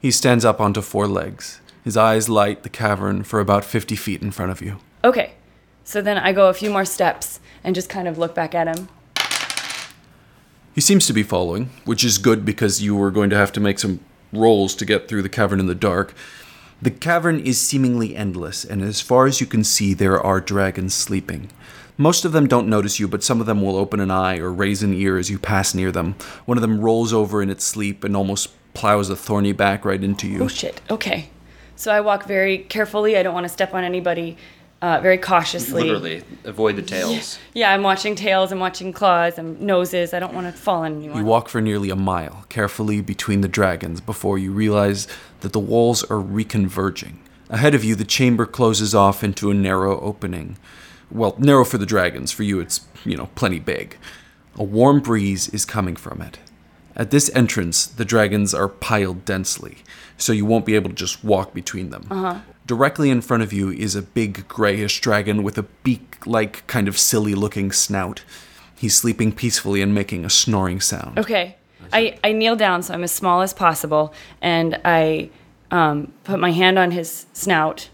Speaker 3: He stands up onto four legs. His eyes light the cavern for about 50 feet in front of you.
Speaker 6: Okay. So then I go a few more steps and just kind of look back at him.
Speaker 3: He seems to be following, which is good because you were going to have to make some rolls to get through the cavern in the dark. The cavern is seemingly endless, and as far as you can see, there are dragons sleeping. Most of them don't notice you, but some of them will open an eye or raise an ear as you pass near them. One of them rolls over in its sleep and almost plows a thorny back right into you.
Speaker 6: Oh shit. Okay. So I walk very carefully. I don't want to step on anybody. uh, very cautiously.
Speaker 2: Literally, avoid the tails.
Speaker 6: Yeah, I'm watching tails, I'm watching claws, I'm noses. I don't want to fall on anyone.
Speaker 3: You walk for nearly a mile, carefully between the dragons, before you realize that the walls are reconverging. Ahead of you, the chamber closes off into a narrow opening. Well, narrow for the dragons. For you, it's, you know, plenty big. A warm breeze is coming from it. At this entrance, the dragons are piled densely, so you won't be able to just walk between them.
Speaker 6: Uh-huh.
Speaker 3: Directly in front of you is a big grayish dragon with a beak like, kind of silly looking snout. He's sleeping peacefully and making a snoring sound.
Speaker 6: Okay. I, I kneel down so I'm as small as possible and I um, put my hand on his snout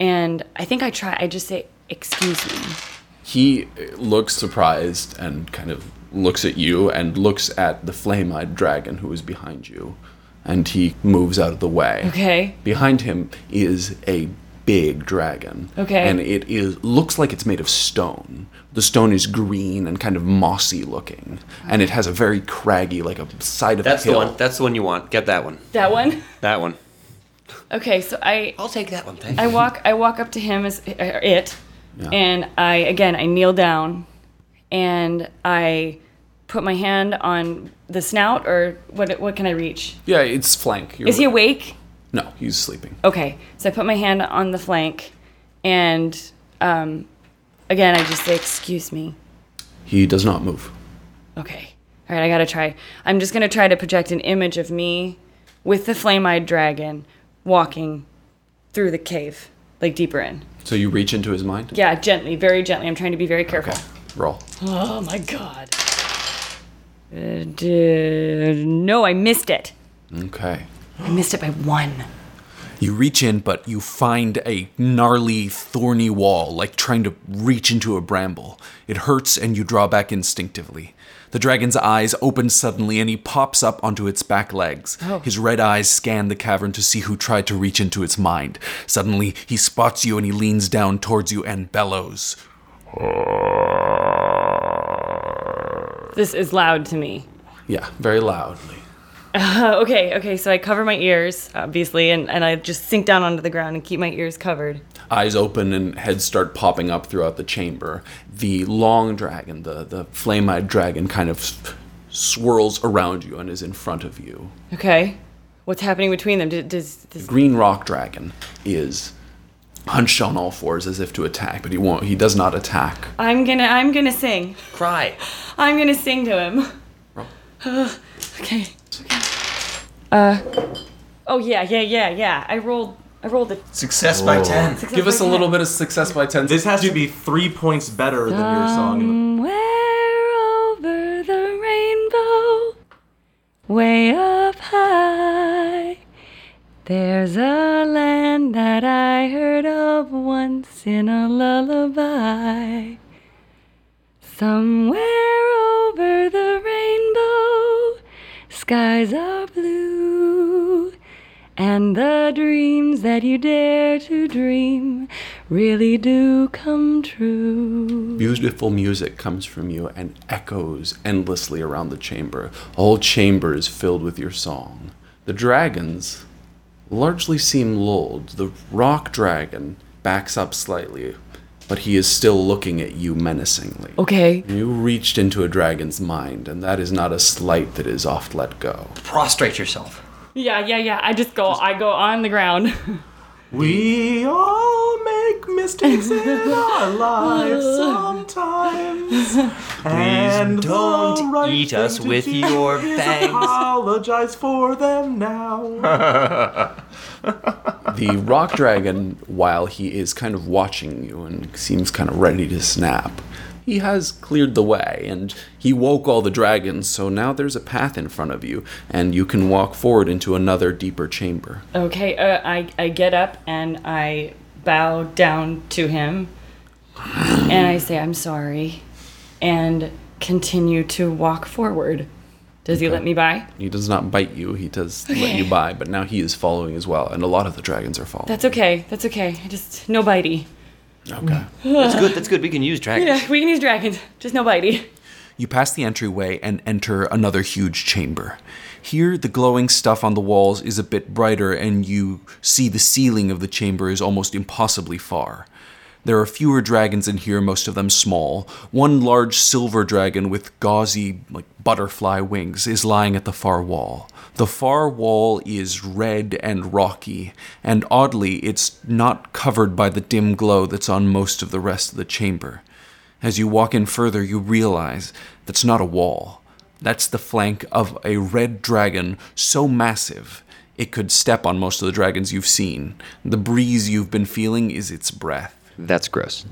Speaker 6: and I think I try, I just say, Excuse me.
Speaker 7: He looks surprised and kind of looks at you and looks at the flame eyed dragon who is behind you. And he moves out of the way.
Speaker 6: Okay.
Speaker 7: Behind him is a big dragon.
Speaker 6: Okay.
Speaker 7: And it is looks like it's made of stone. The stone is green and kind of mossy looking. And it has a very craggy, like a side of
Speaker 2: That's
Speaker 7: a
Speaker 2: the
Speaker 7: hill.
Speaker 2: one. That's the one you want. Get that one.
Speaker 6: That one?
Speaker 2: That one.
Speaker 6: Okay, so I.
Speaker 9: I'll take that one, thank
Speaker 6: I walk. I walk up to him as er, it,
Speaker 7: Yeah.
Speaker 6: and I again I kneel down, and I put my hand on the snout or what? What can I reach?
Speaker 7: Yeah, it's flank. You're
Speaker 6: Is he awake?
Speaker 7: No, he's sleeping.
Speaker 6: Okay, so I put my hand on the flank, and um, again I just say excuse me.
Speaker 7: He does not move.
Speaker 6: Okay, all right, I gotta try. I'm just gonna try to project an image of me with the flame-eyed dragon walking through the cave, like deeper in.
Speaker 7: So you reach into his mind?
Speaker 6: Yeah, gently, very gently. I'm trying to be very careful.
Speaker 7: Roll.
Speaker 6: Oh my god. Uh, d- no, I missed it.
Speaker 7: Okay.
Speaker 6: I missed it by one.
Speaker 3: You reach in, but you find a gnarly, thorny wall, like trying to reach into a bramble. It hurts, and you draw back instinctively. The dragon's eyes open suddenly, and he pops up onto its back legs. His red eyes scan the cavern to see who tried to reach into its mind. Suddenly, he spots you, and he leans down towards you and bellows.
Speaker 6: This is loud to me.
Speaker 7: Yeah, very loudly.
Speaker 6: Uh, okay, okay, so I cover my ears, obviously, and, and I just sink down onto the ground and keep my ears covered.
Speaker 7: eyes open and heads start popping up throughout the chamber. The long dragon, the, the flame eyed dragon, kind of s- swirls around you and is in front of you.
Speaker 6: Okay. What's happening between them? Does, does, does
Speaker 7: Green rock dragon is hunched on all fours as if to attack, but he won't. He does not attack.
Speaker 6: I'm gonna I'm gonna sing.
Speaker 9: Cry.
Speaker 6: I'm gonna sing to him. Ugh, okay. Okay. Uh Oh yeah, yeah, yeah, yeah. I rolled I rolled a
Speaker 17: Success by 10.
Speaker 7: Give us a little bit of success by 10.
Speaker 5: This has to be three points better than your song.
Speaker 6: Somewhere over the rainbow, way up high, there's a land that I heard of once in a lullaby. Somewhere over the rainbow, skies are blue, and the dreams that you dare to dream really do come true.
Speaker 7: Beautiful music comes from you and echoes endlessly around the chamber. The whole chamber is filled with your song. The dragons largely seem lulled. The rock dragon backs up slightly, but he is still looking at you menacingly.
Speaker 6: Okay.
Speaker 7: You reached into a dragon's mind, and that is not a slight that is oft let go.
Speaker 9: Prostrate yourself.
Speaker 6: Yeah, yeah, yeah. I just go. I go on the ground.
Speaker 5: We all make mistakes in our lives sometimes. and the
Speaker 9: don't
Speaker 5: right
Speaker 9: eat us
Speaker 5: thing to
Speaker 9: with
Speaker 5: do
Speaker 9: your
Speaker 5: is
Speaker 9: fangs.
Speaker 5: Apologize for them now.
Speaker 7: The rock dragon, while he is kind of watching you and seems kind of ready to snap, he has cleared the way and he woke all the dragons, so now there's a path in front of you, and you can walk forward into another deeper chamber.
Speaker 6: okay. Uh, I I get up and I bow down to him, and I say I'm sorry, and continue to walk forward. Does he let me by?
Speaker 7: He does not bite you, he does let you by, but now he is following as well, and a lot of the dragons are following.
Speaker 6: That's okay. That's okay. I just no bitey.
Speaker 7: okay.
Speaker 2: That's good. That's good. We can use dragons.
Speaker 6: Yeah, we can use dragons. Just no bitey.
Speaker 3: You pass the entryway and enter another huge chamber. Here, the glowing stuff on the walls is a bit brighter, and you see the ceiling of the chamber is almost impossibly far. There are fewer dragons in here, most of them small. One large silver dragon with gauzy, like butterfly wings, is lying at the far wall. The far wall is red and rocky, and oddly, it's not covered by the dim glow that's on most of the rest of the chamber. As you walk in further, you realize that's not a wall. That's the flank of a red dragon so massive it could step on most of the dragons you've seen. The breeze you've been feeling is its breath.
Speaker 2: That's gross.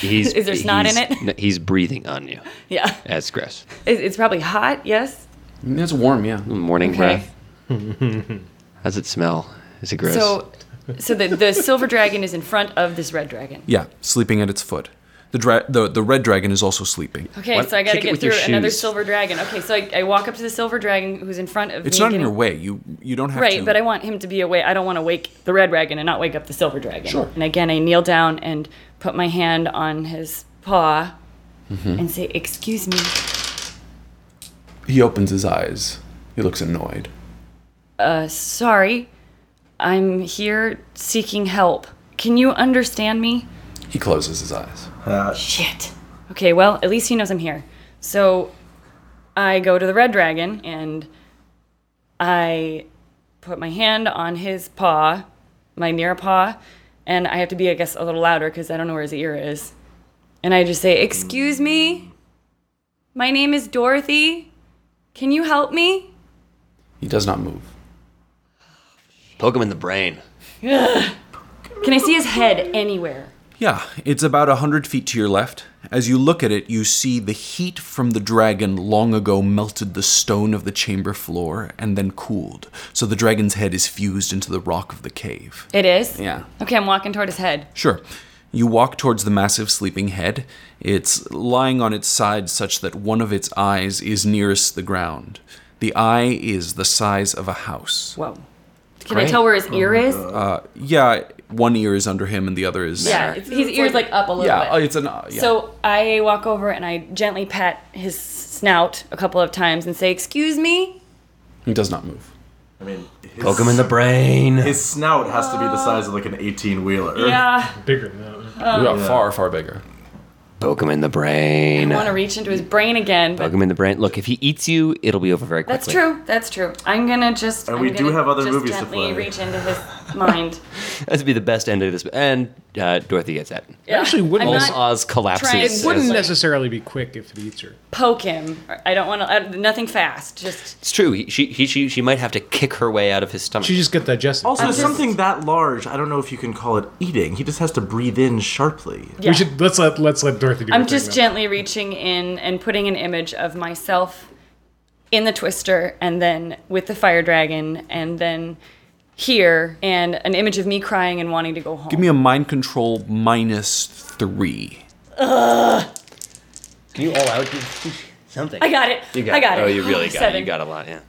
Speaker 6: He's, Is there snot in it?
Speaker 2: He's breathing on you.
Speaker 6: Yeah.
Speaker 2: That's gross.
Speaker 6: It's, it's probably hot, yes?
Speaker 3: It's warm, yeah.
Speaker 2: Morning
Speaker 6: Okay.
Speaker 2: breath. How's it smell? Is it gross?
Speaker 6: So, so the, the silver dragon is in front of this red dragon.
Speaker 3: Yeah, sleeping at its foot. The, dra- the, the red dragon is also sleeping.
Speaker 6: Okay,
Speaker 2: What?
Speaker 6: so I gotta
Speaker 2: Kick it
Speaker 6: get
Speaker 2: with your
Speaker 6: through another
Speaker 2: shoes.
Speaker 6: silver dragon. Okay, so I, I walk up to the silver dragon who's in front of
Speaker 3: It's
Speaker 6: me.
Speaker 3: not in
Speaker 6: getting-
Speaker 3: your way. You you don't have
Speaker 6: Right,
Speaker 3: to.
Speaker 6: but I want him to be awake. I don't want to wake the red dragon and not wake up the silver dragon. Sure. And again, I kneel down and put my hand on his paw
Speaker 3: Mm-hmm.
Speaker 6: and say, "Excuse me."
Speaker 3: He opens his eyes. He looks annoyed.
Speaker 6: Uh, sorry. I'm here seeking help. Can you understand me?
Speaker 3: He closes his eyes.
Speaker 6: Shit. Okay, well, at least he knows I'm here. So I go to the red dragon and I put my hand on his paw, my near paw, and I have to be, I guess, a little louder because I don't know where his ear is. And I just say, Excuse me? My name is Dorothy. Can you help me?
Speaker 3: He does not move.
Speaker 2: Poke him in the brain.
Speaker 6: Ugh. Can I see his head anywhere?
Speaker 3: Yeah, it's about a hundred feet to your left. As you look at it, you see the heat from the dragon long ago melted the stone of the chamber floor and then cooled, so the dragon's head is fused into the rock of the cave.
Speaker 6: It is?
Speaker 3: Yeah.
Speaker 6: Okay, I'm walking toward his head.
Speaker 3: Sure. You walk towards the massive sleeping head. It's lying on its side such that one of its eyes is nearest the ground. The eye is the size of a house.
Speaker 6: Whoa. Can I tell where his ear is?
Speaker 3: Uh, yeah, one ear is under him and the other is.
Speaker 6: Yeah, it's, his ear's like, up a little
Speaker 3: Yeah, uh,
Speaker 6: bit.
Speaker 3: it's an. uh, yeah.
Speaker 6: So I walk over and I gently pat his snout a couple of times and say, "Excuse me."
Speaker 3: He does not move.
Speaker 5: I mean, his,
Speaker 9: Poke him in the brain.
Speaker 5: His snout has to be the size of like an 18 wheeler.
Speaker 6: Yeah,
Speaker 4: Bigger than that.
Speaker 3: Yeah, Far, far bigger.
Speaker 2: Poke him in the
Speaker 6: I
Speaker 2: brain.
Speaker 6: want to reach into his brain again. But
Speaker 2: Poke him in the brain. Look, if he eats you, it'll be over very quickly.
Speaker 6: that's true. That's true. I'm gonna just.
Speaker 5: And
Speaker 6: I'm
Speaker 5: we do
Speaker 6: gonna
Speaker 5: have other
Speaker 6: just
Speaker 5: movies to
Speaker 6: gently
Speaker 5: play.
Speaker 6: reach into his mind.
Speaker 2: That would be the best end of this. And uh, Dorothy gets that.
Speaker 6: Yeah.
Speaker 4: actually wouldn't-
Speaker 6: I'm
Speaker 2: Old
Speaker 6: not
Speaker 2: Oz
Speaker 6: trying-
Speaker 2: collapses.
Speaker 4: It wouldn't
Speaker 2: It's-
Speaker 4: necessarily be quick if it eats her.
Speaker 6: poke him. I don't want to. Nothing fast. Just
Speaker 2: It's true. He, she, he, she, she might have to kick her way out of his stomach.
Speaker 4: She just got digested.
Speaker 5: Also, something that large, I don't know if you can call it eating. He just has to breathe in sharply.
Speaker 6: yeah.
Speaker 4: We should let's let let's let Dorothy do. her
Speaker 6: I'm
Speaker 4: thing
Speaker 6: just
Speaker 4: now.
Speaker 6: gently reaching in and putting an image of myself in the twister and then with the fire dragon and then here and an image of me crying and wanting to go home.
Speaker 3: Give me a mind control minus three.
Speaker 9: Can you all out do something?
Speaker 6: I got it. I got it.
Speaker 2: Oh, you really got it.
Speaker 6: Seven.
Speaker 2: You got a lot, yeah.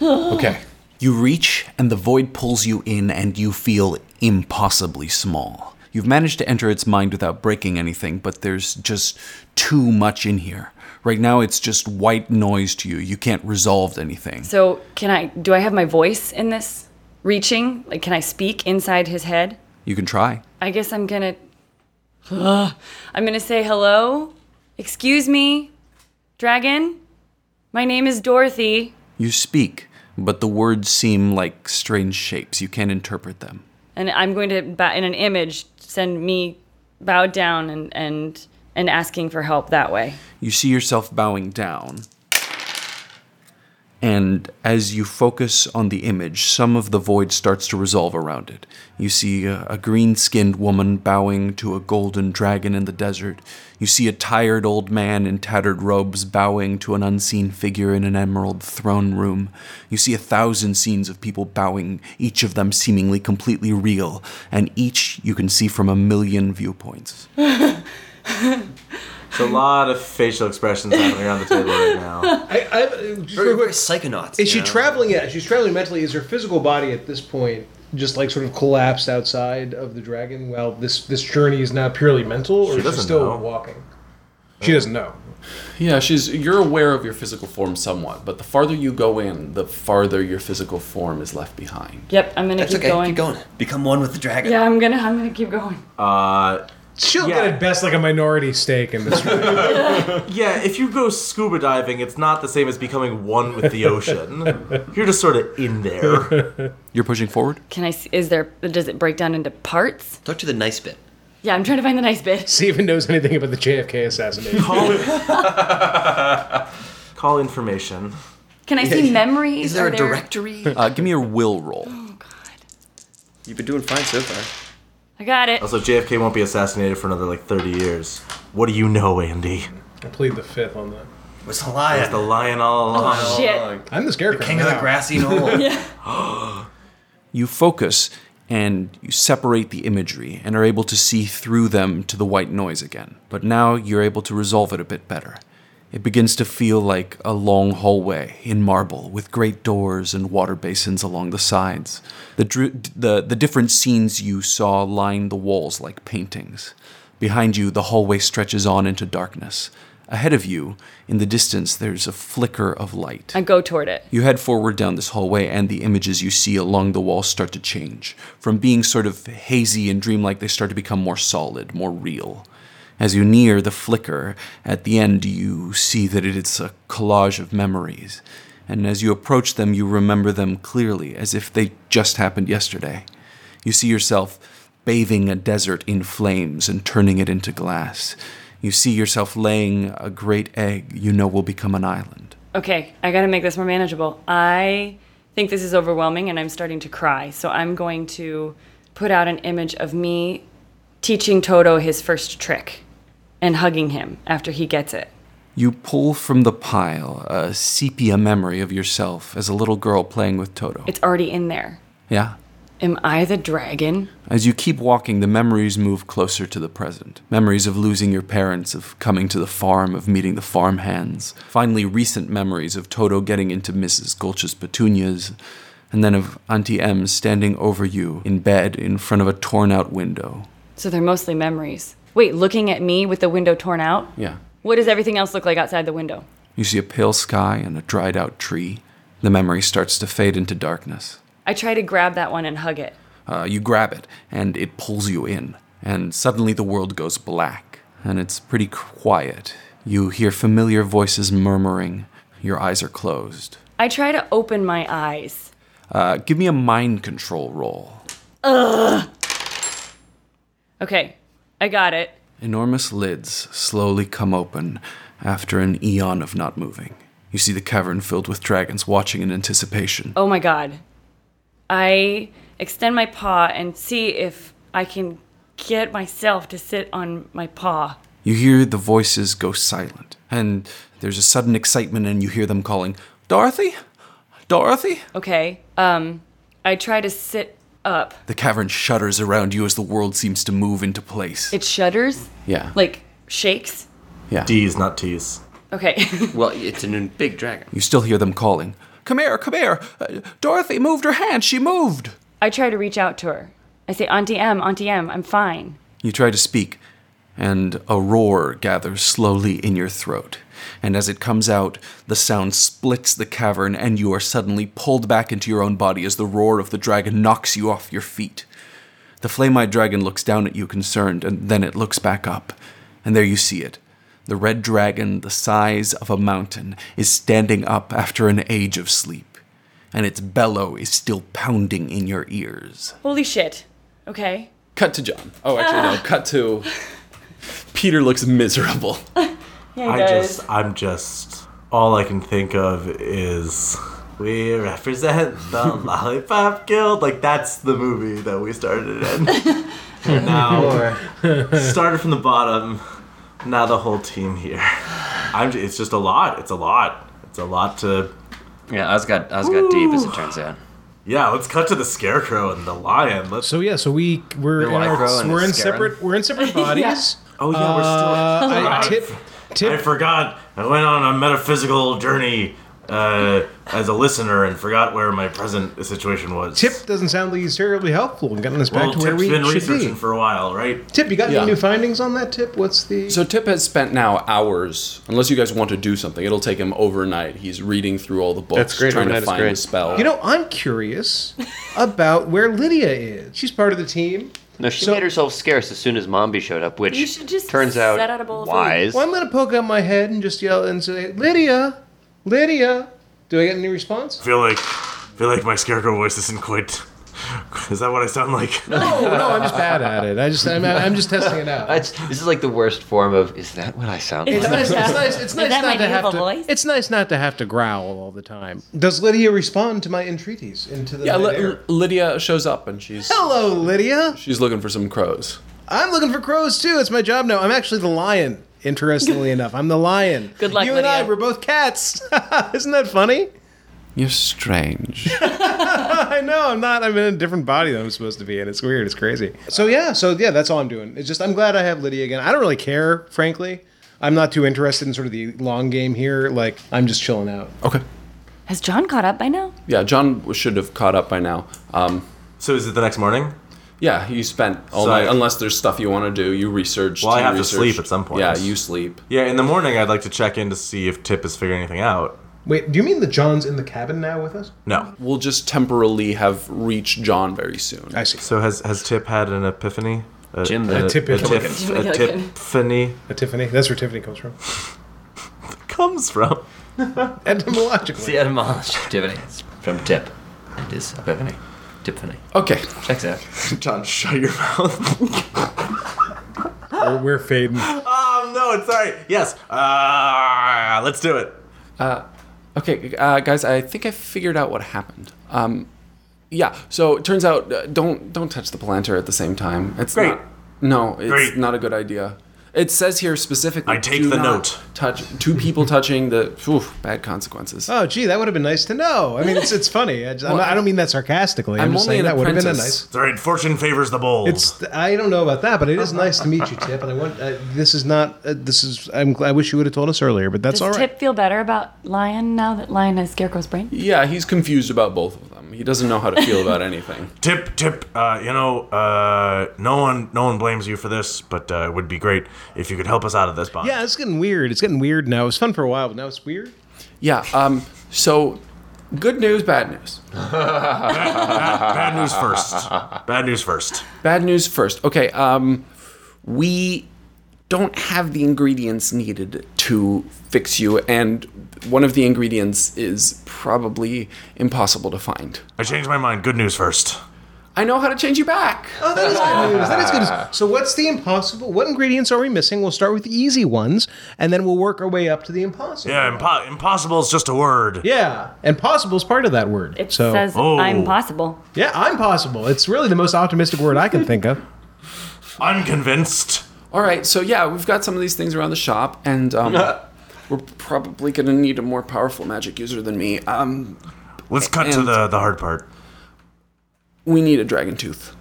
Speaker 3: Okay. You reach, and the void pulls you in, and you feel impossibly small. You've managed to enter its mind without breaking anything, but there's just too much in here. Right now, it's just white noise to you. You can't resolve anything.
Speaker 6: So can I? Do I have my voice in this reaching? Like, can I speak inside his head?
Speaker 3: You can try.
Speaker 6: I guess I'm gonna. Ugh. I'm gonna say hello. Excuse me, dragon. My name is Dorothy.
Speaker 3: You speak, but the words seem like strange shapes. You can't interpret them.
Speaker 6: and I'm going to bow- in an image send me bowed down and and and asking for help that way.
Speaker 3: You see yourself bowing down. And as you focus on the image, some of the void starts to resolve around it. You see a, a green skinned woman bowing to a golden dragon in the desert. You see a tired old man in tattered robes bowing to an unseen figure in an emerald throne room. You see a thousand scenes of people bowing, each of them seemingly completely real, and each you can see from a million viewpoints.
Speaker 5: There's a lot of facial expressions happening around the table right now.
Speaker 4: I, I, uh, just real quick,
Speaker 9: Psychonauts.
Speaker 4: Is she
Speaker 9: you know?
Speaker 4: traveling? Yeah, she's traveling mentally. Is her physical body at this point just like sort of collapsed outside of the dragon? Well, this this journey is now purely mental, or is she
Speaker 5: doesn't
Speaker 4: still
Speaker 5: know.
Speaker 4: walking? She doesn't know.
Speaker 7: Yeah, she's. You're aware of your physical form somewhat, but the farther you go in, the farther your physical form is left behind.
Speaker 6: Yep, I'm gonna
Speaker 17: That's
Speaker 6: keep
Speaker 17: okay.
Speaker 6: going.
Speaker 17: Keep going. Become one with the dragon.
Speaker 6: Yeah, I'm gonna I'm gonna keep going.
Speaker 5: Uh,
Speaker 4: She'll
Speaker 5: Yeah.
Speaker 4: get at best like a minority stake in this. room.
Speaker 5: yeah, if you go scuba diving, it's not the same as becoming one with the ocean. You're just sort of in there.
Speaker 3: You're pushing forward?
Speaker 6: Can I? s- Is there? Does it break down into parts?
Speaker 17: Talk to the nice bit.
Speaker 6: Yeah, I'm trying to find the nice bit.
Speaker 4: See if it knows anything about the JFK assassination.
Speaker 5: Call information.
Speaker 6: Can I see memories?
Speaker 17: Is there
Speaker 6: Are
Speaker 17: a directory?
Speaker 3: Uh, give me your will roll.
Speaker 2: You've been doing fine so far.
Speaker 6: I got it.
Speaker 5: Also, JFK won't be assassinated for another like 30 years. What do you know, Andy?
Speaker 4: I plead the fifth on that.
Speaker 17: What's the
Speaker 5: I
Speaker 17: lion?
Speaker 5: was the lion all along.
Speaker 6: Shit.
Speaker 4: I'm the scarecrow.
Speaker 17: King of the
Speaker 4: now.
Speaker 17: grassy knoll.
Speaker 3: You focus and you separate the imagery and are able to see through them to the white noise again. But now you're able to resolve it a bit better. It begins to feel like a long hallway in marble with great doors and water basins along the sides. The, dr- the, the different scenes you saw line the walls like paintings. Behind you, the hallway stretches on into darkness. Ahead of you, in the distance, there's a flicker of light.
Speaker 6: I go toward it.
Speaker 3: You head forward down this hallway, and the images you see along the wall start to change. From being sort of hazy and dreamlike, they start to become more solid, more real. As you near the flicker, at the end, you see that it's a collage of memories. And as you approach them, you remember them clearly, as if they just happened yesterday. You see yourself bathing a desert in flames and turning it into glass. You see yourself laying a great egg you know will become an island.
Speaker 6: Okay, I gotta make this more manageable. I think this is overwhelming and I'm starting to cry. So I'm going to put out an image of me teaching Toto his first trick and hugging him after he gets it.
Speaker 3: You pull from the pile a sepia memory of yourself as a little girl playing with Toto.
Speaker 6: It's already in there.
Speaker 3: yeah.
Speaker 6: Am I the dragon?
Speaker 3: As you keep walking, the memories move closer to the present. Memories of losing your parents, of coming to the farm, of meeting the farmhands. Finally, recent memories of Toto getting into Mrs. Gulch's petunias, and then of Auntie M standing over you in bed in front of a torn out window.
Speaker 6: So they're mostly memories. Wait, looking at me with the window torn out?
Speaker 3: Yeah.
Speaker 6: What does everything else look like outside the window?
Speaker 3: You see a pale sky and a dried out tree. The memory starts to fade into darkness.
Speaker 6: I try to grab that one and hug it.
Speaker 3: Uh, you grab it, and it pulls you in, and suddenly the world goes black, and it's pretty quiet. You hear familiar voices murmuring. Your eyes are closed.
Speaker 6: I try to open my eyes.
Speaker 3: Uh, give me a mind control roll.
Speaker 6: Okay, I got it.
Speaker 3: Enormous lids slowly come open after an eon of not moving. You see the cavern filled with dragons watching in anticipation.
Speaker 6: Oh my god. I extend my paw and see if I can get myself to sit on my paw.
Speaker 3: You hear the voices go silent, and there's a sudden excitement, and you hear them calling, Dorothy? Dorothy?
Speaker 6: Okay. Um I try to sit up.
Speaker 3: The cavern shudders around you as the world seems to move into place.
Speaker 6: It shudders?
Speaker 3: yeah.
Speaker 6: Like shakes?
Speaker 5: D's, not T's.
Speaker 6: Okay.
Speaker 2: Well, it's a new big dragon.
Speaker 3: you still hear them calling. Come here, come here. Uh, Dorothy moved her hand. She moved.
Speaker 6: I try to reach out to her. I say, Auntie M, Auntie M, I'm fine.
Speaker 3: You try to speak, and a roar gathers slowly in your throat. And as it comes out, the sound splits the cavern, and you are suddenly pulled back into your own body as the roar of the dragon knocks you off your feet. The flame eyed dragon looks down at you concerned, and then it looks back up. And there you see it. The red dragon, the size of a mountain, is standing up after an age of sleep, and its bellow is still pounding in your ears.
Speaker 6: Holy shit. Okay.
Speaker 7: Cut to John. Oh, actually no. Cut to. Peter looks miserable.
Speaker 6: Yeah,
Speaker 5: I just, I'm just, all I can think of is we represent the Lollipop Guild. Like, that's the movie that we started in. And now, started from the bottom, now the whole team here. I'm, j- it's just a lot. It's a lot. It's a lot to,
Speaker 2: Yeah, Oz got Oz got deep as it turns out.
Speaker 5: yeah, let's cut to the scarecrow and the lion. Let's,
Speaker 4: So yeah, so we we're in our,
Speaker 17: lycra and
Speaker 4: we're in
Speaker 17: it's scaring.
Speaker 4: separate we're in separate bodies.
Speaker 5: oh, yeah, we're still.
Speaker 4: uh, I tip
Speaker 5: I
Speaker 4: tip
Speaker 5: forgot. I went on a metaphysical journey uh, as a listener and forgot where my present situation was.
Speaker 4: Tip doesn't sound like he's terribly helpful in getting us back
Speaker 5: well,
Speaker 4: to where
Speaker 5: Tip's
Speaker 4: we
Speaker 5: been
Speaker 4: should
Speaker 5: researching
Speaker 4: be.
Speaker 5: for a while, right?
Speaker 4: Tip, you got
Speaker 7: Yeah.
Speaker 4: any new findings on that? Tip, what's the?
Speaker 7: So Tip has spent now hours, unless you guys want to do something. It'll take him overnight. He's reading through all the books,
Speaker 2: That's great.
Speaker 7: trying
Speaker 2: Overnight
Speaker 7: to
Speaker 2: is
Speaker 7: find
Speaker 2: great.
Speaker 7: the spell.
Speaker 4: you know, I'm curious about where Lydia is. She's part of the team.
Speaker 2: No, she
Speaker 4: So-
Speaker 2: made herself scarce as soon as Mombi showed up, which
Speaker 6: You should just
Speaker 2: turns out,
Speaker 6: set out a bowl of food.
Speaker 2: wise.
Speaker 4: Well, I'm gonna poke out my head and just yell and say, "Lydia, Lydia." Do I get any response?
Speaker 5: feel like feel like my scarecrow voice isn't quite. Is that what I sound like?
Speaker 18: Oh,
Speaker 4: No, no, I'm just bad at it. I just, I'm, I'm just testing it out.
Speaker 2: That's, this is like the worst form of, is that what I sound like?
Speaker 4: It's nice, it's nice, it's nice
Speaker 18: that my
Speaker 4: not to have
Speaker 18: beautiful
Speaker 4: to.
Speaker 18: voice?
Speaker 4: It's nice not to have to growl all the time. Does Lydia respond to my entreaties into the
Speaker 7: yeah,
Speaker 4: night
Speaker 7: Li-
Speaker 4: air?
Speaker 7: Lydia shows up and she's
Speaker 4: Hello, Lydia.
Speaker 7: she's looking for some crows.
Speaker 4: I'm looking for crows too. It's my job now. I'm actually the lion. Interestingly enough, I'm the lion.
Speaker 6: Good luck,
Speaker 4: You and I
Speaker 6: Lydia.
Speaker 4: were both cats. Isn't that funny?
Speaker 7: You're strange.
Speaker 4: I know. I'm not. I'm in a different body than I'm supposed to be in. It's weird. It's crazy. So yeah. So yeah. That's all I'm doing. It's just I'm glad I have Lydia again. I don't really care, frankly. I'm not too interested in sort of the long game here. Like I'm just chilling out.
Speaker 7: okay.
Speaker 6: Has John caught up by now?
Speaker 7: Yeah, John should have caught up by now. Um,
Speaker 5: So is it the next morning?
Speaker 7: yeah, you spent all
Speaker 5: So-
Speaker 7: night. Unless there's stuff you want to do, you researched.
Speaker 5: Well, I
Speaker 7: you
Speaker 5: have to
Speaker 7: researched.
Speaker 5: sleep at some point.
Speaker 7: Yeah, you sleep.
Speaker 5: Yeah, in the morning I'd like to check in to see if Tip is figuring anything out.
Speaker 4: Wait. Do you mean the John's in the cabin now with us?
Speaker 5: No.
Speaker 7: We'll just temporarily have reached John very soon.
Speaker 4: I see.
Speaker 5: So has has Tip had an epiphany? A,
Speaker 9: Jim-
Speaker 5: a,
Speaker 9: A
Speaker 4: tip-
Speaker 5: a, tip, a tiphany
Speaker 4: A Tiffany. That's where Tiffany comes from.
Speaker 5: comes from. um,
Speaker 4: Etymologically.
Speaker 9: It's the etymology of Tiffany. It's from tip. It is epiphany. Tiffany.
Speaker 7: Okay.
Speaker 9: Checks out.
Speaker 5: John, shut your mouth.
Speaker 4: We're, we're fading.
Speaker 5: um, no, it's all right. Yes. Uh, let's do it.
Speaker 7: Okay, uh, guys, I think I figured out what happened. Um, yeah, so it turns out uh, don't don't touch the planter at the same time. It's
Speaker 5: Great.
Speaker 7: Not, no, it's
Speaker 5: Great.
Speaker 7: not a good idea. It says here specifically.
Speaker 5: I take
Speaker 7: do
Speaker 5: the
Speaker 7: not
Speaker 5: note.
Speaker 7: Touch two people touching the oof, bad consequences.
Speaker 4: Oh, gee, that would have been nice to know. I mean, it's it's funny. I, just, I'm not- I don't mean that sarcastically. I'm,
Speaker 7: I'm
Speaker 4: just
Speaker 7: only
Speaker 4: saying
Speaker 7: an
Speaker 4: that would have been a
Speaker 7: apprentice.
Speaker 4: nice.
Speaker 5: It's all right. Fortune favors the bold.
Speaker 4: It's I don't know about that, but it is nice to meet you, Tip. And I want uh, this is not uh, this is I'm gl- I wish you would have told us earlier, but that's
Speaker 6: Does
Speaker 4: all right.
Speaker 6: Tip feel better about Lion now that Lion has Scarecrow's brain?
Speaker 7: Yeah, he's confused about both of them. He doesn't know how to feel about anything.
Speaker 5: Tip, tip. Uh, you know, uh, no one, no one blames you for this, but uh, it would be great if you could help us out of this box.
Speaker 4: Yeah, it's getting weird. It's getting weird now. It was fun for a while, but now it's weird.
Speaker 7: Yeah. Um. So, good news, bad news.
Speaker 5: Bad news first. Bad news first.
Speaker 7: Bad news first. Okay, um we don't have the ingredients needed to fix you and one of the ingredients is probably impossible to find.
Speaker 5: I changed my mind. Good news first.
Speaker 7: I know how to change you back.
Speaker 4: Oh, that is good news. That is good news. So, what's the impossible? What ingredients are we missing? We'll start with the easy ones, and then we'll work our way up to the impossible.
Speaker 5: Yeah, impo- impossible is just a word.
Speaker 4: Yeah, and possible is part of that word.
Speaker 6: It
Speaker 4: so,
Speaker 6: says
Speaker 5: Oh.
Speaker 6: I'm possible.
Speaker 4: yeah, I'm possible. It's really the most optimistic word I can think of.
Speaker 5: I'm convinced.
Speaker 7: All right, so yeah, we've got some of these things around the shop and um we're probably going to need a more powerful magic user than me. Um
Speaker 5: Let's cut to
Speaker 7: And-
Speaker 5: the the hard part.
Speaker 7: we need a dragon tooth.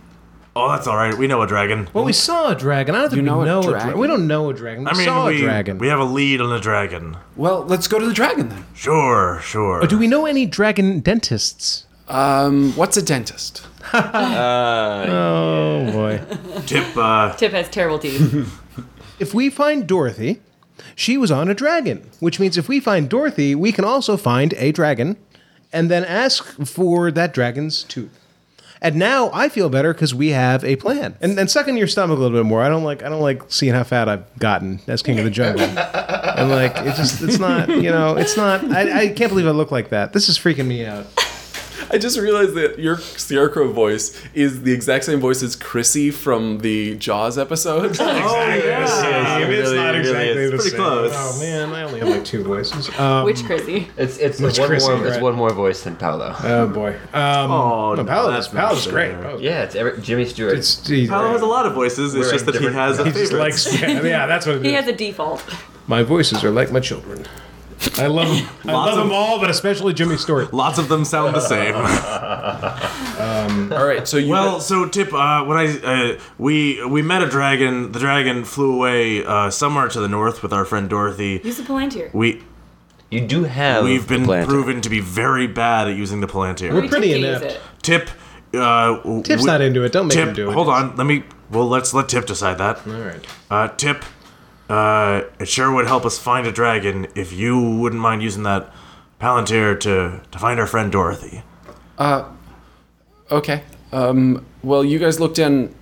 Speaker 5: Oh, that's all right. We know a dragon.
Speaker 4: Well, we saw a dragon. I don't think
Speaker 7: know
Speaker 4: we
Speaker 7: a
Speaker 4: know a dragon.
Speaker 7: dragon?
Speaker 4: we don't know a dragon. We
Speaker 5: I mean,
Speaker 4: saw
Speaker 5: we
Speaker 4: a dragon.
Speaker 5: we have a lead on a dragon.
Speaker 7: Well, let's go to the dragon then.
Speaker 5: Sure, sure.
Speaker 4: Oh, Do we know any dragon dentists?
Speaker 7: Um what's a dentist?
Speaker 4: Oh boy!
Speaker 5: Tip. Uh,
Speaker 18: Tip has terrible teeth.
Speaker 4: if we find Dorothy, she was on a dragon, which means if we find Dorothy, we can also find a dragon, and then ask for that dragon's tooth. And now I feel better because we have a plan. And, and suck in your stomach a little bit more. I don't like I don't like seeing how fat I've gotten as king of the jungle. I'm like it's just it's not you know it's not. I, I can't believe I look like that. This is freaking me out.
Speaker 7: I just realized that your scarecrow voice is the exact same voice as Chrissy from the Jaws episode.
Speaker 4: It is
Speaker 2: really,
Speaker 4: not
Speaker 2: really
Speaker 4: exactly
Speaker 2: is.
Speaker 4: the
Speaker 5: Pretty
Speaker 4: same.
Speaker 5: close.
Speaker 4: Oh man, I only have like two voices. Um,
Speaker 18: Which crazy.
Speaker 2: It's, it's,
Speaker 4: Which
Speaker 2: one,
Speaker 4: Chrissy,
Speaker 2: more,
Speaker 4: right?
Speaker 2: it's one more voice than Paolo.
Speaker 4: oh boy. Um,
Speaker 5: Oh,
Speaker 4: no,
Speaker 5: no,
Speaker 4: Paladin's,
Speaker 5: that's not
Speaker 4: Paladin's
Speaker 5: fair.
Speaker 4: great. Paladin's
Speaker 9: Yeah, it's every, Jimmy Stewart.
Speaker 4: It's geez,
Speaker 5: Paolo has a lot of voices. It's
Speaker 9: We're
Speaker 5: just that he
Speaker 9: different-
Speaker 5: has a
Speaker 4: he just
Speaker 5: favorite.
Speaker 4: likes. Yeah, yeah, that's what it
Speaker 18: He
Speaker 4: is.
Speaker 18: has a default.
Speaker 4: My voices are like my children. I love them. I
Speaker 5: Lots
Speaker 4: love
Speaker 5: of-
Speaker 4: them all, but especially Jimmy Stewart.
Speaker 5: Lots of them sound the same.
Speaker 4: Um,
Speaker 7: All right, so you
Speaker 5: Well, so Tip, uh, when I uh, we we met a dragon, the dragon flew away uh, somewhere to the north with our friend Dorothy.
Speaker 6: Use the Palantir.
Speaker 5: We
Speaker 9: You do have.
Speaker 5: We've been
Speaker 9: the planter.
Speaker 5: proven to be very bad at using the Palantir.
Speaker 4: We're pretty
Speaker 18: Tippy is
Speaker 4: inept.
Speaker 18: it?
Speaker 5: Tip. Uh, w-
Speaker 4: Tip's
Speaker 5: we-
Speaker 4: not into it. Don't make
Speaker 5: Tip,
Speaker 4: him do it.
Speaker 5: Hold on. Let me. Well, let's let Tip decide that.
Speaker 4: All right.
Speaker 5: Uh, Tip. Uh, it sure would help us find a dragon if you wouldn't mind using that palantir to to find our friend Dorothy.
Speaker 7: Uh, Okay. Um, well, you guys looked in,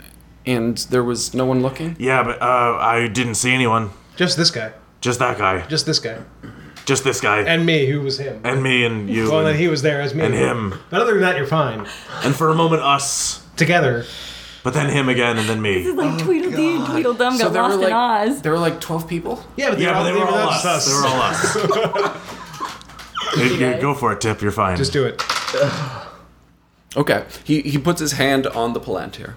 Speaker 7: and there was no one looking.
Speaker 5: Yeah, but uh, I didn't see anyone.
Speaker 4: Just this guy.
Speaker 5: Just that guy.
Speaker 4: Just this guy.
Speaker 5: Just this guy. And,
Speaker 4: And me, who was him.
Speaker 5: me and you.
Speaker 4: well, then
Speaker 5: and,
Speaker 4: he was there as me.
Speaker 5: and him.
Speaker 4: But other than that, you're fine.
Speaker 5: and for a moment us,
Speaker 4: Together.
Speaker 5: but then him again, and then me.
Speaker 6: Like Tweedledee and Tweedledum
Speaker 7: So
Speaker 6: got
Speaker 7: there
Speaker 6: lost
Speaker 7: were like
Speaker 6: in Oz.
Speaker 7: there were like twelve people.
Speaker 4: Yeah, but,
Speaker 5: Yeah, but they were all
Speaker 4: that's
Speaker 5: us. They were all us. Hey, yeah, go for it, Tip. You're fine.
Speaker 4: Just do it.
Speaker 7: Okay. He he puts his hand on the palantir,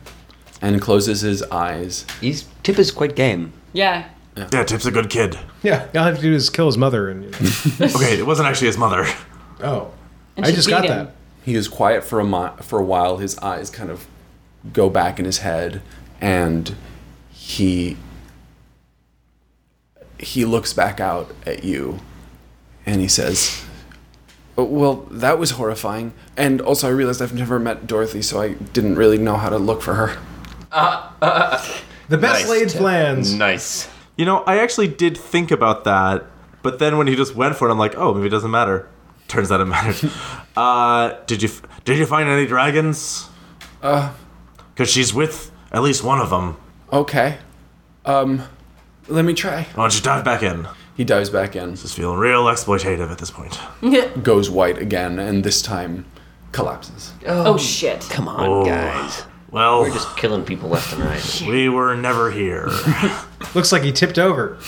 Speaker 7: and closes his eyes.
Speaker 2: He's Tip is quite game.
Speaker 6: Yeah.
Speaker 5: yeah, Tip's a good kid.
Speaker 4: Yeah, all I have to do is kill his mother and. You know.
Speaker 5: Okay, it wasn't actually his mother.
Speaker 4: oh.
Speaker 6: And
Speaker 4: I
Speaker 6: she
Speaker 4: just
Speaker 6: beat
Speaker 4: got
Speaker 6: him.
Speaker 4: that.
Speaker 7: He is quiet for a mi- for a while. His eyes kind of go back in his head, and he he looks back out at you, and he says, "Oh, "Well, that was horrifying. And also, I realized I've never met Dorothy, so I didn't really know how to look for her."
Speaker 4: The best
Speaker 9: Nice
Speaker 4: laid
Speaker 9: tip.
Speaker 4: plans.
Speaker 9: Nice.
Speaker 5: You know, I actually did think about that, but then when he just went for it, I'm like, oh, maybe it doesn't matter. Turns out it mattered. uh, did you did you find any dragons? Uh, because she's with at least one of them.
Speaker 7: Okay, um, let me try.
Speaker 5: Why don't you dive back in?
Speaker 7: He dives back in,
Speaker 5: It's feeling real exploitative at this point.
Speaker 7: goes white again, and this time collapses.
Speaker 6: Oh shit.
Speaker 9: Come on, guys.
Speaker 5: Well,
Speaker 9: We're just killing people left and right.
Speaker 5: we were never here.
Speaker 4: Looks like he tipped over.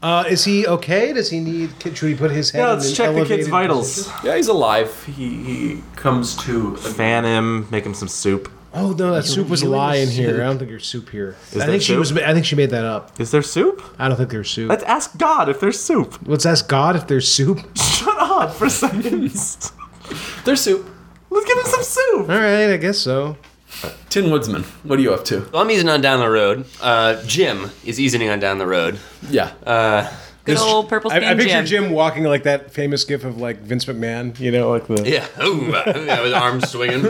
Speaker 4: Uh, is he okay? Does he need? Should we put his head?
Speaker 5: yeah,
Speaker 4: in
Speaker 5: let's
Speaker 4: an
Speaker 5: check the kid's
Speaker 4: elevated
Speaker 5: vitals.
Speaker 4: position?
Speaker 7: Yeah, he's alive. He he comes to.
Speaker 5: Fan him, make him some soup.
Speaker 4: Oh no, that soup was a lie in here. I don't think there's soup here. I
Speaker 5: there
Speaker 4: think she
Speaker 5: soup?
Speaker 4: was. I think she made that up.
Speaker 5: Is there soup?
Speaker 4: I don't think there's soup.
Speaker 5: Let's ask God if there's soup.
Speaker 4: Let's ask God if there's soup.
Speaker 5: Shut up for seconds.
Speaker 7: There's soup.
Speaker 5: let's give him some soup.
Speaker 4: All right, I guess so.
Speaker 7: Tin Woodsman, what are you up to?
Speaker 2: Well, I'm easing on down the road. Uh, Jim is easing on down the road.
Speaker 7: Yeah.
Speaker 6: Good old purple skin Jim.
Speaker 4: walking like that famous gif of like Vince McMahon. You know, like the
Speaker 2: Yeah, Ooh, yeah, with arms swinging.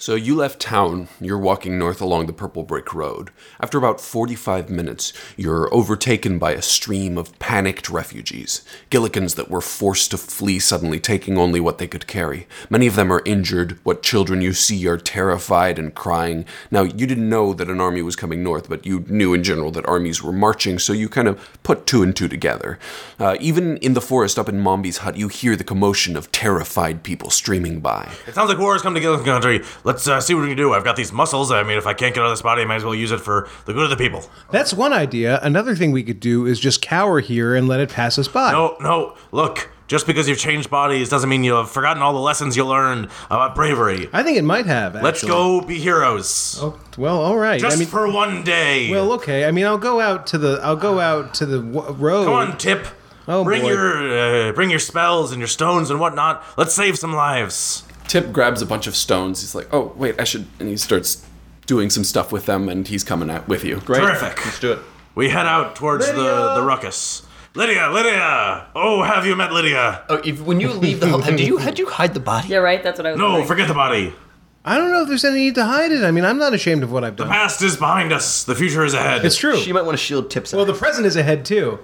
Speaker 7: So you left town, you're walking north along the Purple Brick Road. After about 45 minutes, you're overtaken by a stream of panicked refugees, Gillikins that were forced to flee suddenly, taking only what they could carry. Many of them are injured, what children you see are terrified and crying. Now, you didn't know that an army was coming north, but you knew in general that armies were marching, so you kind of put two and two together. Uh, even in the forest up in Mombi's hut, you hear the commotion of terrified people streaming by.
Speaker 5: It sounds like war has come to Gilligan's country. Let's uh, see what we can do. I've got these muscles. I mean, if I can't get out of this body, I might as well use it for the good of the people.
Speaker 4: That's one idea. Another thing we could do is just cower here and let it pass us by.
Speaker 5: No, no. Look, just because you've changed bodies doesn't mean you have forgotten all the lessons you learned about bravery.
Speaker 4: I think it might have.
Speaker 5: Let's
Speaker 4: actually.
Speaker 5: go be heroes.
Speaker 4: Oh, well, all right.
Speaker 5: Just
Speaker 4: I mean,
Speaker 5: for one day.
Speaker 4: well, okay. I mean, I'll go out to the. I'll go out to the w- road.
Speaker 5: Uh, Come on, Tip.
Speaker 4: Oh,
Speaker 5: bring
Speaker 4: boy.
Speaker 5: your uh, bring your spells and your stones and whatnot. Let's save some lives.
Speaker 7: Tip grabs a bunch of stones. He's like, "Oh wait, I should," and he starts doing some stuff with them, and he's coming out with you. Great.
Speaker 5: Terrific.
Speaker 11: Let's do it.
Speaker 5: We head out towards the the ruckus. Lydia, Lydia. Oh, have you met Lydia?
Speaker 9: Oh, if, when you leave the hub, did you had you hide the body?
Speaker 6: Yeah, right. That's what I was.
Speaker 5: No,
Speaker 6: wondering.
Speaker 5: forget the body.
Speaker 4: I don't know if there's any need to hide it. I mean, I'm not ashamed of what I've done.
Speaker 5: Past is behind us. The future is ahead.
Speaker 4: It's true.
Speaker 9: She might want to shield tips.
Speaker 4: Well, the present is ahead too.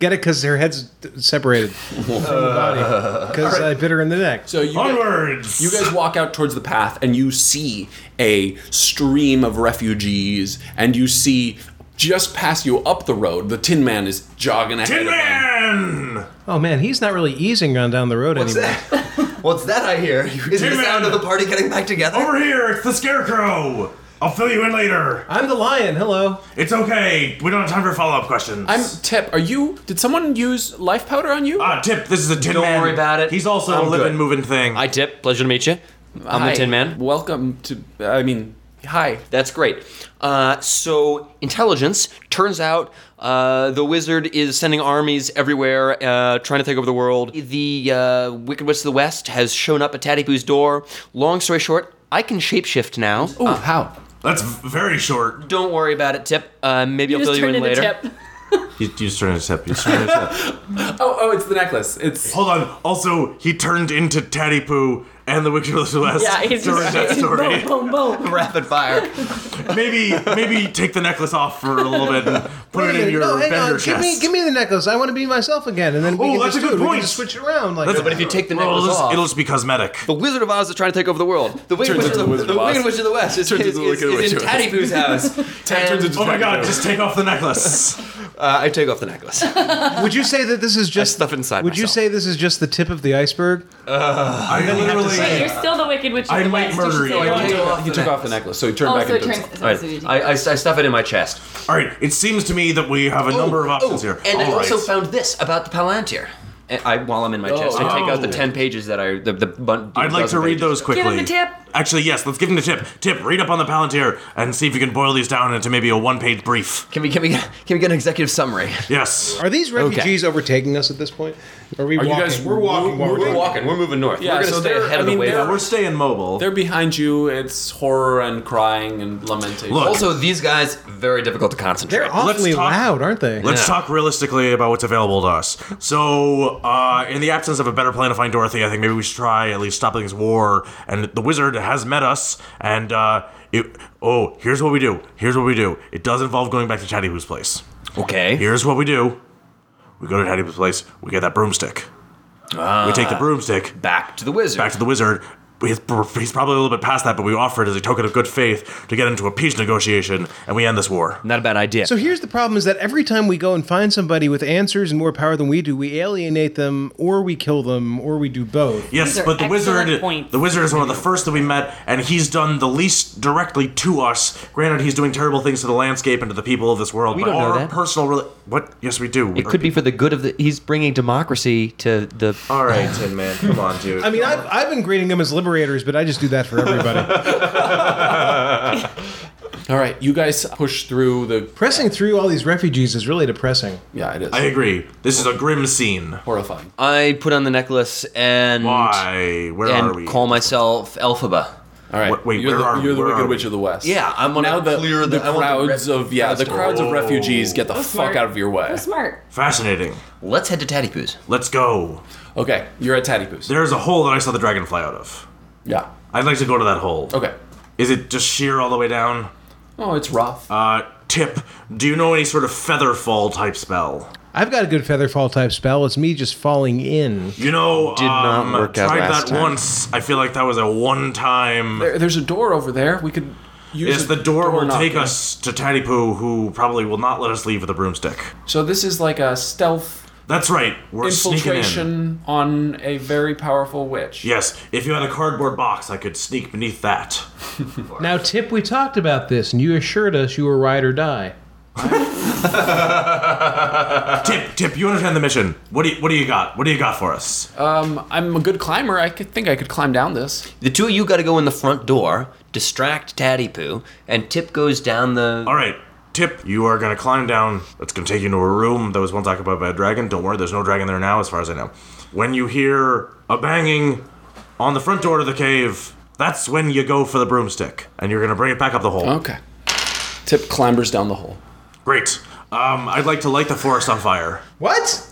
Speaker 4: Get it? Because her head's t- separated from the body. Because I bit her in the neck.
Speaker 7: So you guys,
Speaker 5: Onwards.
Speaker 7: you guys walk out towards the path, and you see a stream of refugees, and you see just past you up the road, the Tin Man is jogging ahead.
Speaker 5: Tin
Speaker 7: of them.
Speaker 5: Man.
Speaker 4: Oh man, he's not really easing on down the road
Speaker 17: What's
Speaker 4: anymore.
Speaker 17: that? What's that I hear? Is it the
Speaker 5: Jim
Speaker 17: sound of
Speaker 5: Man.
Speaker 17: the party getting back together?
Speaker 5: Over here, it's the Scarecrow. I'll fill you in later.
Speaker 4: I'm the lion. Hello.
Speaker 5: It's okay. We don't have time for follow up questions.
Speaker 7: I'm Tip. Are you? Did someone use life powder on
Speaker 2: Uh,
Speaker 7: you?
Speaker 5: Ah, Tip, this is a Tin
Speaker 9: Don't
Speaker 5: Man.
Speaker 9: worry about it.
Speaker 5: He's also a
Speaker 9: I'm
Speaker 5: living,
Speaker 9: good.
Speaker 5: moving thing.
Speaker 2: Hi, Tip. Pleasure to meet you. I'm
Speaker 7: Hi.
Speaker 2: the Tin Man.
Speaker 7: Welcome to. I mean, hi.
Speaker 2: That's great. Uh, so, intelligence. Turns out uh, the wizard is sending armies everywhere, uh, trying to take over the world. The uh, Wicked Witch of the West has shown up at Taddypoo's door. Long story short, I can shapeshift now.
Speaker 7: Oh, how?
Speaker 5: That's v- very short.
Speaker 2: Don't worry about it, Tip. Uh, maybe I'll
Speaker 6: Just
Speaker 2: fill you
Speaker 6: turned
Speaker 2: in
Speaker 6: into
Speaker 2: later.
Speaker 6: Tip.
Speaker 5: You, you just turn his hip. You just turn his hip.
Speaker 7: Oh, oh, it's the necklace. It's
Speaker 5: Hold on. Also, he turned into Teddy Poo and the Wicked West
Speaker 6: Yeah, he's
Speaker 5: during
Speaker 6: just
Speaker 5: that story.
Speaker 6: boom, boom, boom.
Speaker 17: Rapid fire.
Speaker 5: maybe maybe take the necklace off for a little bit and put it in your
Speaker 4: no, hang on.
Speaker 5: vendor
Speaker 4: Give me,
Speaker 5: chest.
Speaker 4: give me the necklace. I want to be myself again, and then we
Speaker 5: Oh,
Speaker 4: can
Speaker 5: that's
Speaker 4: just
Speaker 5: a
Speaker 4: do
Speaker 5: good
Speaker 4: it. We
Speaker 5: point.
Speaker 4: can just switch it around. Like,
Speaker 5: That's-
Speaker 17: But if you take the
Speaker 5: Well,
Speaker 17: necklace
Speaker 5: it'll, just,
Speaker 17: off,
Speaker 5: it'll just be cosmetic.
Speaker 2: The Wizard of Oz is trying to take over the world. The Wicked
Speaker 7: Turns
Speaker 2: Witch of
Speaker 7: into
Speaker 2: the,
Speaker 7: the Wizard
Speaker 2: the
Speaker 7: of Oz.
Speaker 2: Wicked Witch of the West is,
Speaker 7: Turns into
Speaker 2: is,
Speaker 7: the Wicked
Speaker 2: is
Speaker 7: Witch
Speaker 2: in
Speaker 7: of the
Speaker 2: Tatty Poo's house.
Speaker 7: turns into
Speaker 5: Oh my
Speaker 7: Teddy
Speaker 5: god,
Speaker 7: Poo.
Speaker 5: just take off the necklace.
Speaker 2: Uh, I take off the necklace.
Speaker 4: would you say that this is just
Speaker 2: stuff inside
Speaker 4: Would you
Speaker 2: myself.
Speaker 4: say this is just the tip of the iceberg?
Speaker 5: I literally.
Speaker 6: Wait, you're still the Wicked Witch of
Speaker 5: I
Speaker 6: the
Speaker 5: might
Speaker 6: West.
Speaker 5: murder
Speaker 6: you. should
Speaker 5: you.
Speaker 6: still
Speaker 7: He
Speaker 6: be-
Speaker 7: took, he took off the necklace, so he turned
Speaker 19: Oh,
Speaker 7: back
Speaker 19: so it
Speaker 7: into.
Speaker 19: turns.
Speaker 9: All right, I, I, I stuff it in my chest.
Speaker 5: All right, it seems to me that we have a number
Speaker 2: oh,
Speaker 17: Oh,
Speaker 5: of options here.
Speaker 9: And I
Speaker 5: All right.
Speaker 9: also found this about the Palantir. And Eh, I, while I'm in my chest, I take out the
Speaker 5: Oh.
Speaker 9: ten pages that I the the. Bun,
Speaker 5: I'd like to
Speaker 9: dozen
Speaker 5: read
Speaker 9: pages.
Speaker 5: those quickly.
Speaker 6: Give him the tip.
Speaker 5: Actually, yes, let's give him the tip. Tip, read up on the Palantir and see if you can boil these down into maybe a one page brief.
Speaker 17: Can we can we can we get an executive summary?
Speaker 5: Yes.
Speaker 4: Are these refugees overtaking us at this point? Are we
Speaker 7: Are you
Speaker 4: walking?
Speaker 7: guys? We're walking. We're,
Speaker 2: We're walking. We're moving north.
Speaker 7: Yeah,
Speaker 2: we're
Speaker 7: so
Speaker 2: stay
Speaker 7: they're-
Speaker 2: ahead
Speaker 7: I
Speaker 2: of the
Speaker 7: mean,
Speaker 2: wave.
Speaker 7: they're-
Speaker 5: We're staying mobile.
Speaker 7: They're behind you. It's horror and crying and lamentation.
Speaker 5: Look,
Speaker 17: Also, these guys very difficult to concentrate.
Speaker 4: They're awfully
Speaker 5: talk-
Speaker 4: loud, aren't they?
Speaker 5: Let's talk realistically about what's available to us. So, uh, in the absence of a better plan to find Dorothy, I think maybe we should try at least stopping this war. And the wizard has met us. And uh, it, oh, here's what we do. Here's what we do. It does involve going back to Chatty Who's place.
Speaker 17: Okay.
Speaker 5: Here's what we do. We go to Chatty Who's place. We get that broomstick. we take the broomstick.
Speaker 17: Back to the wizard.
Speaker 5: back to the wizard. He's, he's probably a little bit past that, but we offer it as a token of good faith to get into a peace negotiation, and we end this war.
Speaker 17: Not a bad idea.
Speaker 4: So here's the problem: is that every time we go and find somebody with answers and more power than we do, we alienate them, or we kill them, or we do both.
Speaker 5: Yes,
Speaker 6: are
Speaker 5: but the
Speaker 6: excellent
Speaker 5: wizard,
Speaker 6: points.
Speaker 5: the wizard is one of the first that we met, and he's done the least directly to us. Granted, he's doing terrible things to the landscape and to the people of this world, but
Speaker 2: don't know
Speaker 5: our
Speaker 2: that.
Speaker 5: personal, rela- what? Yes, we do.
Speaker 2: It could be for the good of the. He's bringing democracy to the.
Speaker 5: All right, Tin Man, come on, dude.
Speaker 4: I mean, I've, I've been greeting them as liberators, but I just do that for everybody.
Speaker 7: All right, you guys push through the.
Speaker 4: Pressing through all these refugees is really depressing.
Speaker 7: Yeah, it is
Speaker 5: I agree. This is a grim scene.
Speaker 7: horrifying.
Speaker 17: I put on the necklace and
Speaker 5: Why? Where are we?
Speaker 17: and call myself Elphaba.
Speaker 7: All right,
Speaker 5: Wh- wait,
Speaker 7: you're
Speaker 5: where
Speaker 7: the,
Speaker 5: are we?
Speaker 7: you're the
Speaker 5: Where
Speaker 7: Wicked
Speaker 5: are
Speaker 7: Witch
Speaker 5: we?
Speaker 7: of the West.
Speaker 17: Yeah, I'm gonna
Speaker 7: now the,
Speaker 17: clear the-
Speaker 7: the
Speaker 17: I want the
Speaker 7: crowds
Speaker 17: ref-
Speaker 7: of yeah the crowds of refugees get the fuck
Speaker 6: smart.
Speaker 7: out of your way.
Speaker 6: That's smart.
Speaker 5: Fascinating.
Speaker 17: Let's head to Tatty Poo's.
Speaker 5: Let's go.
Speaker 7: Okay, you're at Tatty Poo's.
Speaker 5: There's a hole that I saw the dragonfly out of.
Speaker 7: Yeah.
Speaker 5: I'd like to go to that hole.
Speaker 7: Okay.
Speaker 5: Is it just sheer all the way down?
Speaker 7: Oh, it's rough.
Speaker 5: Uh, tip. Do you know any sort of feather fall type spell?
Speaker 4: I've got a good feather fall type spell. It's me just falling in.
Speaker 5: You know, did
Speaker 2: not work out
Speaker 5: Tried
Speaker 2: last
Speaker 5: that
Speaker 2: time.
Speaker 5: once. I feel like that was a one time.
Speaker 7: There- there's a door over there. We could use.
Speaker 5: Yes, the
Speaker 7: a
Speaker 5: door will
Speaker 7: knob.
Speaker 5: take us to Taddy Poo, who probably will not let us leave with a broomstick.
Speaker 7: So this is like a stealth
Speaker 5: That's right. We're sneaking in.
Speaker 7: infiltration on a very powerful witch.
Speaker 5: Yes, if you had a cardboard box, I could sneak beneath that.
Speaker 4: Now, Tip, we talked about this, and you assured us you were ride or die.
Speaker 5: tip, tip. You understand the mission. What do you, What do you got? What do you got for us?
Speaker 7: Um, I'm a good climber. I could think I could climb down this.
Speaker 17: The two of you got to go in the front door, distract Tatty Poo, and Tip goes down the.
Speaker 5: All right, Tip, you are gonna climb down. It's gonna take you into a room that was once occupied by a dragon. Don't worry, there's no dragon there now, as far as I know. When you hear a banging on the front door to the cave, that's when you go for the broomstick, and you're gonna bring it back up the hole.
Speaker 7: Okay. Tip clambers down the hole.
Speaker 5: Great. Um, I'd like to light the forest on fire.
Speaker 4: What?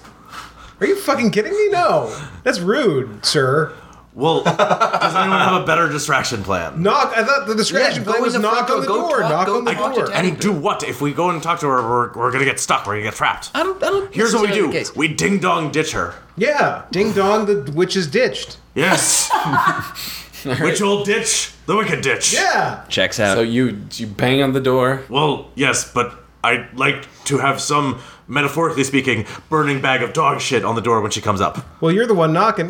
Speaker 4: Are you fucking kidding me? No. That's rude, sir.
Speaker 5: Well, does anyone have a better distraction plan?
Speaker 4: Knock. I thought the
Speaker 17: Yeah,
Speaker 4: distraction
Speaker 17: go
Speaker 4: plan
Speaker 17: in
Speaker 4: was
Speaker 17: the
Speaker 4: knock
Speaker 17: front
Speaker 4: on the
Speaker 17: door, go
Speaker 4: door.
Speaker 17: talk-
Speaker 4: Knock
Speaker 17: go
Speaker 4: on the
Speaker 17: talk to
Speaker 4: door.
Speaker 17: Teddy.
Speaker 5: And do what? If we go and talk to her, we're, we're gonna get stuck. We're gonna get trapped.
Speaker 17: I don't. I don't
Speaker 5: Here's what we
Speaker 17: necessarily
Speaker 5: do:
Speaker 17: the case.
Speaker 5: we ding dong ditch her.
Speaker 4: Yeah. Ding dong, the witch is ditched.
Speaker 5: Yes. Which old ditch? The wicked ditch.
Speaker 4: Yeah.
Speaker 17: Checks out.
Speaker 7: So you you bang on the door.
Speaker 5: Well, yes, but I'd like to have some, metaphorically speaking, burning bag of dog shit on the door when she comes up.
Speaker 4: Well, you're the one knocking. oh,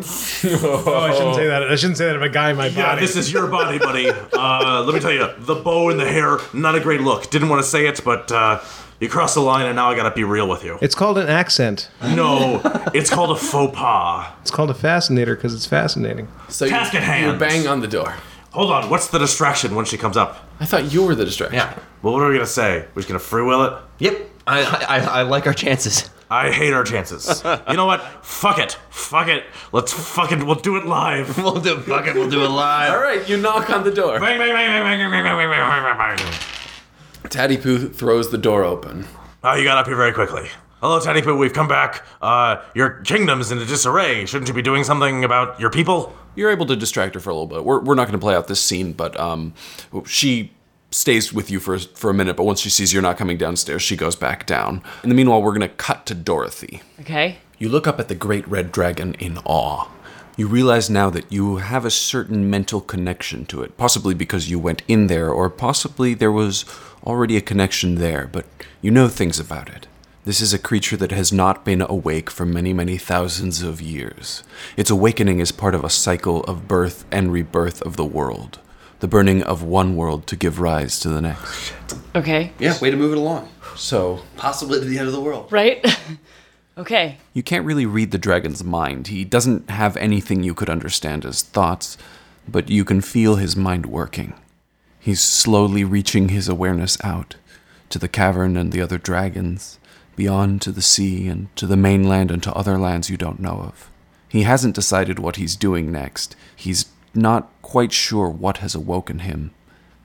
Speaker 4: I shouldn't say that. I shouldn't say that of a guy in my
Speaker 5: Yeah,
Speaker 4: body.
Speaker 5: this is your body, buddy. Uh, let me tell you, the bow and the hair, not a great look. Didn't want to say it, but uh, you crossed the line, and now I gotta be real with you.
Speaker 4: it's called an accent.
Speaker 5: No, it's called a faux pas.
Speaker 4: It's called a fascinator because it's fascinating.
Speaker 7: So you,
Speaker 5: Task at
Speaker 7: you
Speaker 5: hand.
Speaker 7: bang on the door.
Speaker 5: Hold on, what's the distraction when she comes up?
Speaker 7: I thought you were the distraction. Yeah.
Speaker 5: Well, what are we gonna say? We're just gonna freewheel it?
Speaker 17: Yep. I, I I- I like our chances.
Speaker 5: I hate our chances. You know what? Fuck it. Fuck it. Let's fucking, we'll do it live.
Speaker 17: We'll do. Fuck it. We'll do it live.
Speaker 7: All right, you knock on the door.
Speaker 5: Bang, bang, bang, bang, bang, bang, bang, bang, bang, bang, bang, bang.
Speaker 7: Tatty Poo throws the door open.
Speaker 5: Oh, you got up here very quickly. "Hello, Tiny Poo, we've come back. Uh, your kingdom's in disarray. Shouldn't you be doing something about your people?"
Speaker 7: You're able to distract her for a little bit. We're, we're not going to play out this scene, but um, she stays with you for for a minute. But once she sees you're not coming downstairs, she goes back down. In the meanwhile, we're going to cut to Dorothy.
Speaker 6: Okay.
Speaker 7: You look up at the great red dragon in awe. You realize now that you have a certain mental connection to it, possibly because you went in there, or possibly there was already a connection there, but you know things about it. This is a creature that has not been awake for many, many thousands of years. Its awakening is part of a cycle of birth and rebirth of the world, the burning of one world to give rise to the next.
Speaker 6: Okay.
Speaker 3: Yeah, way to move it along.
Speaker 7: So,
Speaker 3: Possibly to the end of the world.
Speaker 6: Right? okay.
Speaker 7: you can't really read the dragon's mind. He doesn't have anything you could understand as thoughts, but you can feel his mind working. He's slowly reaching his awareness out to the cavern and the other dragons, beyond to the sea and to the mainland and to other lands you don't know of. He hasn't decided what he's doing next. He's not quite sure what has awoken him,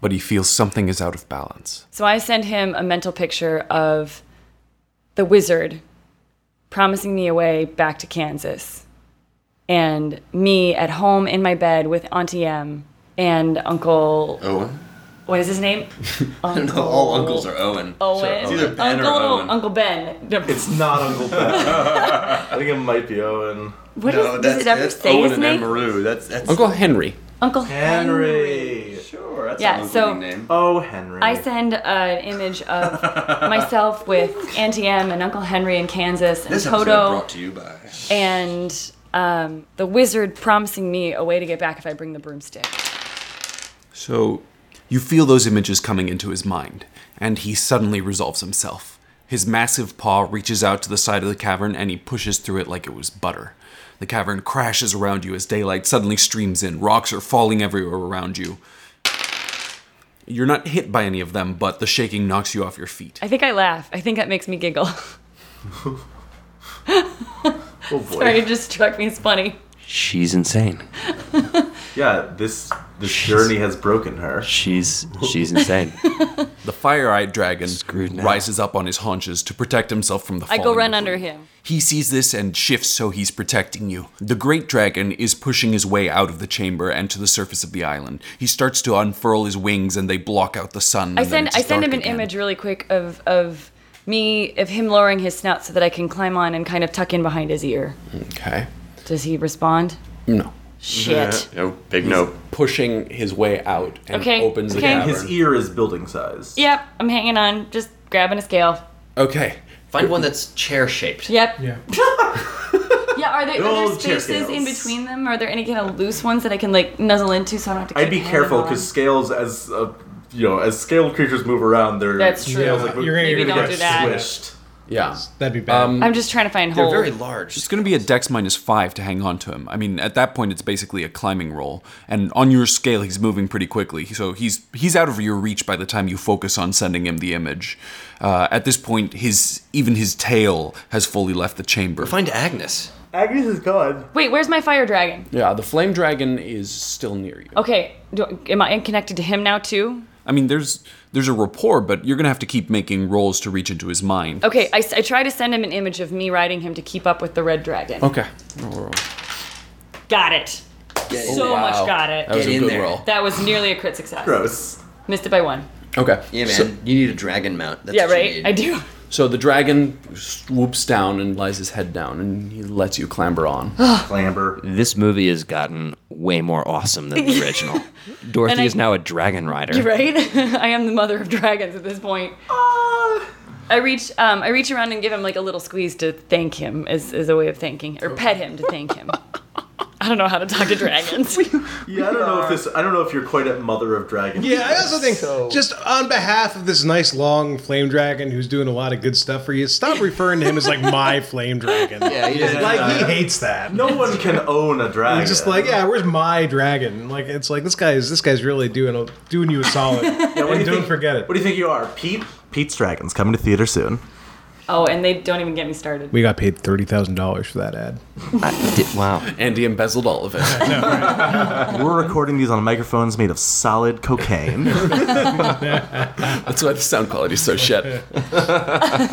Speaker 7: but he feels something is out of balance.
Speaker 6: So I send him a mental picture of the wizard promising me a way back to Kansas and me at home in my bed with Auntie M and Uncle.
Speaker 2: Owen?
Speaker 6: What is his name? Uncle
Speaker 2: No, all uncles are Owen.
Speaker 6: Owen.
Speaker 2: It's either Ben
Speaker 6: Uncle,
Speaker 2: or Owen.
Speaker 6: Uncle Ben.
Speaker 5: It's not Uncle Ben. I think it might be Owen.
Speaker 6: What is-
Speaker 2: No,
Speaker 6: does
Speaker 2: that's,
Speaker 6: it ever
Speaker 2: that's
Speaker 6: say
Speaker 2: Owen
Speaker 6: his
Speaker 2: and
Speaker 6: name?
Speaker 2: Maru. That's that's
Speaker 7: Uncle Henry.
Speaker 6: Uncle
Speaker 5: Henry.
Speaker 2: Sure, that's
Speaker 6: Yeah,
Speaker 2: an
Speaker 6: so-
Speaker 2: Uncle name.
Speaker 5: Oh, Henry.
Speaker 6: I send an image of myself with Auntie M and Uncle Henry in Kansas and
Speaker 2: This episode
Speaker 6: Toto
Speaker 2: brought to you by.
Speaker 6: and um, the wizard promising me a way to get back if I bring the broomstick.
Speaker 7: So you feel those images coming into his mind, and he suddenly resolves himself. His massive paw reaches out to the side of the cavern and he pushes through it like it was butter. The cavern crashes around you as daylight suddenly streams in. Rocks are falling everywhere around you. You're not hit by any of them, but the shaking knocks you off your feet.
Speaker 6: I think I laugh. I think that makes me giggle.
Speaker 5: oh boy.
Speaker 6: Sorry, it just struck me as funny.
Speaker 2: She's insane.
Speaker 5: Yeah, this this journey has broken her.
Speaker 2: She's she's insane.
Speaker 7: The fire-eyed dragon
Speaker 2: Screwed now.
Speaker 7: rises up on his haunches to protect himself from the
Speaker 6: I go
Speaker 7: falling
Speaker 6: run
Speaker 7: debris.
Speaker 6: under him.
Speaker 7: He sees this and shifts so he's protecting you. The great dragon is pushing his way out of the chamber and to the surface of the island. He starts to unfurl his wings and they block out the sun.
Speaker 6: I
Speaker 7: and then
Speaker 6: send
Speaker 7: it's
Speaker 6: I send
Speaker 7: dark
Speaker 6: him an
Speaker 7: again.
Speaker 6: image really quick of of me of him lowering his snout so that I can climb on and kind of tuck in behind his ear.
Speaker 7: Okay.
Speaker 6: Does he respond?
Speaker 7: No.
Speaker 6: Shit.
Speaker 2: no, big no.
Speaker 7: Pushing his way out and
Speaker 6: Okay,
Speaker 7: opens
Speaker 6: okay.
Speaker 7: the
Speaker 5: His
Speaker 7: cavern.
Speaker 5: ear is building size.
Speaker 6: Yep, I'm hanging on, just grabbing a scale.
Speaker 7: Okay.
Speaker 9: Find one that's chair shaped.
Speaker 6: Yep.
Speaker 4: Yeah.
Speaker 6: Yeah, are there, are there
Speaker 5: Old Oh, chair
Speaker 6: spaces in
Speaker 5: scales.
Speaker 6: between them? Are there any kind of loose ones that I can like nuzzle into so I don't have to?
Speaker 5: I'd
Speaker 6: keep
Speaker 5: be
Speaker 6: hanging
Speaker 5: careful
Speaker 6: on?
Speaker 5: because scales, as uh, you know, as scaled creatures move around, they're
Speaker 6: That's true.
Speaker 5: scales like
Speaker 4: You're gonna-
Speaker 6: Maybe
Speaker 4: you're gonna
Speaker 6: don't
Speaker 5: get
Speaker 6: do that.
Speaker 5: squished.
Speaker 7: Yeah.
Speaker 4: That'd be bad.
Speaker 17: Um,
Speaker 6: I'm just trying to find holes.
Speaker 9: Very large.
Speaker 7: It's going to be a dex minus five to hang on to him. I mean, at that point, it's basically a climbing roll, and on your scale, he's moving pretty quickly, so he's he's out of your reach by the time you focus on sending him the image. Uh, at this point, his even his tail has fully left the chamber.
Speaker 9: Find Agnes.
Speaker 5: Agnes is gone.
Speaker 6: Wait, where's my fire dragon?
Speaker 7: Yeah, the flame dragon is still near you.
Speaker 6: Okay, do, am I connected to him now too?
Speaker 7: I mean, there's there's a rapport, but you're going to have to keep making rolls to reach into his mind.
Speaker 6: Okay, I, s- I try to send him an image of me riding him to keep up with the red dragon.
Speaker 7: Okay.
Speaker 6: Got it. so
Speaker 7: wow.
Speaker 6: much got it.
Speaker 7: That was
Speaker 9: Get
Speaker 7: a
Speaker 9: in
Speaker 7: good
Speaker 9: there.
Speaker 7: roll.
Speaker 6: That was nearly a crit success.
Speaker 5: Gross.
Speaker 6: Missed it by one.
Speaker 7: Okay.
Speaker 9: Yeah, man.
Speaker 7: So-
Speaker 9: you need a dragon mount. That's
Speaker 6: Yeah,
Speaker 9: what you
Speaker 6: right.
Speaker 9: need.
Speaker 6: I do.
Speaker 7: So the dragon swoops down and lies his head down, and he lets you clamber on.
Speaker 5: Clamber.
Speaker 17: This movie has gotten way more awesome than the original. Dorothy
Speaker 6: I-
Speaker 17: is now a dragon rider.
Speaker 6: Right? I am the mother of dragons at this point. I reach, um, I reach around and give him like a little squeeze to thank him, as, as a way of thanking, or pet him to thank him. I don't know how to talk to dragons.
Speaker 5: Yeah, I don't know if this. I don't know if you're quite at mother of dragons.
Speaker 4: Yeah, I also think just on behalf of this nice long flame dragon who's doing a lot of good stuff for you, stop referring to him as like my flame dragon. Yeah,
Speaker 9: he doesn't-
Speaker 4: like he hates that.
Speaker 5: No one can own a dragon.
Speaker 4: He's just like, yeah, where's my dragon? Like it's like this guy's this guy's really doing a, doing you a solid.
Speaker 5: Yeah, what do
Speaker 4: and
Speaker 5: you
Speaker 4: don't
Speaker 5: think-
Speaker 4: forget it.
Speaker 5: What do you think you are, Pete? Pete's dragons coming to theater soon.
Speaker 6: Oh, and they don't even get me started.
Speaker 4: We got paid thirty thousand dollars for that ad.
Speaker 9: I did- wow.
Speaker 7: Andy embezzled all of it.
Speaker 5: We're recording these on microphones made of solid cocaine.
Speaker 7: That's why the sound quality is so shit.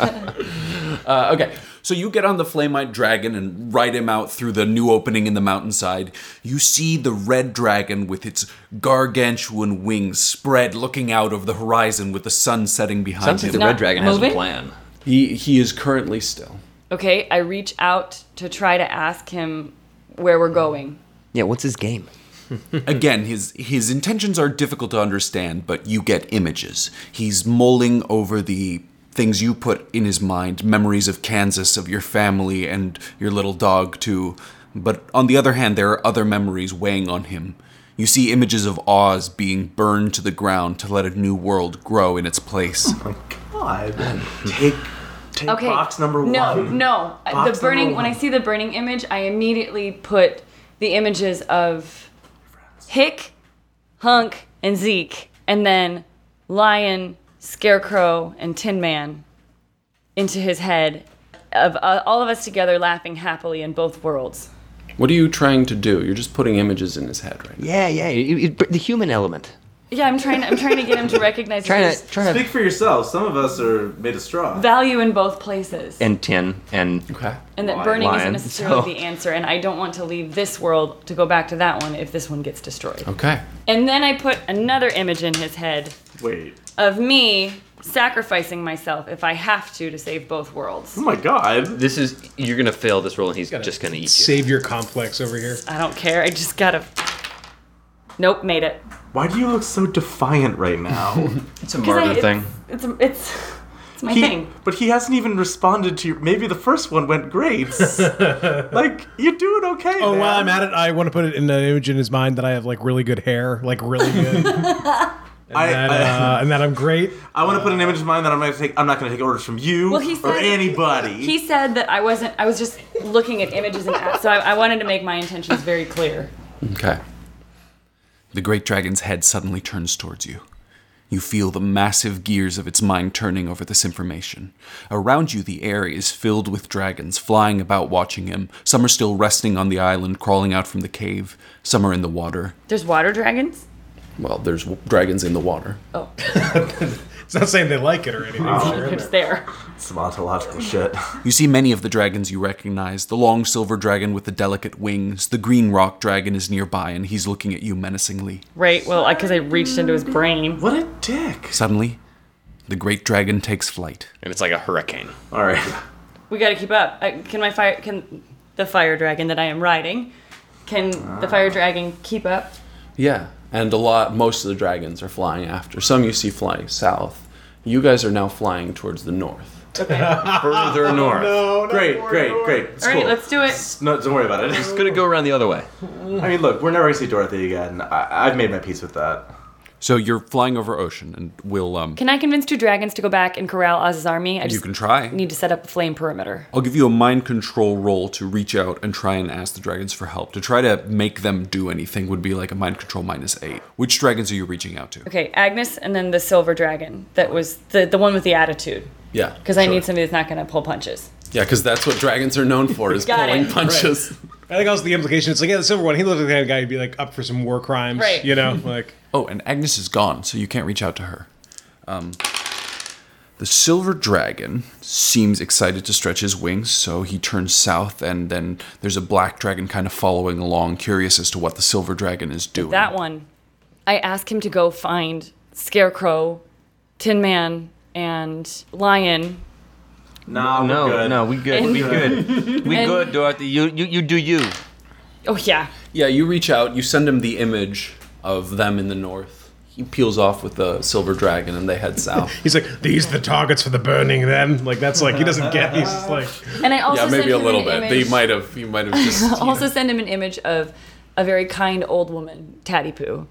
Speaker 7: Uh, okay, so you get on the Flamite Dragon and ride him out through the new opening in the mountainside. You see the red dragon with its gargantuan wings spread, looking out over the horizon with the sun setting behind
Speaker 17: Sounds
Speaker 7: him.
Speaker 17: like the
Speaker 6: Not
Speaker 17: Red Dragon
Speaker 6: moving?
Speaker 17: has a plan.
Speaker 7: He he is currently still.
Speaker 6: Okay, I reach out to try to ask him where we're going.
Speaker 9: Yeah, what's his game?
Speaker 7: Again, his his intentions are difficult to understand, but you get images. He's mulling over the things you put in his mind, memories of Kansas, of your family and your little dog too. But on the other hand, there are other memories weighing on him. You see images of Oz being burned to the ground to let a new world grow in its place.
Speaker 5: God, take take
Speaker 6: Okay.
Speaker 5: box number
Speaker 6: no,
Speaker 5: one.
Speaker 6: No, Uh,
Speaker 5: Box
Speaker 6: the burning.
Speaker 5: number
Speaker 6: When I
Speaker 5: one.
Speaker 6: see the burning image, I immediately put the images of Hick, Hunk, and Zeke, and then Lion, Scarecrow, and Tin Man into his head of uh, all of us together laughing happily in both worlds.
Speaker 7: What are you trying to do? You're just putting images in his head right now.
Speaker 9: Yeah, yeah, it- it- but the human element.
Speaker 6: Yeah, I'm trying. I'm trying to get him to recognize
Speaker 9: Trying
Speaker 6: there's
Speaker 9: to, trying to,
Speaker 11: Speak for yourself. Some of us are made of straw.
Speaker 6: value in both places,
Speaker 17: And tin and
Speaker 7: Okay.
Speaker 6: and that burning isn't
Speaker 17: Lion,
Speaker 6: necessarily
Speaker 17: so-
Speaker 6: the answer. And I don't want to leave this world to go back to that one if this one gets destroyed.
Speaker 7: Okay.
Speaker 6: And then I put another image in his head
Speaker 11: Wait.
Speaker 6: of me sacrificing myself if I have to to save both worlds.
Speaker 11: Oh my god.
Speaker 17: this is you're gonna fail this roll and he's just gonna eat you.
Speaker 4: Savior complex over here.
Speaker 6: I don't care. I just gotta. Nope, made it.
Speaker 5: Why do you look so defiant right now?
Speaker 17: It's a
Speaker 6: 'Cause I-
Speaker 17: martyr thing.
Speaker 6: It's it's, it's it's my
Speaker 5: he,
Speaker 6: thing.
Speaker 5: but he hasn't even responded to your. Maybe the first one went great. like you're doing okay.
Speaker 4: Oh,
Speaker 5: man.
Speaker 4: while I'm at it, I want to put it in an image in his mind that I have like really good hair, like really good, and,
Speaker 5: I,
Speaker 4: that,
Speaker 5: I,
Speaker 4: uh, and that I'm great.
Speaker 5: I want to put an image in mind that I'm not gonna take. I'm not gonna take orders from you
Speaker 6: Well, he
Speaker 5: or
Speaker 6: said-
Speaker 5: anybody.
Speaker 6: He said that I wasn't. I was just looking at images and apps, so I, I wanted to make my intentions very clear.
Speaker 7: Okay. The great dragon's head suddenly turns towards you. You feel the massive gears of its mind turning over this information. Around you, the air is filled with dragons flying about watching him. Some are still resting on the island, crawling out from the cave. Some are in the water.
Speaker 6: There's water dragons.
Speaker 7: Well, there's w- dragons in the water.
Speaker 6: Oh,
Speaker 4: It's not saying they like it or anything. Sure.
Speaker 6: there's there.
Speaker 5: Some ontological shit.
Speaker 7: You see many of the dragons you recognize. The long silver dragon with the delicate wings. The green rock dragon is nearby, and he's looking at you menacingly.
Speaker 6: Right. Well, because I, reached into his brain.
Speaker 5: What a dick.
Speaker 7: Suddenly, the great dragon takes flight.
Speaker 17: And it's like a hurricane.
Speaker 5: All right.
Speaker 6: We gotta keep up. I, can my fire? Can the fire dragon that I am riding? Can the fire dragon keep up?
Speaker 7: Yeah, and a lot, most of the dragons are flying after. Some you see flying south. You guys are now flying towards the north.
Speaker 17: Further north.
Speaker 4: Oh,
Speaker 5: Great. Great. Great. It's
Speaker 6: All right,
Speaker 5: cool.
Speaker 6: let's do it.
Speaker 5: No, don't worry about
Speaker 17: It's
Speaker 5: it.
Speaker 17: gonna go around the other way.
Speaker 5: I mean, look, we're never gonna see Dorothy again. I, I've made my peace with that.
Speaker 7: So you're flying over ocean, and we'll. Um,
Speaker 6: Can I convince two dragons to go back and corral Oz's army? I just
Speaker 7: you can try.
Speaker 6: need to set up a flame perimeter.
Speaker 7: I'll give you a mind control roll to reach out and try and ask the dragons for help. To try to make them do anything would be like a mind control minus eight. Which dragons are you reaching out to?
Speaker 6: Okay, Agnes, and then the silver dragon that was the the one with the attitude.
Speaker 7: Yeah.
Speaker 6: Because I need somebody that's not gonna pull punches.
Speaker 7: Yeah, because that's what dragons are known for is
Speaker 6: Got
Speaker 7: pulling
Speaker 6: it.
Speaker 7: punches.
Speaker 4: I think also the implication. It's like yeah, the silver one. He looked like the kind of guy who'd be like up for some war crimes.
Speaker 6: Right.
Speaker 4: You know, like
Speaker 7: Oh, and Agnes is gone, so you can't reach out to her. Um, the silver dragon seems excited to stretch his wings, so he turns south, and then there's a black dragon kind of following along, curious as to what the silver dragon is doing.
Speaker 6: That one, I ask him to go find Scarecrow, Tin Man, and Lion.
Speaker 5: Nah,
Speaker 17: No,
Speaker 5: we're good.
Speaker 17: no, we good. we good. We good, Dorothy. You, you you do you.
Speaker 6: Oh yeah,
Speaker 7: Yeah, you reach out, you send him the image of them in the north. He peels off with the silver dragon, and they head south.
Speaker 4: he's like these the targets for the burning. Then like that's like he doesn't get. He's just like
Speaker 6: and I also
Speaker 7: yeah, maybe
Speaker 6: sent
Speaker 7: a
Speaker 6: him
Speaker 7: little
Speaker 6: an
Speaker 7: bit.
Speaker 6: image-
Speaker 7: They might have. You might have just.
Speaker 6: also send him an image of a very kind old woman, Tatty Poo,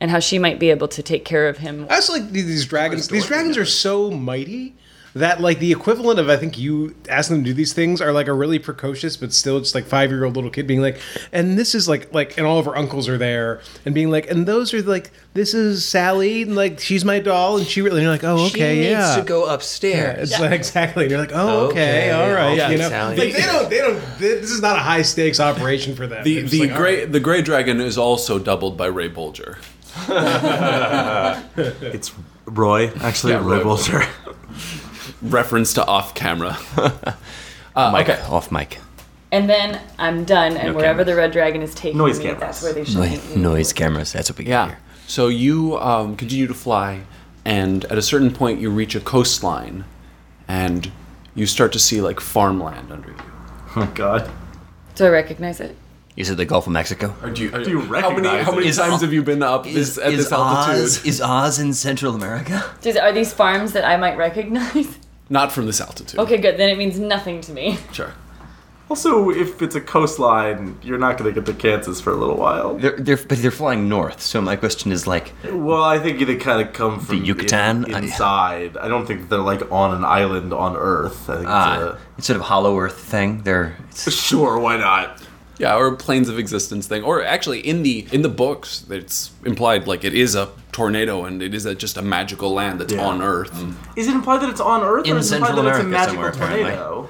Speaker 6: and how she might be able to take care of him.
Speaker 4: That's like these- these dragons. These dragons are so mighty that like the equivalent of I think you asking them to do these things are like a really precocious but still just like five year old little kid being like, and this is like like and all of her uncles are there and being like, and those are like this is Sally and like she's my doll and she really and you're like oh okay
Speaker 17: she needs
Speaker 4: yeah
Speaker 17: to go upstairs.
Speaker 4: it's like, exactly and you're like oh okay,
Speaker 17: Okay,
Speaker 4: all right
Speaker 17: okay,
Speaker 4: you know
Speaker 17: Sally.
Speaker 4: like they don't they don't thi- this is not a high stakes operation for them
Speaker 7: The
Speaker 4: They're just
Speaker 7: the
Speaker 4: like, oh. all
Speaker 7: gray
Speaker 4: right.
Speaker 7: the gray dragon is also doubled by Ray Bolger.
Speaker 5: It's Roy, actually,
Speaker 7: Yeah,
Speaker 5: Roy
Speaker 7: Roy
Speaker 5: Bolter.
Speaker 7: Reference to off camera.
Speaker 2: Mike, off mic.
Speaker 6: And then I'm done, and wherever
Speaker 2: cameras.
Speaker 6: the red dragon is taking
Speaker 5: Noise
Speaker 6: me,
Speaker 5: cameras.
Speaker 6: that's where they should
Speaker 9: Noise,
Speaker 6: be.
Speaker 9: noise cameras. That's what we got.
Speaker 7: Yeah. So you um, continue to fly, and at a certain point, you reach a coastline, and you start to see like farmland under you.
Speaker 5: Oh, God.
Speaker 6: Do I recognize it?
Speaker 9: You said the Gulf of Mexico.
Speaker 7: Or do you,
Speaker 5: you
Speaker 7: how many,
Speaker 5: recognize
Speaker 7: how many
Speaker 9: it? Is-
Speaker 7: times have you been up this, at this altitude?
Speaker 9: Oz, is Oz in Central America?
Speaker 6: Does, are these farms that I might recognize?
Speaker 7: Not from this altitude.
Speaker 6: Okay, good. Then it means nothing to me.
Speaker 7: Sure.
Speaker 5: Also, if it's a coastline, you're not going to get to Kansas for a little while.
Speaker 9: They're, they're, but they're flying north. So my question is like,
Speaker 5: Well, I think they kind of come from in-
Speaker 9: Yucatan? I-
Speaker 5: inside. I don't think they're like on an island on Earth. I think
Speaker 9: ah, it's sort of hollow Earth thing. They're
Speaker 5: it's a, sure, why not?
Speaker 7: Yeah, or planes of existence thing, or actually in the in the books, it's implied like it is a tornado and it is a, just a magical land that's
Speaker 5: Yeah. Mm.
Speaker 7: on Earth.
Speaker 5: Is it implied that it's on Earth,
Speaker 9: In
Speaker 5: or is it implied
Speaker 9: Central
Speaker 5: that it's a
Speaker 9: America
Speaker 5: magical
Speaker 9: somewhere, apparently.
Speaker 5: tornado?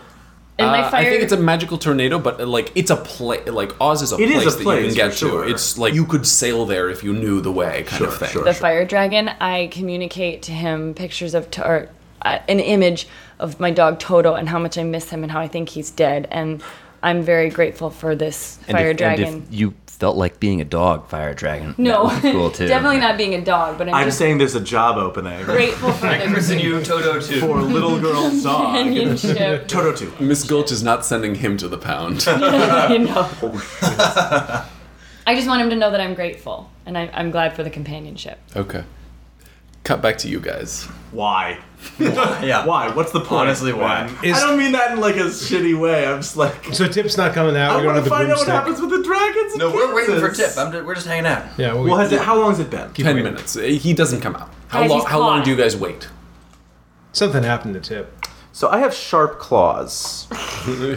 Speaker 6: And
Speaker 7: Uh,
Speaker 6: my fire.
Speaker 7: I think it's a magical tornado, but uh, like it's a play. Like Oz is a
Speaker 5: It is
Speaker 7: place
Speaker 5: a
Speaker 7: that you
Speaker 5: place,
Speaker 7: can get
Speaker 5: for
Speaker 7: to.
Speaker 5: sure.
Speaker 7: It's like you could sail there if you knew the way, kind of thing.
Speaker 6: the fire dragon, I communicate to him pictures of, to- or uh, an image of my dog Toto and how much I miss him and how I think he's dead. And I'm very grateful for this
Speaker 9: and
Speaker 6: fire
Speaker 9: if,
Speaker 6: dragon.
Speaker 9: And if you felt like being a dog, fire dragon.
Speaker 6: no,
Speaker 9: that would be cool too.
Speaker 6: definitely not being a dog, but I'm,
Speaker 5: I'm
Speaker 6: just
Speaker 5: saying there's a job opening
Speaker 6: grateful for the
Speaker 9: you, Toto too.
Speaker 5: for little girl song.
Speaker 6: companionship.
Speaker 5: Toto two.
Speaker 7: Miss Gulch is not sending him to the pound.
Speaker 6: you know. I just want him to know that I'm grateful and I, I'm glad for the companionship.
Speaker 7: okay. Cut back to you guys.
Speaker 5: Why?
Speaker 9: Yeah.
Speaker 5: Why? What's the point?
Speaker 9: Honestly, why?
Speaker 5: man?
Speaker 4: Is-
Speaker 5: I don't mean that in like a shitty way. I'm just like
Speaker 4: so tip's not coming out
Speaker 5: I
Speaker 4: we don't
Speaker 5: want
Speaker 4: have
Speaker 5: to
Speaker 4: the
Speaker 5: find out what
Speaker 4: broomstick
Speaker 5: happens with the dragons. in
Speaker 9: No, we're waiting for
Speaker 5: Kansas.
Speaker 9: Tip. I'm just, we're just hanging out.
Speaker 4: yeah we,
Speaker 5: Well, has it? How long has it been?
Speaker 7: Ten minutes. Uh, He doesn't come out. How
Speaker 6: Guys,
Speaker 7: long?
Speaker 6: he's
Speaker 7: How long
Speaker 6: caught.
Speaker 7: do you guys wait?
Speaker 4: something happened to tip
Speaker 5: So I have sharp claws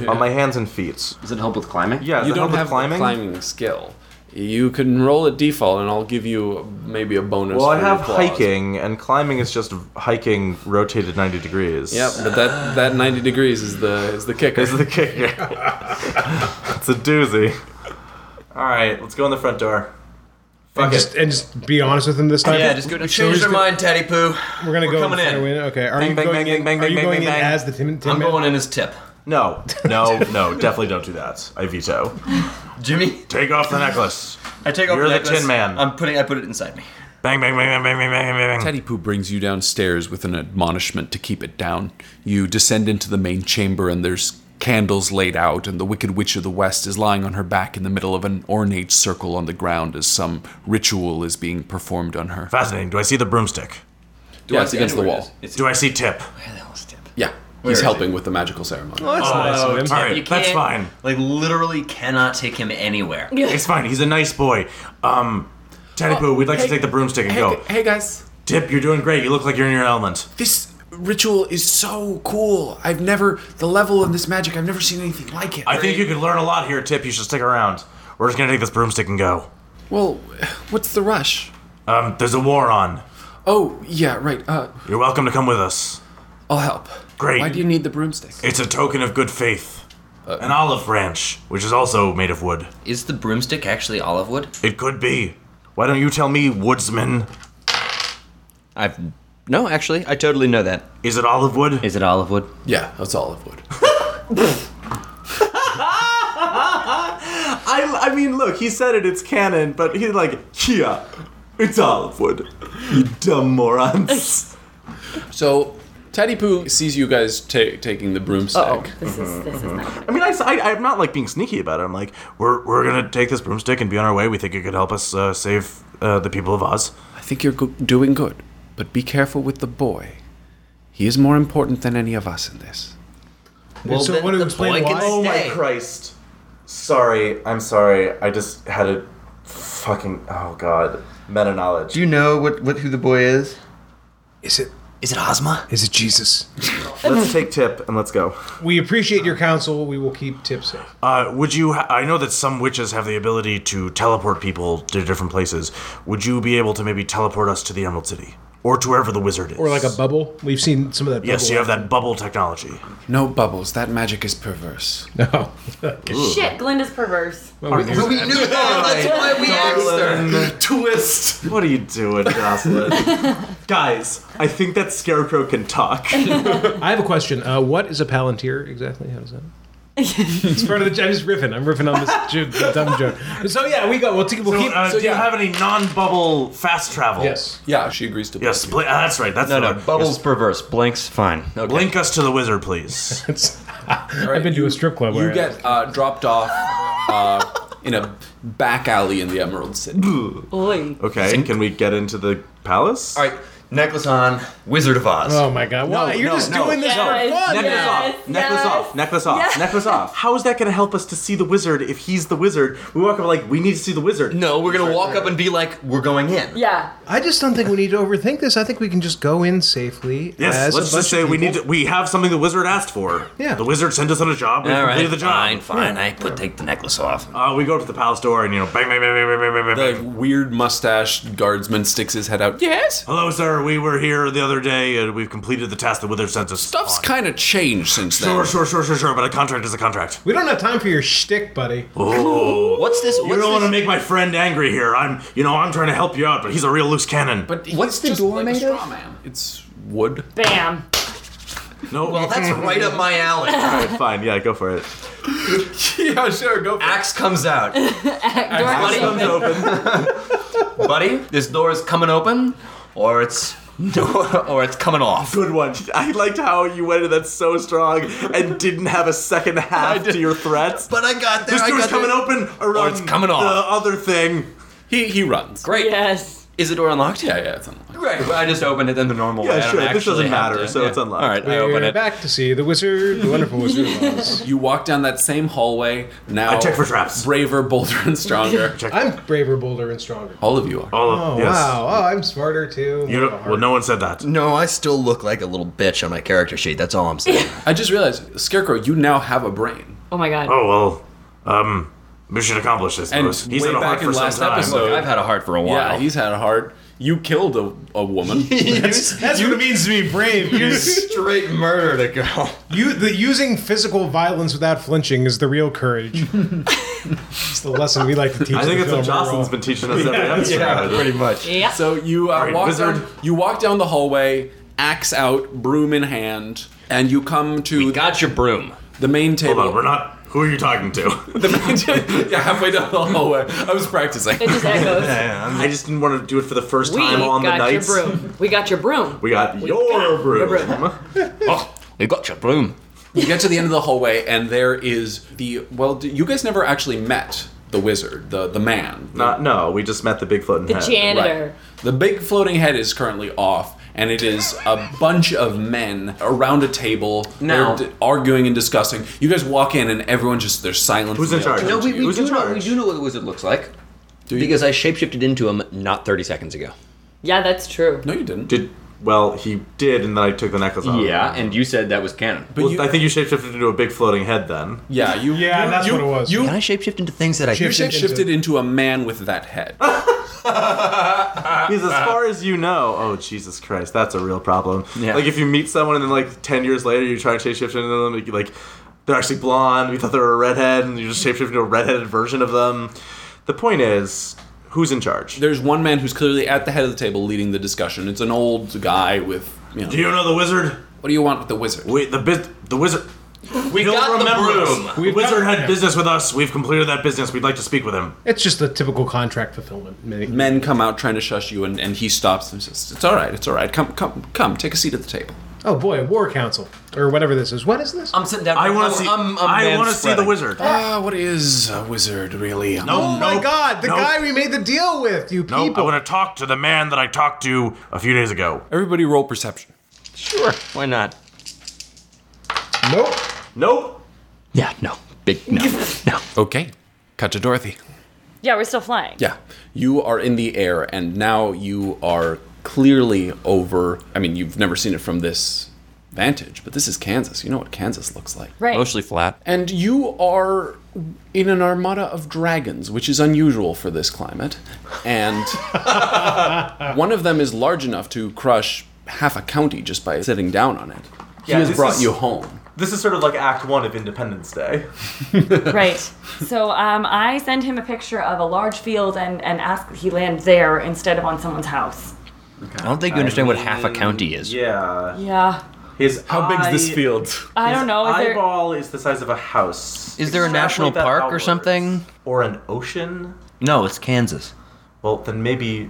Speaker 5: on my hands and feet.
Speaker 17: Does it help with climbing?
Speaker 5: Yeah, does
Speaker 7: you
Speaker 5: that
Speaker 7: don't
Speaker 5: help with
Speaker 7: have the climbing? skill. You can roll a default, and I'll give you maybe a bonus.
Speaker 5: Well, I
Speaker 7: for
Speaker 5: have
Speaker 7: your claws.
Speaker 5: hiking, and climbing is just hiking rotated 90 degrees.
Speaker 7: Yep, but that that ninety degrees is the is the kicker.
Speaker 5: This is the kicker. it's a doozy. All right, let's go in the front door.
Speaker 4: and just, and just be honest with him this time
Speaker 9: Yeah, just go. Change
Speaker 4: we're just
Speaker 9: their
Speaker 4: gonna-
Speaker 9: mind, Teddy Pooh.
Speaker 4: We're gonna go
Speaker 9: coming
Speaker 4: in. front
Speaker 9: in.
Speaker 4: of Win. Okay. Are
Speaker 5: Bang,
Speaker 4: you
Speaker 5: bang,
Speaker 4: going
Speaker 5: bang,
Speaker 4: in?
Speaker 5: bang,
Speaker 4: are you
Speaker 5: bang,
Speaker 4: going
Speaker 5: bang,
Speaker 4: in
Speaker 5: bang.
Speaker 4: as the Tim? Tin
Speaker 9: I'm
Speaker 4: Man?
Speaker 9: going in as Tip.
Speaker 5: No, no, no, definitely don't do that. I veto.
Speaker 9: Jimmy,
Speaker 5: Take off the necklace.
Speaker 9: I take off
Speaker 5: You're the
Speaker 9: the necklace.
Speaker 5: Tin Man.
Speaker 9: I'm putting. I put it inside me.
Speaker 5: Bang, bang, bang, bang, bang, bang, bang, bang.
Speaker 7: Teddy Pooh brings you downstairs with an admonishment to keep it down. You descend into the main chamber, and there's candles laid out, and the Wicked Witch of the West is lying on her back in the middle of an ornate circle on the ground as some ritual is being performed on her.
Speaker 5: Fascinating. Do I see the broomstick?
Speaker 7: yeah, it's against the
Speaker 9: Where it
Speaker 7: wall.
Speaker 9: is. It's
Speaker 5: Do I see Tip?
Speaker 9: where the hell is Tip?
Speaker 7: Yeah, he's helping with the magical ceremony.
Speaker 9: Oh,
Speaker 5: All right, that's fine.
Speaker 9: Like literally cannot take him anywhere.
Speaker 5: It's fine. He's a nice boy. Um, Teddy Pooh, we'd like to take the broomstick and go.
Speaker 7: hey guys,
Speaker 5: Tip, you're doing great. You look like you're in your element.
Speaker 7: this ritual is so cool. I've never the level of this magic. I've never seen anything like it.
Speaker 5: I think you could learn a lot here, Tip. You should stick around. We're just gonna take this broomstick and go.
Speaker 7: well, what's the rush?
Speaker 5: Um, there's a war on.
Speaker 7: Oh yeah, right. Uh,
Speaker 5: You're welcome to come with us.
Speaker 7: I'll help.
Speaker 5: Great.
Speaker 7: Why do you need the broomstick?
Speaker 5: It's a token of good faith. An olive branch, which is also made of wood.
Speaker 9: Is the broomstick actually olive wood?
Speaker 5: It could be. Why don't you tell me, woodsman?
Speaker 2: I've no, actually, I totally know that.
Speaker 5: Is it olive wood?
Speaker 9: Is it olive wood?
Speaker 7: Yeah, that's olive wood.
Speaker 5: I, I mean, look, he said it, it's canon, but he's like, yeah, it's olive wood. You dumb morons.
Speaker 7: So Teddy Pooh sees you guys ta- taking the broomstick.
Speaker 6: Oh, this is this is not.
Speaker 5: I mean, I, am not like being sneaky about it. I'm like, we're, we're gonna take this broomstick and be on our way. We think it could help us uh, save uh, the people of Oz.
Speaker 7: I think you're go- doing good, but be careful with the boy. He is more important than any of us in this.
Speaker 9: Well,
Speaker 4: so
Speaker 9: then
Speaker 4: what do you
Speaker 9: the
Speaker 4: explain
Speaker 9: boy
Speaker 4: why?
Speaker 9: can
Speaker 5: Oh my
Speaker 9: stay.
Speaker 5: Christ. Sorry, I'm sorry. I just had a fucking oh god meta knowledge.
Speaker 17: Do you know what, what who the boy is?
Speaker 4: Is it
Speaker 9: Is it Ozma?
Speaker 4: Is it Jesus?
Speaker 5: Let's take tip and let's go.
Speaker 4: We appreciate your counsel. We will keep tips safe.
Speaker 5: Uh, would you? Ha- I know that some witches have the ability to teleport people to different places. Would you be able to maybe teleport us to the Emerald City or to wherever the wizard is?
Speaker 4: Or like a bubble. We've seen some of that.
Speaker 5: Yes,
Speaker 4: bubble.
Speaker 5: you have that bubble technology.
Speaker 7: No bubbles. That magic is perverse.
Speaker 4: No.
Speaker 19: Shit, Glinda's perverse.
Speaker 7: we knew that. That's why we asked her. Twist.
Speaker 5: What are you doing, Jocelyn? Guys, I think that scarecrow can talk.
Speaker 4: I have a question. Uh, what is a palantir exactly? How does that? it's part of the. I'm just riffing. I'm riffing on this ju- dumb joke. So yeah, we go. We'll, t- we'll
Speaker 5: So,
Speaker 4: keep.
Speaker 5: uh,
Speaker 4: so,
Speaker 5: do you
Speaker 4: yeah.
Speaker 5: have any non-bubble fast travel?
Speaker 4: Yes.
Speaker 7: Yeah, she agrees to.
Speaker 5: Yes, pl- ah, that's right. That's
Speaker 17: No,
Speaker 5: the
Speaker 17: no,
Speaker 5: one.
Speaker 17: bubbles perverse. Blinks fine. Okay.
Speaker 5: Link us to the wizard, please.
Speaker 4: It's- I've been to a strip club.
Speaker 7: You
Speaker 4: where
Speaker 7: get uh, dropped off uh, in a back alley in the Emerald City.
Speaker 6: Oy.
Speaker 5: okay, can we get into the palace?
Speaker 9: All right, necklace on, Wizard of Oz.
Speaker 4: Oh my god! Why you're
Speaker 5: no,
Speaker 4: just
Speaker 5: no,
Speaker 4: doing this
Speaker 6: Yes,
Speaker 4: for fun?
Speaker 5: Necklace
Speaker 4: now.
Speaker 5: off.
Speaker 19: Yes, yes.
Speaker 5: Necklace off. Necklace off.
Speaker 19: Yes.
Speaker 5: Necklace off. How is that going to help us to see the wizard if he's the wizard? We walk up like we need to see the wizard.
Speaker 9: No, we're gonna walk up and be like, we're going in.
Speaker 19: Yeah.
Speaker 4: I just don't think we need to overthink this. I think we can just go in safely.
Speaker 5: Yes,
Speaker 4: as a
Speaker 5: let's
Speaker 4: bunch
Speaker 5: just say
Speaker 4: of
Speaker 5: we need
Speaker 4: people.
Speaker 5: to, we have something the wizard asked for.
Speaker 4: Yeah.
Speaker 5: The wizard sent us on a job. We
Speaker 9: All right,
Speaker 5: completed the
Speaker 9: fine,
Speaker 5: job.
Speaker 9: fine. I put take the necklace off.
Speaker 5: Uh, we go to the palace door and you know bang bang bang bang bang bang bang.
Speaker 7: The
Speaker 5: bang.
Speaker 7: weird mustached guardsman sticks his head out. Yes.
Speaker 5: Hello, sir. We were here the other day and we've completed the task the wizard sent us.
Speaker 7: Stuff's
Speaker 5: on.
Speaker 7: kind of changed since then.
Speaker 5: Sure, sure, sure, sure, sure. But a contract is a contract.
Speaker 4: We don't have time for your shtick, buddy.
Speaker 5: Oh.
Speaker 9: What's this?
Speaker 5: You
Speaker 9: What's
Speaker 5: don't want to
Speaker 9: this?
Speaker 5: make my friend angry here. I'm, you know, I'm trying to help you out, but he's a real loose cannon.
Speaker 7: But he's
Speaker 9: What's the
Speaker 7: just
Speaker 9: door
Speaker 7: like a
Speaker 9: made
Speaker 7: straw
Speaker 9: of?
Speaker 7: man. It's wood.
Speaker 6: Bam.
Speaker 5: no,
Speaker 9: Well, that's right up my alley.
Speaker 5: Alright, fine. Yeah, go for it.
Speaker 7: yeah, sure. Go. For it.
Speaker 9: Axe comes out,
Speaker 5: Axe comes open.
Speaker 9: buddy. This door is coming open, or it's or it's coming off.
Speaker 5: Good one. I liked how you went in that's so strong and didn't have a second half to your threats.
Speaker 9: But I got there.
Speaker 5: this
Speaker 9: I
Speaker 5: door's
Speaker 9: got
Speaker 5: coming
Speaker 9: there. Oh,
Speaker 5: open around
Speaker 9: it's coming
Speaker 5: the
Speaker 9: off.
Speaker 5: other thing.
Speaker 7: He he runs.
Speaker 9: Great.
Speaker 6: Yes.
Speaker 9: Is the door unlocked?
Speaker 7: Yeah, yeah. It's unlocked.
Speaker 9: Right. Well, I just opened it in the normal
Speaker 5: Yeah,
Speaker 9: way. I don't
Speaker 5: sure, this
Speaker 9: actually
Speaker 5: doesn't
Speaker 9: have
Speaker 5: matter,
Speaker 9: to-
Speaker 5: so it's unlocked.
Speaker 9: All right. I open
Speaker 4: We're
Speaker 9: it.
Speaker 4: back to see the wizard, the wonderful wizard of Oz.
Speaker 7: You walk down that same hallway
Speaker 5: I
Speaker 7: now.
Speaker 5: check for traps.
Speaker 7: Braver, bolder, and stronger.
Speaker 4: I'm braver, bolder, and stronger.
Speaker 7: All of you are.
Speaker 5: All of,
Speaker 4: Oh
Speaker 5: yes.
Speaker 4: wow! Oh, I'm smarter too.
Speaker 5: You don't, well, no one said that.
Speaker 9: No, I still look like a little bitch on my character sheet. That's all I'm saying.
Speaker 7: I just realized, Scarecrow, you now have a brain.
Speaker 6: Oh my god.
Speaker 5: Oh well, um, mission accomplished. I
Speaker 7: And
Speaker 5: suppose. he's
Speaker 7: way
Speaker 5: in a
Speaker 7: back
Speaker 5: heart
Speaker 7: in
Speaker 5: for
Speaker 7: last
Speaker 5: some time.
Speaker 7: episode,
Speaker 9: I've had a heart for a while.
Speaker 7: yeah, he's had a heart. You killed a, a woman.
Speaker 4: That's what it means to be brave. You,
Speaker 9: straight murdered a girl.
Speaker 4: you the using physical violence without flinching is the real courage. it's the lesson we like to teach.
Speaker 5: I think
Speaker 4: the
Speaker 5: it's what
Speaker 4: film we're all-
Speaker 5: Jocelyn's been teaching us every episode.
Speaker 9: pretty much.
Speaker 6: Yeah.
Speaker 7: So you uh,
Speaker 5: right,
Speaker 7: walk
Speaker 5: wizard.
Speaker 7: down, you walk down the hallway, axe out, broom in hand, and you come to
Speaker 9: Got your broom.
Speaker 7: the main table.
Speaker 5: Hold on, we're not. Who are you talking to?
Speaker 7: the main table. Yeah, halfway down the hallway. I was practicing.
Speaker 6: It just echoes.
Speaker 5: I just didn't want to do it for the first
Speaker 6: we
Speaker 5: time on the
Speaker 6: got your
Speaker 5: nights.
Speaker 6: broom. We got your broom.
Speaker 5: We got your broom.
Speaker 9: Oh, you got your broom.
Speaker 7: You get to the end of the hallway, and there is the well. d- You guys never actually met the wizard, the the man.
Speaker 5: Not, no, we just met the big floating
Speaker 6: The
Speaker 5: head.
Speaker 6: janitor.
Speaker 7: The big floating head is currently off, and it is a bunch of men around a table.
Speaker 9: Now-
Speaker 7: They're d- arguing and discussing. You guys walk in, and everyone just there's silence.
Speaker 5: Who's in charge?
Speaker 9: No, we, we
Speaker 5: Who's in
Speaker 9: do know.
Speaker 5: charge?
Speaker 9: We do know what the wizard looks like. Because I shapeshifted into him not 30 seconds ago.
Speaker 6: Yeah, that's true.
Speaker 7: No, you didn't.
Speaker 5: Did well, he did, and then I took the necklace off.
Speaker 9: and you said that was canon.
Speaker 7: But
Speaker 5: Well,
Speaker 7: you-
Speaker 5: I think you shapeshifted into a big floating head then.
Speaker 7: yeah, you.
Speaker 4: Yeah,
Speaker 7: you-
Speaker 4: that's
Speaker 7: you-
Speaker 4: what it was.
Speaker 7: You
Speaker 9: Can I shapeshift into things that I
Speaker 4: Shift-
Speaker 7: shifted, shifted into a man with that head.
Speaker 5: Because as far as you know, oh Jesus Christ, that's a real problem.
Speaker 9: Yeah.
Speaker 5: Like if you meet someone and then like ten years later you try and shapeshift into them, like, you- like they're actually blonde, we thought they were a redhead, and you just shapeshift into a redheaded version of them. The point is, who's in charge?
Speaker 7: There's one man who's clearly at the head of the table leading the discussion. It's an old guy with, you know,
Speaker 5: Do you know the wizard?
Speaker 7: what do you want with the wizard?
Speaker 5: Wait, the biz- the wizard.
Speaker 9: We
Speaker 5: He'll
Speaker 9: got the
Speaker 5: remember us.
Speaker 9: broom.
Speaker 5: The
Speaker 4: We've
Speaker 5: wizard
Speaker 4: got-
Speaker 5: had business with us. We've completed that business. We'd like to speak with him.
Speaker 4: It's just the typical contract fulfillment. Many-
Speaker 7: Men come out trying to shush you, and, and he stops and says, "It's all right, it's all right. Come, come, come. Take a seat at the table."
Speaker 4: Oh boy, a war council or whatever this is. What is this?
Speaker 5: Um,
Speaker 9: I'm sitting down.
Speaker 5: I
Speaker 4: Oh,
Speaker 5: want to see.
Speaker 9: I'm, I'm
Speaker 5: I want to see the
Speaker 9: manspreading.
Speaker 5: wizard.
Speaker 7: Ah, what is a wizard really?
Speaker 5: No,
Speaker 4: oh my
Speaker 5: nope,
Speaker 4: god, the
Speaker 5: nope,
Speaker 4: guy we made the deal with, you
Speaker 5: nope. I
Speaker 4: people.
Speaker 5: want to talk to the man that I talked to a few days ago.
Speaker 7: Everybody, roll perception.
Speaker 9: Sure. Why not?
Speaker 4: nope.
Speaker 5: Nope.
Speaker 9: Yeah, no. Big no. no.
Speaker 7: Okay, cut to Dorothy.
Speaker 6: Yeah, we're still flying.
Speaker 7: Yeah, you are in the air, and now you are clearly over. I mean, you've never seen it from this vantage, but this is Kansas. You know what Kansas looks like.
Speaker 6: Right.
Speaker 2: Mostly flat.
Speaker 7: And you are in an armada of dragons, which is unusual for this climate. And one of them is large enough to crush half a county just by sitting down on it.
Speaker 5: Yeah,
Speaker 7: he has
Speaker 5: this
Speaker 7: brought
Speaker 5: is-
Speaker 7: you home.
Speaker 5: This is sort of like Act One of Independence Day.
Speaker 6: Right. So um, I send him a picture of a large field and, and ask that he land there instead of on someone's house.
Speaker 9: I don't think you understand what half a county is.
Speaker 5: Yeah.
Speaker 6: Yeah.
Speaker 5: His
Speaker 7: How big's this field?
Speaker 6: I don't know. Is there,
Speaker 5: eyeball is the size of a house.
Speaker 9: Is there a national
Speaker 5: Extrapolate that
Speaker 9: park or
Speaker 5: outwards.
Speaker 9: something?
Speaker 5: Or an ocean?
Speaker 9: No, it's Kansas.
Speaker 5: Well, then maybe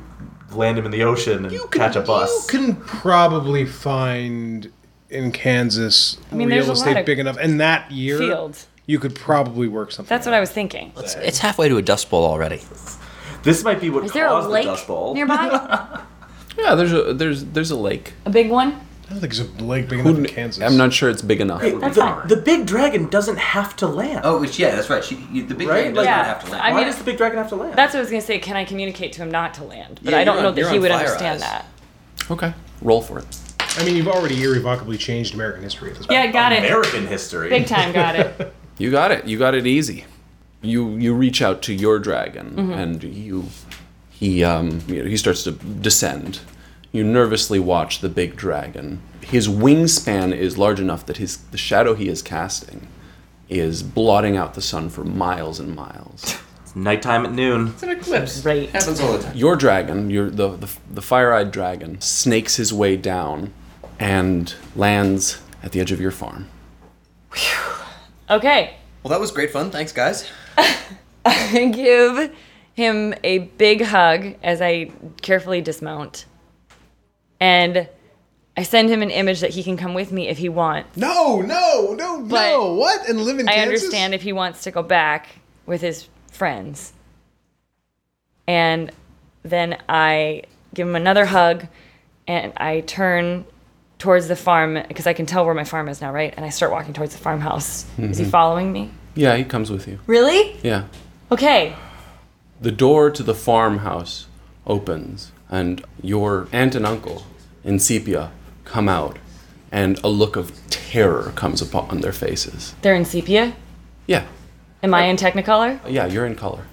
Speaker 5: land him in the ocean and catch a bus.
Speaker 4: You can probably find in Kansas
Speaker 6: mean, there's
Speaker 4: real
Speaker 6: a lot
Speaker 4: estate
Speaker 6: of
Speaker 4: big enough. And that year,
Speaker 6: Field.
Speaker 4: you could probably work something.
Speaker 6: that's what I was thinking.
Speaker 9: It's, it's halfway to a dust bowl already.
Speaker 5: This might be what
Speaker 6: Is there a
Speaker 5: caused the
Speaker 6: lake
Speaker 5: Dust Bowl.
Speaker 6: nearby?
Speaker 7: Yeah, there's a there's there's a lake.
Speaker 6: a big one?
Speaker 4: I don't think it's a lake big enough in
Speaker 7: Wouldn't-
Speaker 4: Kansas.
Speaker 7: I'm not sure it's big enough.
Speaker 6: That's
Speaker 5: the,
Speaker 6: fine.
Speaker 5: the big dragon doesn't have to land.
Speaker 9: Oh, which, yeah, that's right. She, you, the big
Speaker 5: Right?
Speaker 9: dragon doesn't
Speaker 6: Yeah.
Speaker 9: have to land.
Speaker 6: I
Speaker 5: Why
Speaker 6: mean,
Speaker 5: does the big dragon have to land?
Speaker 6: that's what I was going to say. Can I communicate to him not to land? But
Speaker 9: Yeah,
Speaker 6: I don't
Speaker 9: you're
Speaker 6: know
Speaker 9: on-
Speaker 6: that
Speaker 9: you're
Speaker 6: he
Speaker 9: on
Speaker 6: would
Speaker 9: fire
Speaker 6: understand
Speaker 9: eyes.
Speaker 6: that.
Speaker 7: Okay, roll for it.
Speaker 4: I mean, you've already irrevocably changed American history at this point.
Speaker 6: Yeah, got it.
Speaker 5: American history.
Speaker 6: Big time, got it.
Speaker 7: You got it. You got it easy. You you reach out to your dragon and you he um you know, he starts to descend. You nervously watch the big dragon. His wingspan is large enough that his the shadow he is casting is blotting out the sun for miles and miles.
Speaker 5: It's nighttime at noon.
Speaker 17: It's an eclipse.
Speaker 6: Right.
Speaker 17: Happens all the time.
Speaker 7: Your dragon, your the the, the fire-eyed dragon snakes his way down and lands at the edge of your farm.
Speaker 6: Okay.
Speaker 17: Well, that was great fun. Thanks, guys.
Speaker 6: I give him a big hug as I carefully dismount. And I send him an image that he can come with me if he wants.
Speaker 4: No, no, no,
Speaker 6: But
Speaker 4: no. What? And live in
Speaker 6: I
Speaker 4: Kansas?
Speaker 6: understand if he wants to go back with his friends. And then I give him another hug and I turn towards the farm because I can tell where my farm is now, right? And I start walking towards the farmhouse. Is he following me?
Speaker 7: Yeah, he comes with you.
Speaker 6: Really?
Speaker 7: Yeah.
Speaker 6: Okay.
Speaker 7: The door to the farmhouse opens, and your aunt and uncle in sepia come out, and a look of terror comes upon their faces.
Speaker 6: They're in sepia.
Speaker 7: Yeah,
Speaker 6: Am I in Technicolor?
Speaker 7: yeah, you're in color.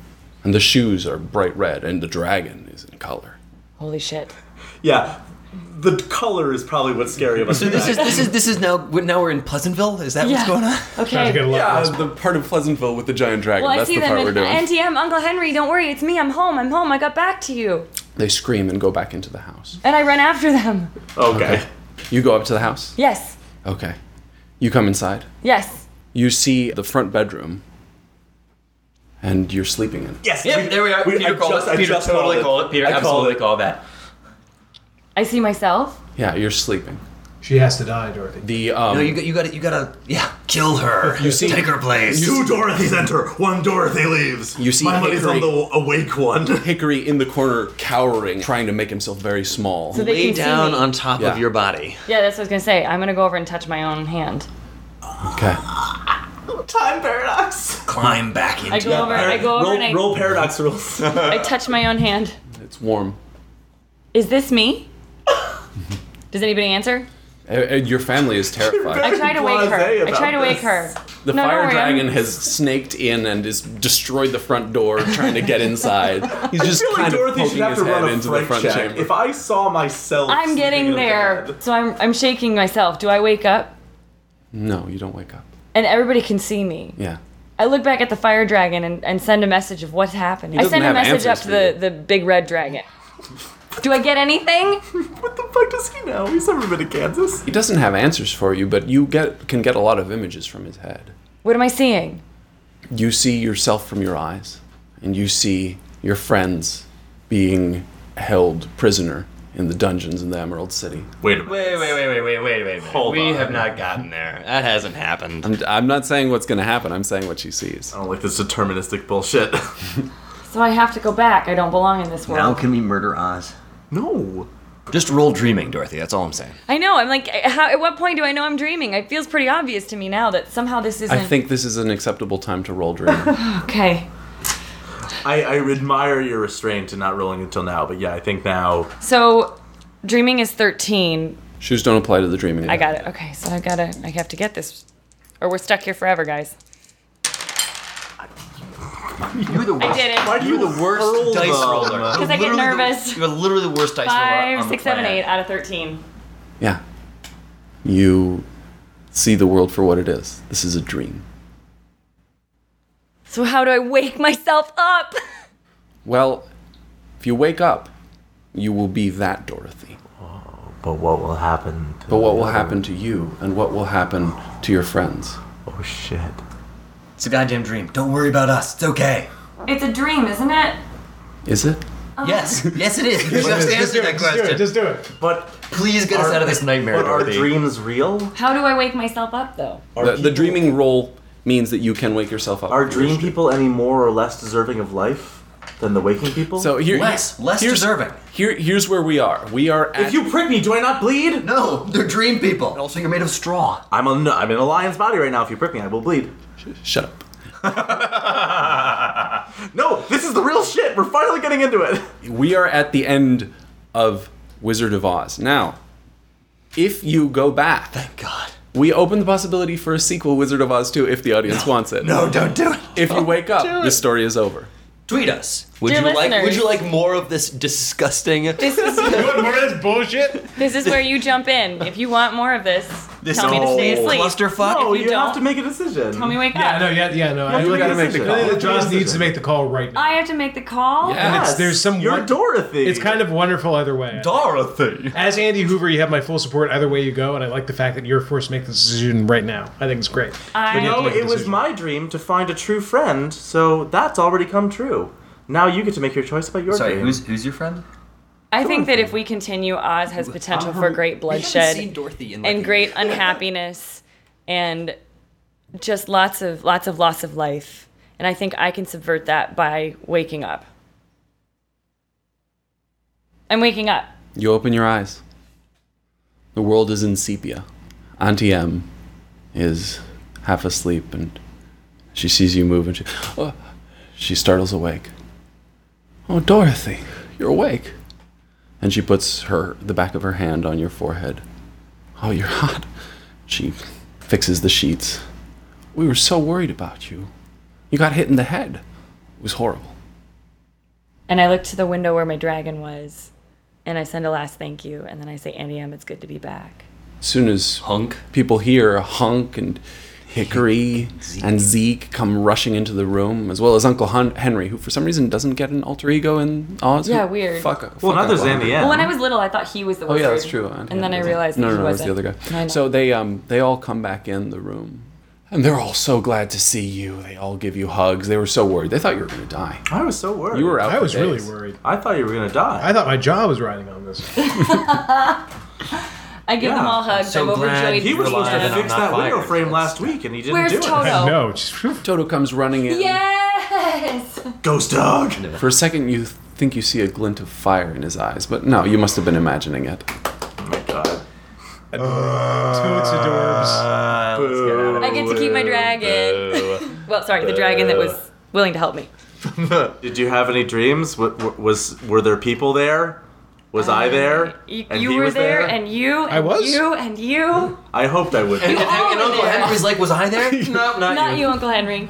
Speaker 7: And the shoes are bright red, and the dragon is in color.
Speaker 6: Holy shit.
Speaker 5: Yeah. The color is probably what's scary about
Speaker 9: So this is this is this is now we're, now we're in Pleasantville. Is that
Speaker 6: Yeah.
Speaker 9: what's going on?
Speaker 4: About to get a
Speaker 6: Okay.
Speaker 4: lot
Speaker 7: Yeah,
Speaker 4: less-
Speaker 7: Uh, the part of Pleasantville with the giant dragon.
Speaker 6: Well, I
Speaker 7: That's
Speaker 6: see
Speaker 7: the
Speaker 6: them
Speaker 7: part we're
Speaker 6: in
Speaker 7: doing.
Speaker 6: NTM. Uncle Henry, don't worry. It's me. I'm home. I'm home. I got back to you.
Speaker 7: they scream and go back into the house.
Speaker 6: And I run after them.
Speaker 5: Okay.
Speaker 7: You go up to the house?
Speaker 6: Yes.
Speaker 7: Okay. You come inside.
Speaker 6: Yes.
Speaker 7: You see the front bedroom, and you're sleeping in it.
Speaker 5: Yes.
Speaker 9: Yeah, there we are.
Speaker 5: We-
Speaker 9: Peter
Speaker 5: I
Speaker 9: called
Speaker 5: just- I
Speaker 9: it. Peter
Speaker 5: just called
Speaker 9: totally
Speaker 5: it.
Speaker 9: called it. Peter
Speaker 5: I called
Speaker 9: absolutely
Speaker 5: it.
Speaker 9: called that.
Speaker 6: I see myself.
Speaker 7: Yeah, you're sleeping.
Speaker 4: She has to die, Dorothy.
Speaker 7: The um,
Speaker 9: No, you got you got you got to yeah, kill her. You
Speaker 7: see-
Speaker 9: take her place.
Speaker 11: Two Dorothys enter, one Dorothy leaves.
Speaker 7: You see
Speaker 11: My money's on
Speaker 7: Hickory-
Speaker 11: the awake one.
Speaker 7: Hickory in the corner, cowering, trying to make himself very small.
Speaker 6: So they
Speaker 2: Lay
Speaker 6: can see
Speaker 2: down
Speaker 6: me.
Speaker 2: on top
Speaker 7: Yeah.
Speaker 2: of your body.
Speaker 6: Yeah, that's what I was gonna say. I'm gonna go over and touch my own hand.
Speaker 7: Okay.
Speaker 5: Time paradox.
Speaker 9: Climb back into
Speaker 6: I go over. I go over
Speaker 5: roll,
Speaker 6: and I,
Speaker 5: roll paradox rules.
Speaker 6: I touch my own hand.
Speaker 7: It's warm.
Speaker 6: Is this me? Does anybody answer?
Speaker 7: Uh, uh, your family is terrified.
Speaker 6: I try to wake her. I
Speaker 5: about
Speaker 6: try to wake
Speaker 5: this.
Speaker 6: her.
Speaker 7: The
Speaker 6: No,
Speaker 7: fire
Speaker 6: don't worry, I'm-
Speaker 7: dragon has snaked in and has destroyed the front door, trying to get inside. He's just
Speaker 5: I feel like
Speaker 7: kind of
Speaker 5: Dorothy
Speaker 7: poking
Speaker 5: should have
Speaker 7: his
Speaker 5: to
Speaker 7: head
Speaker 5: run a
Speaker 7: into the
Speaker 5: Frank
Speaker 7: front
Speaker 5: check.
Speaker 7: chamber.
Speaker 5: If I saw myself,
Speaker 6: I'm
Speaker 5: sleeping in
Speaker 6: getting
Speaker 5: a
Speaker 6: there.
Speaker 5: bed-
Speaker 6: So I'm I'm shaking myself. Do I wake up?
Speaker 7: no, you don't wake up.
Speaker 6: And everybody can see me.
Speaker 7: Yeah.
Speaker 6: I look back at the fire dragon and, and send a message of what's happened. I
Speaker 7: doesn't
Speaker 6: send a
Speaker 7: have
Speaker 6: message up to
Speaker 7: answers for
Speaker 6: the,
Speaker 7: you.
Speaker 6: the big red dragon. Do I get anything?
Speaker 5: What the fuck does he know? He's never been to Kansas.
Speaker 7: He doesn't have answers for you, but you get can get a lot of images from his head.
Speaker 6: What am I seeing?
Speaker 7: You see yourself from your eyes, and you see your friends being held prisoner in the dungeons in the Emerald City.
Speaker 5: Wait a minute.
Speaker 2: Wait, wait, wait, wait, wait, wait, wait, wait.
Speaker 5: Hold
Speaker 2: we
Speaker 5: on.
Speaker 2: have not gotten there. That hasn't happened.
Speaker 7: I'm, I'm not saying what's going to happen. I'm saying what she sees.
Speaker 5: I don't like this deterministic bullshit.
Speaker 6: So I have to go back. I don't belong in this world.
Speaker 9: Now can we murder Oz?
Speaker 5: no.
Speaker 9: Just roll dreaming, Dorothy. That's all I'm saying.
Speaker 6: I know. I'm like, eh, how, at what point do I know I'm dreaming? It feels pretty obvious to me now that somehow this isn't.
Speaker 7: I think this is an acceptable time to roll dream.
Speaker 6: Okay.
Speaker 5: I, I admire your restraint in not rolling until now, but yeah, I think now
Speaker 6: So dreaming is 13.
Speaker 7: Shoes don't apply to the dreaming.
Speaker 6: I got it. Okay, so I gotta, I have to get this, or we're stuck here forever, guys.
Speaker 9: You're the worst.
Speaker 6: I did it.
Speaker 9: You're the worst dice roller.
Speaker 6: Because I get
Speaker 9: Literally the-
Speaker 6: nervous.
Speaker 9: You're literally the worst dice roller.
Speaker 6: Five,
Speaker 9: on the
Speaker 6: six, seven,
Speaker 9: planet.
Speaker 6: eight out of 13.
Speaker 7: Yeah. You see the world for what it is. This is a dream.
Speaker 6: So how do I wake myself up?
Speaker 7: Well, if you wake up, you will be that Dorothy.
Speaker 18: But what will happen? To
Speaker 7: But what will
Speaker 18: the-
Speaker 7: happen to you and what will happen to your friends?
Speaker 18: Oh shit!
Speaker 9: It's a goddamn dream. Don't worry about us. It's okay.
Speaker 6: It's a dream, isn't it?
Speaker 7: Is it?
Speaker 9: Uh-huh. Yes, yes, it is. You just have to answer that
Speaker 4: Just do it.
Speaker 9: question.
Speaker 4: Just do it.
Speaker 5: But
Speaker 9: Please get us out of this nightmare,
Speaker 5: but are
Speaker 9: Dorothy.
Speaker 5: dreams real?
Speaker 6: How do I wake myself up though?
Speaker 5: Are
Speaker 7: The, the
Speaker 5: people-
Speaker 7: dreaming role means that you can wake yourself up.
Speaker 5: Are dream people any more or less deserving of life than the waking people?
Speaker 7: So here,
Speaker 9: Less, less
Speaker 7: here's,
Speaker 9: deserving.
Speaker 7: Here, here's where we are. We are at.
Speaker 5: if you prick me, do I not bleed?
Speaker 9: No, they're dream people. And also, you're made of straw.
Speaker 5: I'm on. I'm in a lion's body right now. If you prick me, I will bleed.
Speaker 7: Shut up.
Speaker 5: No, this is the real shit. We're finally getting into it.
Speaker 7: we are at the end of Wizard of Oz. Now, if you go back, thank
Speaker 9: God.
Speaker 7: we open the possibility for a sequel, Wizard of Oz 2, if the audience wants it.
Speaker 17: Oh,
Speaker 9: No, don't do it.
Speaker 7: If you wake up, the story is over.
Speaker 9: Tweet us. Would
Speaker 6: Dear
Speaker 9: you like? Would
Speaker 6: listeners.
Speaker 9: you like more of this disgusting?
Speaker 6: This is
Speaker 4: What more of this bullshit?
Speaker 6: this is where you jump in. If you want more of this,
Speaker 9: This
Speaker 6: tell me to
Speaker 9: is
Speaker 6: stay asleep.
Speaker 9: clusterfuck.
Speaker 5: No,
Speaker 6: If
Speaker 5: you
Speaker 6: you
Speaker 5: have
Speaker 6: don't-
Speaker 5: to make a decision.
Speaker 6: Tell me to wake
Speaker 4: Yeah,
Speaker 6: up.
Speaker 4: no, yeah, yeah, no. I, I
Speaker 5: have to make a
Speaker 7: gotta make the
Speaker 5: decision.
Speaker 7: call.
Speaker 4: think that Josh
Speaker 5: Decision.
Speaker 4: needs to make the call right now.
Speaker 6: I have to make the call.
Speaker 7: Yeah.
Speaker 4: It's- there's some
Speaker 5: You're
Speaker 4: one-
Speaker 5: Dorothy.
Speaker 4: It's kind of wonderful either way.
Speaker 9: Dorothy.
Speaker 4: As Andy Hoover, you have my full support either way you go, and I like the fact that you're forced to make this decision right now. I think it's great.
Speaker 6: I-
Speaker 4: But you have to
Speaker 5: No,
Speaker 4: make a
Speaker 5: it was
Speaker 4: decision.
Speaker 5: my dream to find a true friend, so that's already come true. Now you get to make your choice about your
Speaker 9: Sorry,
Speaker 5: dream.
Speaker 9: who's who's your friend?
Speaker 6: I think that if we continue, Oz has potential for great bloodshed
Speaker 9: seen Dorothy in, like,
Speaker 6: and great unhappiness and just lots of lots of loss of life. And I think I can subvert that by waking up. I'm waking up.
Speaker 7: You open your eyes. The world is in sepia. Auntie M is half asleep and she sees you move and she, oh, she startles awake. Oh, Dorothy, you're awake. And she puts her the back of her hand on your forehead. Oh, you're hot. She fixes the sheets. We were so worried about you. You got hit in the head. It was horrible.
Speaker 6: And I look to the window where my dragon was, and I send a last thank you, and then I say, Andy M, it's good to be back.
Speaker 7: As soon as
Speaker 9: Hunk.
Speaker 7: people hear Hunk and Hickory and Zeke come rushing into the room, as well as Uncle Hun- Henry, who for some reason doesn't get an alter ego in Oz.
Speaker 6: Yeah,
Speaker 7: Who-
Speaker 6: weird.
Speaker 7: Fuck.
Speaker 5: well,
Speaker 7: fuck
Speaker 5: neither
Speaker 7: Uncle Henry.
Speaker 5: Zandy M.
Speaker 6: Well, when I was little, I thought he was the
Speaker 7: Oh
Speaker 6: wizard.
Speaker 7: yeah, that's true. Auntie
Speaker 6: And then
Speaker 7: Anne
Speaker 6: I
Speaker 7: doesn't.
Speaker 6: realized
Speaker 7: no,
Speaker 6: that
Speaker 7: no,
Speaker 6: he
Speaker 7: no, it was
Speaker 6: wasn't.
Speaker 7: the other guy.
Speaker 6: I know.
Speaker 7: So they um they all come back in the room, and they're all so glad to see you. They all give you hugs. They were so worried. They thought you were gonna die.
Speaker 5: I was so worried.
Speaker 7: You were out.
Speaker 4: I
Speaker 7: for
Speaker 4: was really
Speaker 7: days.
Speaker 4: worried.
Speaker 5: I thought you were gonna die.
Speaker 4: I thought my jaw was riding on this.
Speaker 6: I give them
Speaker 5: Yeah.
Speaker 6: all hugs.
Speaker 9: So
Speaker 6: I'm
Speaker 9: glad
Speaker 6: overjoyed.
Speaker 5: he was
Speaker 6: for
Speaker 5: supposed
Speaker 6: them.
Speaker 5: to
Speaker 9: Reliant on
Speaker 5: fix
Speaker 9: not
Speaker 5: that window
Speaker 9: fired.
Speaker 5: frame last week, and he didn't
Speaker 6: Where's
Speaker 5: do it.
Speaker 6: Toto?
Speaker 4: no, just,
Speaker 7: Toto comes running in.
Speaker 6: Yes!
Speaker 5: Ghost dog. Oh
Speaker 7: For a second, you think you see a glint of fire in his eyes, but no, you must have been imagining it.
Speaker 5: Oh my god.
Speaker 4: Totes adorbs.
Speaker 5: Uh,
Speaker 6: I get to keep my dragon. well, sorry, the dragon that was willing to help me.
Speaker 5: Did you have any dreams? W- w- was were there people there? Was
Speaker 6: Um,
Speaker 5: I there?
Speaker 6: You,
Speaker 5: And
Speaker 6: you
Speaker 5: he
Speaker 6: were
Speaker 5: was
Speaker 6: there,
Speaker 5: there?
Speaker 6: and you, and
Speaker 4: was?
Speaker 6: you, and you.
Speaker 5: I hoped I would.
Speaker 9: And,
Speaker 5: be.
Speaker 9: and- and
Speaker 6: Oh,
Speaker 9: Uncle
Speaker 6: there.
Speaker 9: Henry's like, was I there? no, not,
Speaker 6: Not
Speaker 9: you.
Speaker 6: you, Uncle Henry.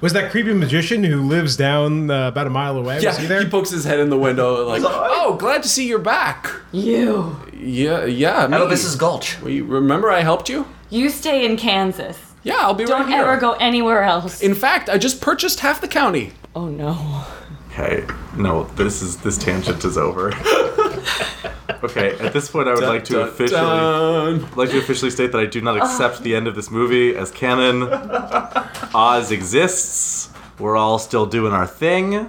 Speaker 4: Was that creepy magician who lives down uh, about a mile away?
Speaker 7: Yeah,
Speaker 4: was he there?
Speaker 7: pokes his head in the window, like, "Oh, glad to see you're back."
Speaker 6: You.
Speaker 7: Yeah, yeah. Me.
Speaker 9: Oh, this is Gulch.
Speaker 7: Well, you remember I helped you?
Speaker 6: You stay in Kansas.
Speaker 7: Yeah, I'll be
Speaker 6: Don't
Speaker 7: right here.
Speaker 6: ever go anywhere else.
Speaker 7: In fact, I just purchased half the county.
Speaker 6: oh no.
Speaker 5: Okay, no, this is this tangent is over. okay, at this point, I would like to
Speaker 7: Dun,
Speaker 5: officially
Speaker 7: dun.
Speaker 5: like to officially state that I do not accept the end of this movie as canon. Oz exists. We're all still doing our thing. The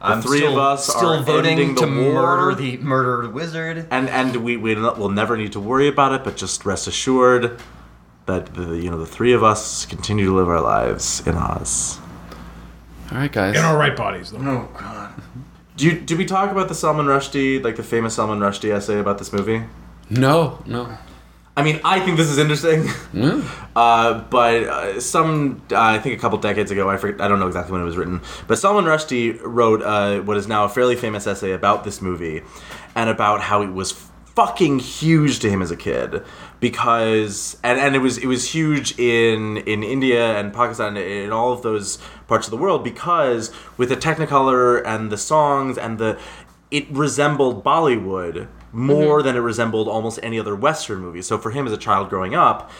Speaker 9: I'm
Speaker 5: three
Speaker 9: still,
Speaker 5: of us
Speaker 9: still
Speaker 5: are
Speaker 9: voting
Speaker 5: ending the
Speaker 9: to
Speaker 5: war.
Speaker 9: murder the murdered wizard.
Speaker 5: and and we we will never need to worry about it. But just rest assured that the, you know the three of us continue to live our lives in Oz.
Speaker 7: All right, guys.
Speaker 4: In our right bodies, though.
Speaker 5: Do you, did we talk about the Salman Rushdie like the famous Salman Rushdie essay about this movie?
Speaker 7: No, no.
Speaker 5: I mean, I think this is interesting. Uh, but uh, some, uh, I think a couple decades ago, I forget, I don't know exactly when it was written, but Salman Rushdie wrote uh, what is now a fairly famous essay about this movie and about how it was fucking huge to him as a kid because and, and it was it was huge in in India and Pakistan and in all of those parts of the world because with the technicolor and the songs and the it resembled Bollywood more than it resembled almost any other western movie. So for him as a child growing up,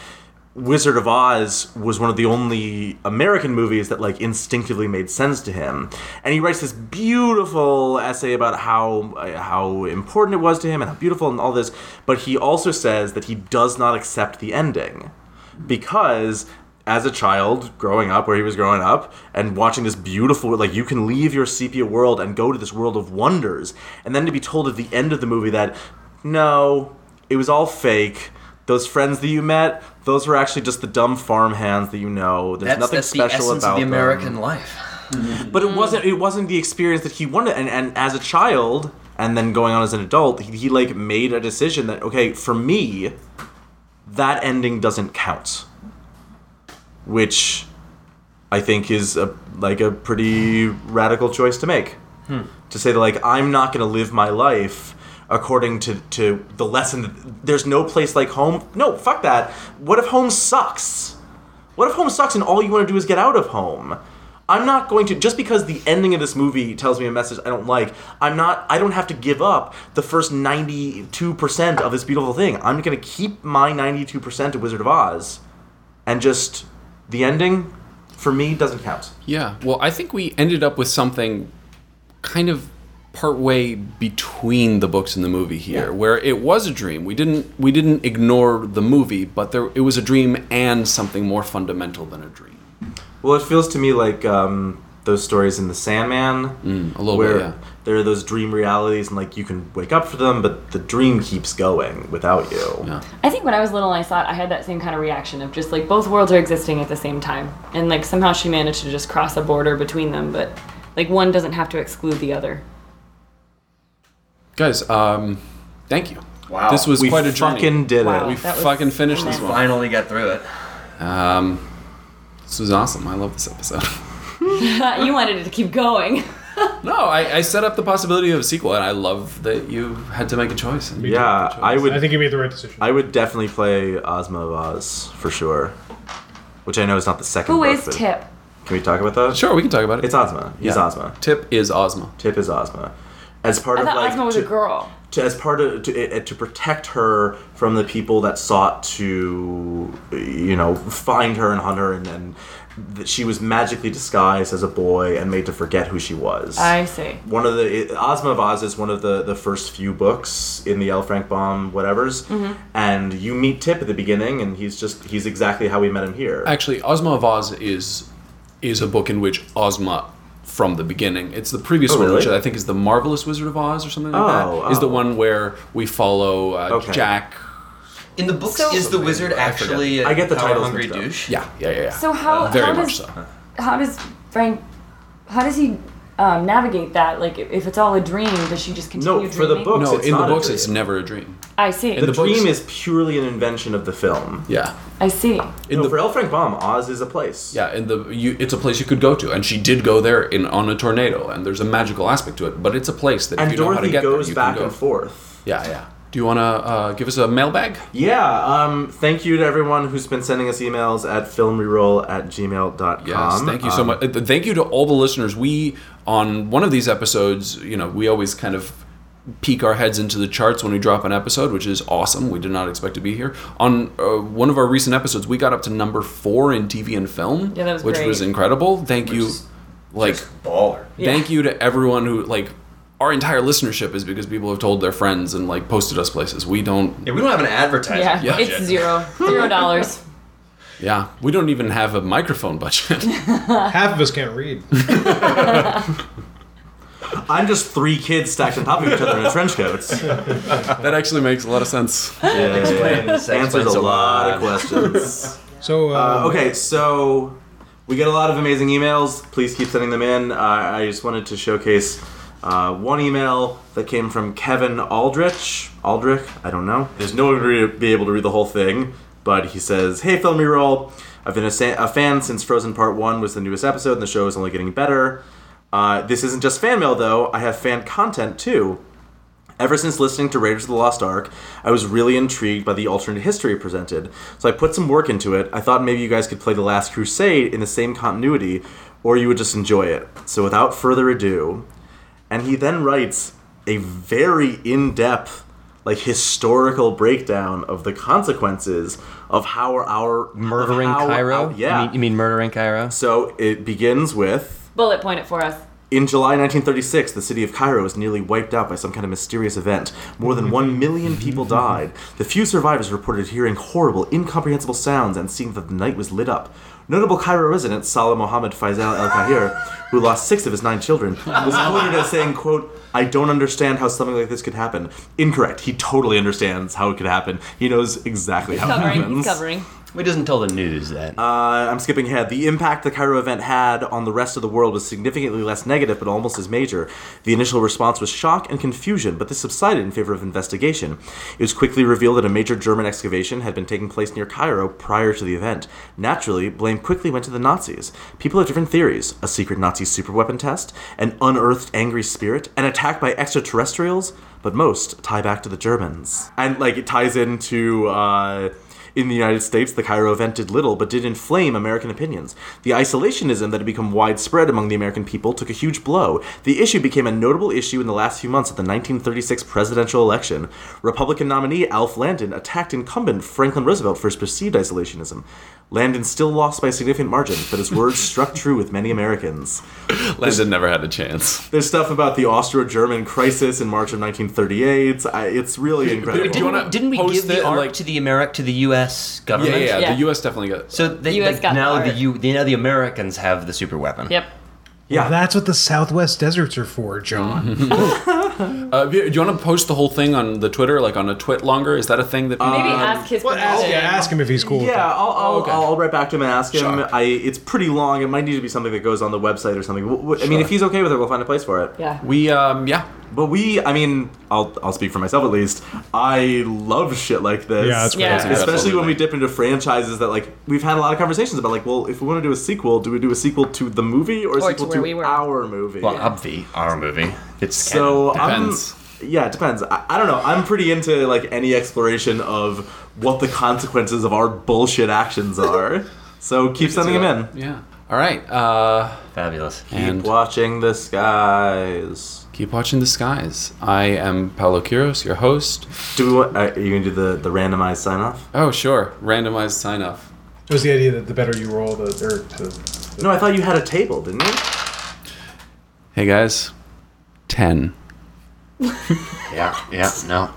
Speaker 5: Wizard of Oz was one of the only American movies that like instinctively made sense to him, and he writes this beautiful essay about how uh, how important it was to him and how beautiful and all this. But he also says that he does not accept the ending because as a child growing up where he was growing up and watching this beautiful like you can leave your sepia world and go to this world of wonders and then to be told at the end of the movie that no it was all fake those friends that you met those were actually just the dumb farmhands that you know there's
Speaker 9: That's,
Speaker 5: nothing
Speaker 9: that's the
Speaker 5: special
Speaker 9: essence
Speaker 5: about
Speaker 9: of the
Speaker 5: them."
Speaker 9: American life.
Speaker 5: but it wasn't it wasn't the experience that he wanted and, and as a child and then going on as an adult he, he like made a decision that okay for me that ending doesn't count which i think is a like a pretty radical choice to make to say that like i'm not going to live my life according to to the lesson that there's no place like home no fuck that what if home sucks what if home sucks and all you want to do is get out of home? I'm not going to just because the ending of this movie tells me a message I don't like. I'm not. I don't have to give up the first 92 percent of this beautiful thing. I'm going to keep my 92 percent of Wizard of Oz, and just the ending for me doesn't count.
Speaker 7: Yeah. Well, I think we ended up with something kind of partway between the books and the movie here, where it was a dream. We didn't we didn't ignore the movie, but there it was a dream and something more fundamental than a dream.
Speaker 5: Well, it feels to me like um, those stories in The Sandman,
Speaker 7: Mm, a little
Speaker 5: where
Speaker 7: bit, yeah.
Speaker 5: there are those dream realities, and like you can wake up for them, but the dream keeps going without you.
Speaker 7: Yeah.
Speaker 19: I think when I was little and I saw it, I had that same kind of reaction of just like both worlds are existing at the same time. And like somehow she managed to just cross a border between them, but like one doesn't have to exclude the other.
Speaker 7: Guys, um, thank you.
Speaker 11: Wow.
Speaker 7: This was
Speaker 5: We
Speaker 7: quite a journey.
Speaker 5: fucking did
Speaker 19: Wow.
Speaker 5: it.
Speaker 7: we
Speaker 19: That was
Speaker 7: fucking finished this one.
Speaker 9: Finally got through it.
Speaker 7: Um, this was awesome. I love this episode.
Speaker 19: you wanted it to keep going.
Speaker 7: no, I, I set up the possibility of a sequel, and I love that you had to make a choice. And
Speaker 5: Yeah, I would.
Speaker 4: I think you made the right decision.
Speaker 5: I would definitely play Ozma of Oz for sure. Which I know is not the second.
Speaker 19: Who
Speaker 5: book,
Speaker 19: is
Speaker 5: but-
Speaker 19: Tip?
Speaker 5: Can we talk about that?
Speaker 7: Sure, we can talk about it.
Speaker 5: It's Ozma. He's
Speaker 7: Yeah.
Speaker 5: Ozma.
Speaker 7: Tip is Ozma.
Speaker 5: Tip is Ozma. As part
Speaker 19: I
Speaker 5: of
Speaker 19: thought
Speaker 5: like
Speaker 19: Ozma was
Speaker 5: to,
Speaker 19: a girl.
Speaker 5: to- as part of to, uh, to protect her from the people that sought to you know find her and hunt her and, and that she was magically disguised as a boy and made to forget who she was
Speaker 19: I see.
Speaker 5: one of the it, Ozma of Oz is one of the the first few books in the L. Frank Baum whatever's, and you meet Tip at the beginning, and he's just he's exactly how we met him here.
Speaker 7: Actually, Ozma of Oz is is a book in which Ozma from the beginning. It's the previous
Speaker 5: Oh,
Speaker 7: one, which
Speaker 5: really?
Speaker 7: I think is the Marvelous Wizard of Oz or something like
Speaker 5: Oh,
Speaker 7: that. Is the
Speaker 5: oh.
Speaker 7: one where we follow uh,
Speaker 5: Okay.
Speaker 7: Jack.
Speaker 9: In the books,
Speaker 19: So-
Speaker 9: is the wizard actually a
Speaker 5: I get the titles
Speaker 9: hungry
Speaker 5: mixed up.
Speaker 9: douche?
Speaker 7: Yeah, yeah, yeah. yeah.
Speaker 19: So how,
Speaker 7: Uh, Very
Speaker 19: how does
Speaker 7: much so.
Speaker 19: how does Frank how does he um, navigate that? Like if if it's all a dream, does she just continue
Speaker 5: No,
Speaker 19: dreaming?
Speaker 5: for the book-
Speaker 7: No,
Speaker 5: it's
Speaker 7: in the
Speaker 5: not a
Speaker 7: books, it's
Speaker 5: dream.
Speaker 7: never a dream.
Speaker 19: I see.
Speaker 5: the,
Speaker 7: the books-
Speaker 5: dream is purely an invention of the film.
Speaker 7: Yeah,
Speaker 19: I see.
Speaker 7: in
Speaker 5: no,
Speaker 7: the
Speaker 5: for L. Frank Baum, Oz is a place.
Speaker 7: yeah, in the you, it's a place you could go to, and she did go there in on a tornado, and there's a magical aspect to it. But it's a place that
Speaker 5: and
Speaker 7: if you know how to
Speaker 5: Dorothy
Speaker 7: get
Speaker 5: goes
Speaker 7: there, you
Speaker 5: back
Speaker 7: can go.
Speaker 5: and forth.
Speaker 7: Yeah, yeah. Do you want to uh, give us a mailbag?
Speaker 5: Yeah, um, thank you to everyone who's been sending us emails at filmreroll at gmail.com.
Speaker 7: Yes, thank you so
Speaker 5: Um,
Speaker 7: much. Uh, Thank you to all the listeners. We on one of these episodes, you know, we always kind of peek our heads into the charts when we drop an episode, which is awesome. We did not expect to be here. On uh, one of our recent episodes, we got up to number four in TV and film,
Speaker 19: Yeah, that was
Speaker 7: which
Speaker 19: great.
Speaker 7: was incredible. Thank you, like
Speaker 9: Baller.
Speaker 7: thank you to everyone who like. Our entire listenership is because people have told their friends and like posted us places. We don't,
Speaker 9: Yeah, we don't have an advertising.
Speaker 19: Yeah,
Speaker 7: Yeah.
Speaker 19: it's zero. Zero dollars.
Speaker 7: yeah, we don't even have a microphone budget.
Speaker 4: Half of us can't read.
Speaker 5: I'm just three kids stacked on top of each other in trench coats.
Speaker 7: that actually makes a lot of sense.
Speaker 5: Yeah,
Speaker 9: explains- that
Speaker 5: answers
Speaker 9: explains
Speaker 5: a
Speaker 9: a
Speaker 5: lot of questions.
Speaker 4: So
Speaker 5: Uh,
Speaker 4: uh,
Speaker 5: okay, so we get a lot of amazing emails. Please keep sending them in. Uh, I just wanted to showcase Uh, one email that came from Kevin Aldrich. Aldrich, I don't know. There's no way to be able to read the whole thing, but he says, "Hey, film reroll. I've been a, sa- a fan since Frozen Part One was the newest episode, and the show is only getting better. Uh, this isn't just fan mail though. I have fan content too." Ever since listening to Raiders of the Lost Ark, I was really intrigued by the alternate history presented. So I put some work into it. I thought maybe you guys could play The Last Crusade in the same continuity, or you would just enjoy it. So without further ado, and he then writes a very in depth, like historical breakdown of the consequences of how our
Speaker 17: murdering
Speaker 5: how
Speaker 17: Cairo.
Speaker 5: our- yeah.
Speaker 17: you mean, you mean murdering Cairo?
Speaker 5: so it begins with
Speaker 19: Bullet point it for us.
Speaker 5: in July 1936, the city of Cairo was nearly wiped out by some kind of mysterious event. More than one million people died. The few survivors reported hearing horrible, incomprehensible sounds and seeing that the night was lit up. Notable Cairo resident Salah Mohammed Faisal El Kahir, who lost six of his nine children, was quoted as saying, quote, I don't understand how something like this could happen. Incorrect. He totally understands how it could happen. He knows exactly how it
Speaker 19: Covering.
Speaker 5: happens.
Speaker 19: He's covering.
Speaker 17: He doesn't tell the news that.
Speaker 5: Uh, I'm skipping ahead. The impact the Cairo event had on the rest of the world was significantly less negative, but almost as major. The initial response was shock and confusion, but this subsided in favor of investigation. It was quickly revealed that a major German excavation had been taking place near Cairo prior to the event. Naturally, blame quickly went to the Nazis. People had different theories a secret Nazi superweapon test, an unearthed angry spirit, an attack by extraterrestrials, but most tie back to the Germans. And, like, it ties into. Uh, in the United States, the Cairo event did little but did inflame American opinions. The isolationism that had become widespread among the American people took a huge blow. The issue became a notable issue in the last few months of the 1936 presidential election. Republican nominee Alf Landon attacked incumbent Franklin Roosevelt for his perceived isolationism. Landon still lost by a significant margin, but his words struck true with many Americans.
Speaker 7: Landon never had a chance.
Speaker 5: There's stuff about the Austro-German crisis in March of 1938. I, it's really incredible.
Speaker 7: Do you wanna
Speaker 17: Didn't we
Speaker 7: post
Speaker 17: give the
Speaker 7: it and,
Speaker 17: art
Speaker 7: like-
Speaker 17: to the Americ to the U.S.
Speaker 7: Yeah,
Speaker 17: government?
Speaker 7: yeah, yeah,
Speaker 19: Yeah.
Speaker 7: The U.S. definitely got.
Speaker 17: So they,
Speaker 19: US
Speaker 17: they-
Speaker 19: got the
Speaker 17: now the
Speaker 19: art.
Speaker 17: U, they, now the Americans have the super weapon.
Speaker 19: Yep.
Speaker 5: Yeah.
Speaker 4: That's what the Southwest deserts are for, John.
Speaker 7: Uh, do you want to post the whole thing on the Twitter, like on a twit longer? Is that a thing that?
Speaker 19: Maybe ask his
Speaker 4: What? Ask,
Speaker 19: permission.
Speaker 4: yeah, ask him if he's cool. with
Speaker 5: Oh, Yeah,
Speaker 4: that.
Speaker 5: I'll, I'll,
Speaker 7: okay.
Speaker 5: I'll write back to him and ask him. I it's pretty long. It might need to be something that goes on the website or something. W- w- I mean, if he's okay with it, we'll find a place for it.
Speaker 19: Yeah.
Speaker 7: we um yeah.
Speaker 5: But we, I mean, I'll I'll speak for myself at least. I love shit like this.
Speaker 4: Yeah, it's
Speaker 19: Yeah.
Speaker 4: crazy.
Speaker 5: Especially when
Speaker 7: Absolutely.
Speaker 5: we dip into franchises that like we've had a lot of conversations about. Like, well, if we want to do a sequel, do we do a sequel to the movie or a
Speaker 19: Or to
Speaker 5: sequel
Speaker 19: where
Speaker 5: to
Speaker 19: we were.
Speaker 5: our movie?
Speaker 17: Well, obvi, our movie. It's
Speaker 5: So
Speaker 7: Depends.
Speaker 5: I'm, yeah, it depends. I, I don't know. I'm pretty into like any exploration of what the consequences of our bullshit actions are. So keep sending them in.
Speaker 7: Yeah. All right. Uh,
Speaker 17: fabulous.
Speaker 7: and
Speaker 5: Keep watching the skies.
Speaker 7: keep watching the skies. I am Paolo Quiros, your host.
Speaker 5: Do we want? Are you gonna do the the randomized sign off?
Speaker 7: Oh sure, randomized sign off.
Speaker 4: It was the idea that the better you roll, the or the,
Speaker 5: No, I thought you had a table, didn't you?
Speaker 7: Hey guys, ten.
Speaker 17: Yeah, yeah, no.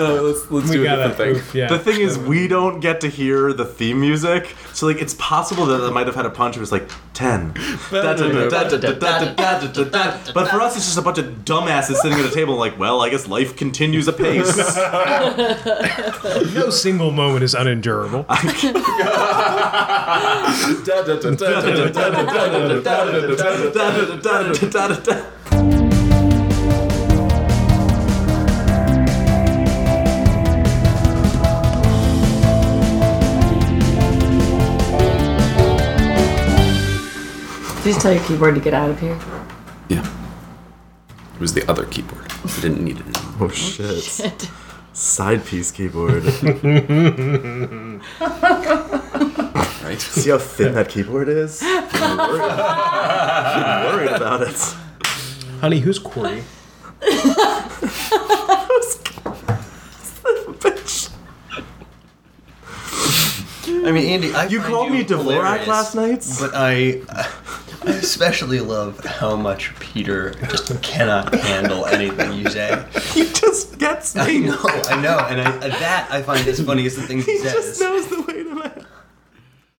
Speaker 7: No, let's let's
Speaker 4: we
Speaker 7: do a
Speaker 4: got
Speaker 7: different
Speaker 4: that.
Speaker 7: thing.
Speaker 4: Oof, yeah.
Speaker 5: The thing is, we don't get to hear the theme music, so like it's possible that I might have had a punch. It was like ten, but for us, it's just a bunch of dumbasses sitting at a table, like, well, I guess life continues apace.
Speaker 4: no single moment is unendurable.
Speaker 6: Did you just tell your keyboard to get out of here?
Speaker 7: Yeah. It was the other keyboard. I didn't need it. anymore.
Speaker 5: Oh shit! Side piece keyboard.
Speaker 7: Right.
Speaker 5: See how thin that keyboard is? I'm worried, I'm worried about it.
Speaker 4: Honey, who's QWERTY?
Speaker 5: Bitch.
Speaker 17: I mean, Andy, I
Speaker 5: You
Speaker 17: find
Speaker 5: called me Dvorak
Speaker 17: hilarious,
Speaker 5: last night?
Speaker 17: But I, I especially love how much Peter just cannot handle anything you say.
Speaker 5: He just gets
Speaker 17: I
Speaker 5: me.
Speaker 17: know, I know, and I, that I find as funny as the things he,
Speaker 5: He
Speaker 17: says.
Speaker 5: just knows the way to